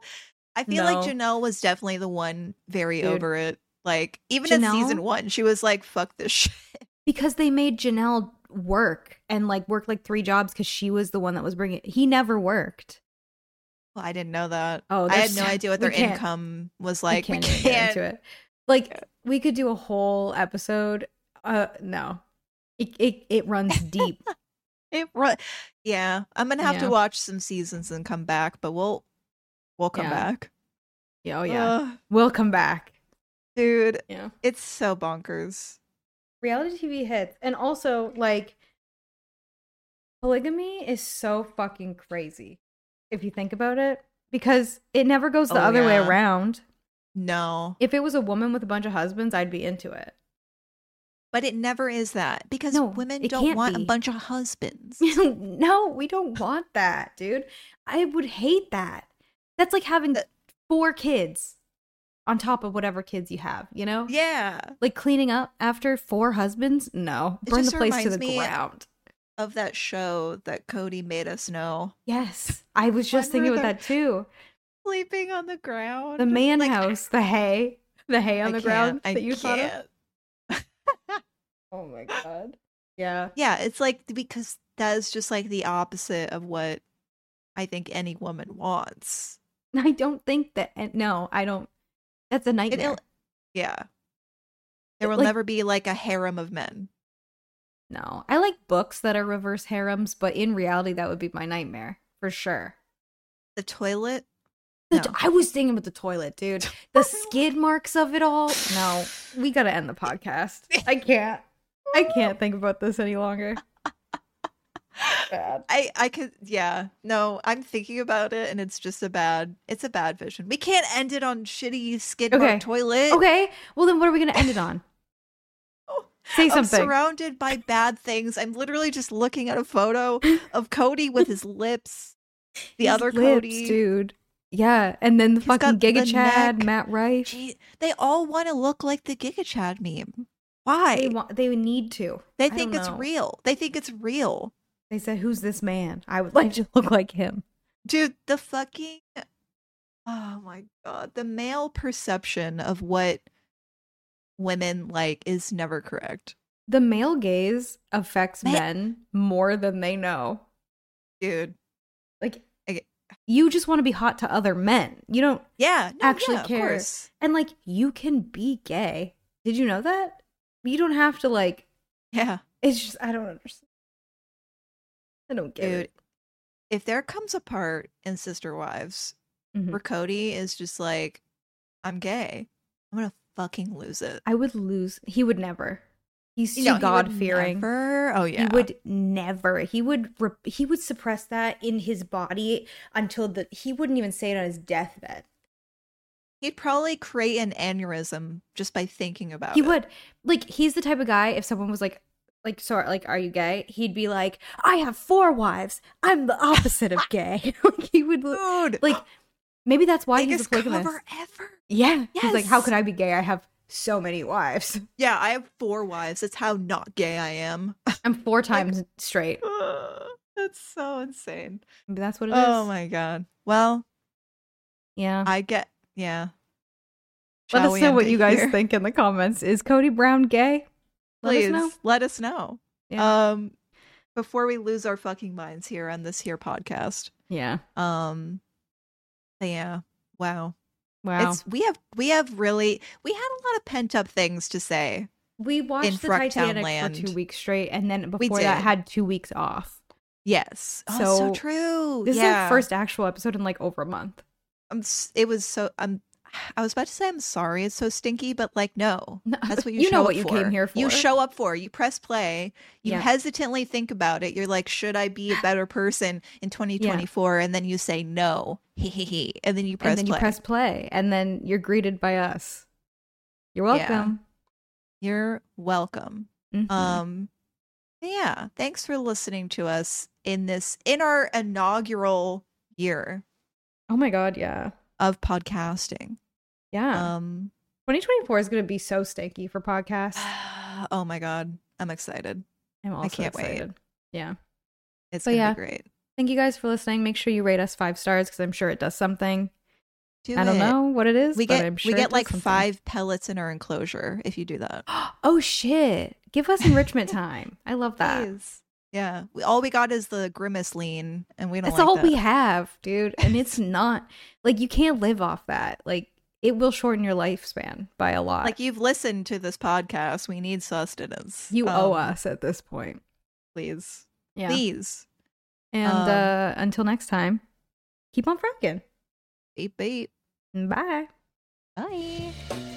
[SPEAKER 1] I feel
[SPEAKER 2] No.
[SPEAKER 1] like Janelle was definitely the one very
[SPEAKER 2] Dude.
[SPEAKER 1] over it. Like even in season
[SPEAKER 2] Janelle?
[SPEAKER 1] one, she was like, "Fuck this shit."
[SPEAKER 2] because they made Janelle work and like work like three jobs because she was the one that was bringing. He never worked.
[SPEAKER 1] Well, I didn't know that.
[SPEAKER 2] Oh,
[SPEAKER 1] I had
[SPEAKER 2] there's-
[SPEAKER 1] no idea what
[SPEAKER 2] we
[SPEAKER 1] their
[SPEAKER 2] can't-
[SPEAKER 1] income was like.
[SPEAKER 2] we
[SPEAKER 1] We
[SPEAKER 2] can't, even get
[SPEAKER 1] can't.
[SPEAKER 2] into it. Like we could do a whole episode. Uh, no, it it, it runs deep.
[SPEAKER 1] It ru- yeah, I'm gonna have
[SPEAKER 2] Yeah.
[SPEAKER 1] to watch some seasons and come back, but we'll we'll come
[SPEAKER 2] Yeah.
[SPEAKER 1] back.
[SPEAKER 2] yeah, oh yeah,
[SPEAKER 1] Ugh,
[SPEAKER 2] we'll come back.
[SPEAKER 1] dude,
[SPEAKER 2] Yeah,
[SPEAKER 1] it's so bonkers.
[SPEAKER 2] reality TV hits, and also like polygamy is so fucking crazy if you think about it because it never goes the
[SPEAKER 1] Oh,
[SPEAKER 2] other way
[SPEAKER 1] yeah.
[SPEAKER 2] around.
[SPEAKER 1] No,
[SPEAKER 2] If it was a woman with a bunch of husbands, I'd be into it.
[SPEAKER 1] but it never is that because
[SPEAKER 2] No,
[SPEAKER 1] women
[SPEAKER 2] it
[SPEAKER 1] don't
[SPEAKER 2] can't
[SPEAKER 1] want a
[SPEAKER 2] be.
[SPEAKER 1] bunch of husbands.
[SPEAKER 2] no, we don't want that, dude. I would hate that. That's like having
[SPEAKER 1] That-
[SPEAKER 2] four kids on top of whatever kids you have, you know?
[SPEAKER 1] yeah,
[SPEAKER 2] Like cleaning up after four husbands? No.
[SPEAKER 1] It
[SPEAKER 2] Burn the
[SPEAKER 1] just
[SPEAKER 2] place to
[SPEAKER 1] reminds
[SPEAKER 2] the
[SPEAKER 1] me-
[SPEAKER 2] ground.
[SPEAKER 1] of that show that Cody made us know,
[SPEAKER 2] Yes. I was just
[SPEAKER 1] One
[SPEAKER 2] thinking
[SPEAKER 1] where
[SPEAKER 2] about that too.
[SPEAKER 1] sleeping on the ground,
[SPEAKER 2] The man
[SPEAKER 1] Like,
[SPEAKER 2] house, the hay, the hay on
[SPEAKER 1] I
[SPEAKER 2] the
[SPEAKER 1] can't,
[SPEAKER 2] ground
[SPEAKER 1] I
[SPEAKER 2] that you thought of.
[SPEAKER 1] can't.
[SPEAKER 2] Oh my god. Yeah.
[SPEAKER 1] Yeah, it's like because that is just like the opposite of what I think any woman wants.
[SPEAKER 2] I don't think that and no, I don't that's a
[SPEAKER 1] It
[SPEAKER 2] nightmare.
[SPEAKER 1] ill- yeah. There
[SPEAKER 2] It,
[SPEAKER 1] will
[SPEAKER 2] like-
[SPEAKER 1] never be like a harem of men.
[SPEAKER 2] No, I like books that are reverse harems, but in reality, that would be my nightmare for sure.
[SPEAKER 1] The toilet?
[SPEAKER 2] The
[SPEAKER 1] No.
[SPEAKER 2] to- I was thinking about the toilet, dude. The skid marks of it all. No, we gotta end the podcast. I can't. I can't think about this any longer. Bad.
[SPEAKER 1] I I could yeah. No, I'm thinking about it and it's just a bad it's a bad vision. We can't end it on shitty skid mark
[SPEAKER 2] Okay.
[SPEAKER 1] toilet.
[SPEAKER 2] Okay, well then, what are we gonna end it on? Say
[SPEAKER 1] I'm
[SPEAKER 2] something.
[SPEAKER 1] surrounded by bad things. I'm literally just looking at a photo of Cody with his lips. The
[SPEAKER 2] His
[SPEAKER 1] other
[SPEAKER 2] lips,
[SPEAKER 1] Cody.
[SPEAKER 2] dude. Yeah, and then the
[SPEAKER 1] He's
[SPEAKER 2] fucking
[SPEAKER 1] got the
[SPEAKER 2] Giga Chad,
[SPEAKER 1] neck.
[SPEAKER 2] Matt Rife.
[SPEAKER 1] Gee, they all want to look like the Giga Chad meme. Why?
[SPEAKER 2] They
[SPEAKER 1] They,
[SPEAKER 2] want. They need to. I don't
[SPEAKER 1] think it's
[SPEAKER 2] know.
[SPEAKER 1] real. They think it's real.
[SPEAKER 2] They said, "Who's this man? I would like to look like him."
[SPEAKER 1] Dude, the fucking Oh my god, the male perception of what women like is never correct.
[SPEAKER 2] The male gaze affects
[SPEAKER 1] Ma-
[SPEAKER 2] men more than they know.
[SPEAKER 1] Dude.
[SPEAKER 2] Like,
[SPEAKER 1] Okay.
[SPEAKER 2] you just want to be hot to other men. You don't,
[SPEAKER 1] Yeah, no,
[SPEAKER 2] Actually
[SPEAKER 1] yeah, of
[SPEAKER 2] care.
[SPEAKER 1] course.
[SPEAKER 2] and like, you can be gay. Did you know that? You don't have to, like,
[SPEAKER 1] Yeah.
[SPEAKER 2] it's just, I don't understand. I don't get
[SPEAKER 1] Dude,
[SPEAKER 2] it.
[SPEAKER 1] if there comes a part in Sister Wives
[SPEAKER 2] Mhm.
[SPEAKER 1] where Cody is just like, I'm gay, I'm gonna fucking lose it.
[SPEAKER 2] I would lose. He would never. He's too
[SPEAKER 1] No, he would
[SPEAKER 2] God fearing.
[SPEAKER 1] never- Oh yeah.
[SPEAKER 2] He would never. He would re- he would suppress that in his body until the he wouldn't even say it on his deathbed.
[SPEAKER 1] He'd probably create an aneurysm just by thinking about
[SPEAKER 2] he
[SPEAKER 1] it.
[SPEAKER 2] would like he's the type of guy if someone was like like sorry like are you gay he'd be like i have four wives i'm the opposite of gay like he would li-
[SPEAKER 1] Dude,
[SPEAKER 2] like maybe that's why he's a
[SPEAKER 1] biggest
[SPEAKER 2] polygamist
[SPEAKER 1] cover ever.
[SPEAKER 2] yeah he's like how
[SPEAKER 1] Yes.
[SPEAKER 2] could i be gay i have so many wives
[SPEAKER 1] Yeah, I have four wives. That's how not gay I am.
[SPEAKER 2] i'm four times straight
[SPEAKER 1] That's so insane.
[SPEAKER 2] Maybe that's what it is.
[SPEAKER 1] Oh my god. Well,
[SPEAKER 2] yeah
[SPEAKER 1] I get. Yeah.
[SPEAKER 2] let
[SPEAKER 1] Shall
[SPEAKER 2] us
[SPEAKER 1] we
[SPEAKER 2] know
[SPEAKER 1] end
[SPEAKER 2] what
[SPEAKER 1] it
[SPEAKER 2] you guys
[SPEAKER 1] here?
[SPEAKER 2] think in the comments is cody brown gay let
[SPEAKER 1] Please
[SPEAKER 2] us know
[SPEAKER 1] let us know.
[SPEAKER 2] Yeah.
[SPEAKER 1] Um, before we lose our fucking minds here on this here podcast.
[SPEAKER 2] Yeah.
[SPEAKER 1] Um yeah. Wow.
[SPEAKER 2] Wow.
[SPEAKER 1] It's we have we have really we had a lot of pent up things to say.
[SPEAKER 2] we
[SPEAKER 1] in
[SPEAKER 2] watched the
[SPEAKER 1] Frucktown
[SPEAKER 2] Titanic
[SPEAKER 1] land.
[SPEAKER 2] for two weeks straight, and then
[SPEAKER 1] We
[SPEAKER 2] before that
[SPEAKER 1] did.
[SPEAKER 2] had two weeks off.
[SPEAKER 1] Yes. Oh, so,
[SPEAKER 2] So,
[SPEAKER 1] true.
[SPEAKER 2] This is
[SPEAKER 1] yeah.
[SPEAKER 2] our first actual episode in like over a month.
[SPEAKER 1] I'm, s- it was so I'm I was about to say I'm sorry it's so stinky, but like no.
[SPEAKER 2] No,
[SPEAKER 1] That's what you,
[SPEAKER 2] you know
[SPEAKER 1] show up
[SPEAKER 2] what you came here
[SPEAKER 1] You
[SPEAKER 2] for.
[SPEAKER 1] show up for. You press play. You
[SPEAKER 2] Yeah.
[SPEAKER 1] hesitantly think about it. You're like, should I be a better person in 2024? And then you say no. Hee hee hee. And then you press
[SPEAKER 2] and then
[SPEAKER 1] play.
[SPEAKER 2] you press play, and then you're greeted by us. You're
[SPEAKER 1] Yeah.
[SPEAKER 2] welcome.
[SPEAKER 1] You're welcome.
[SPEAKER 2] Mhm.
[SPEAKER 1] Um yeah, thanks for listening to us in this in our inaugural year
[SPEAKER 2] oh my god, yeah,
[SPEAKER 1] of podcasting.
[SPEAKER 2] yeah.
[SPEAKER 1] Um
[SPEAKER 2] 2024 is going to be so stinky for podcasts.
[SPEAKER 1] oh my god, I'm excited.
[SPEAKER 2] I'm also
[SPEAKER 1] can't wait.
[SPEAKER 2] excited. Yeah.
[SPEAKER 1] It's
[SPEAKER 2] So
[SPEAKER 1] going to
[SPEAKER 2] yeah.
[SPEAKER 1] be great.
[SPEAKER 2] Thank you guys for listening. Make sure you rate us five stars because I'm sure it does something.
[SPEAKER 1] Do
[SPEAKER 2] I don't
[SPEAKER 1] it.
[SPEAKER 2] know what it is.
[SPEAKER 1] We
[SPEAKER 2] but
[SPEAKER 1] get
[SPEAKER 2] I'm sure
[SPEAKER 1] we
[SPEAKER 2] it
[SPEAKER 1] get
[SPEAKER 2] does
[SPEAKER 1] like
[SPEAKER 2] something.
[SPEAKER 1] five pellets in our enclosure if you do that.
[SPEAKER 2] oh shit! Give us enrichment time. I love that.
[SPEAKER 1] Please. Yeah. We, all we got is the grimace lean and we don't
[SPEAKER 2] That's
[SPEAKER 1] like
[SPEAKER 2] all
[SPEAKER 1] that.
[SPEAKER 2] we have, dude. And it's not like you can't live off that. Like it will shorten your lifespan by a lot.
[SPEAKER 1] like you've listened to this podcast. We need sustenance.
[SPEAKER 2] you owe
[SPEAKER 1] Um,
[SPEAKER 2] us at this point.
[SPEAKER 1] Please.
[SPEAKER 2] Yeah.
[SPEAKER 1] Please.
[SPEAKER 2] and
[SPEAKER 1] um,
[SPEAKER 2] uh, until next time, keep on fracking.
[SPEAKER 1] Beep beep.
[SPEAKER 2] Bye.
[SPEAKER 1] Bye.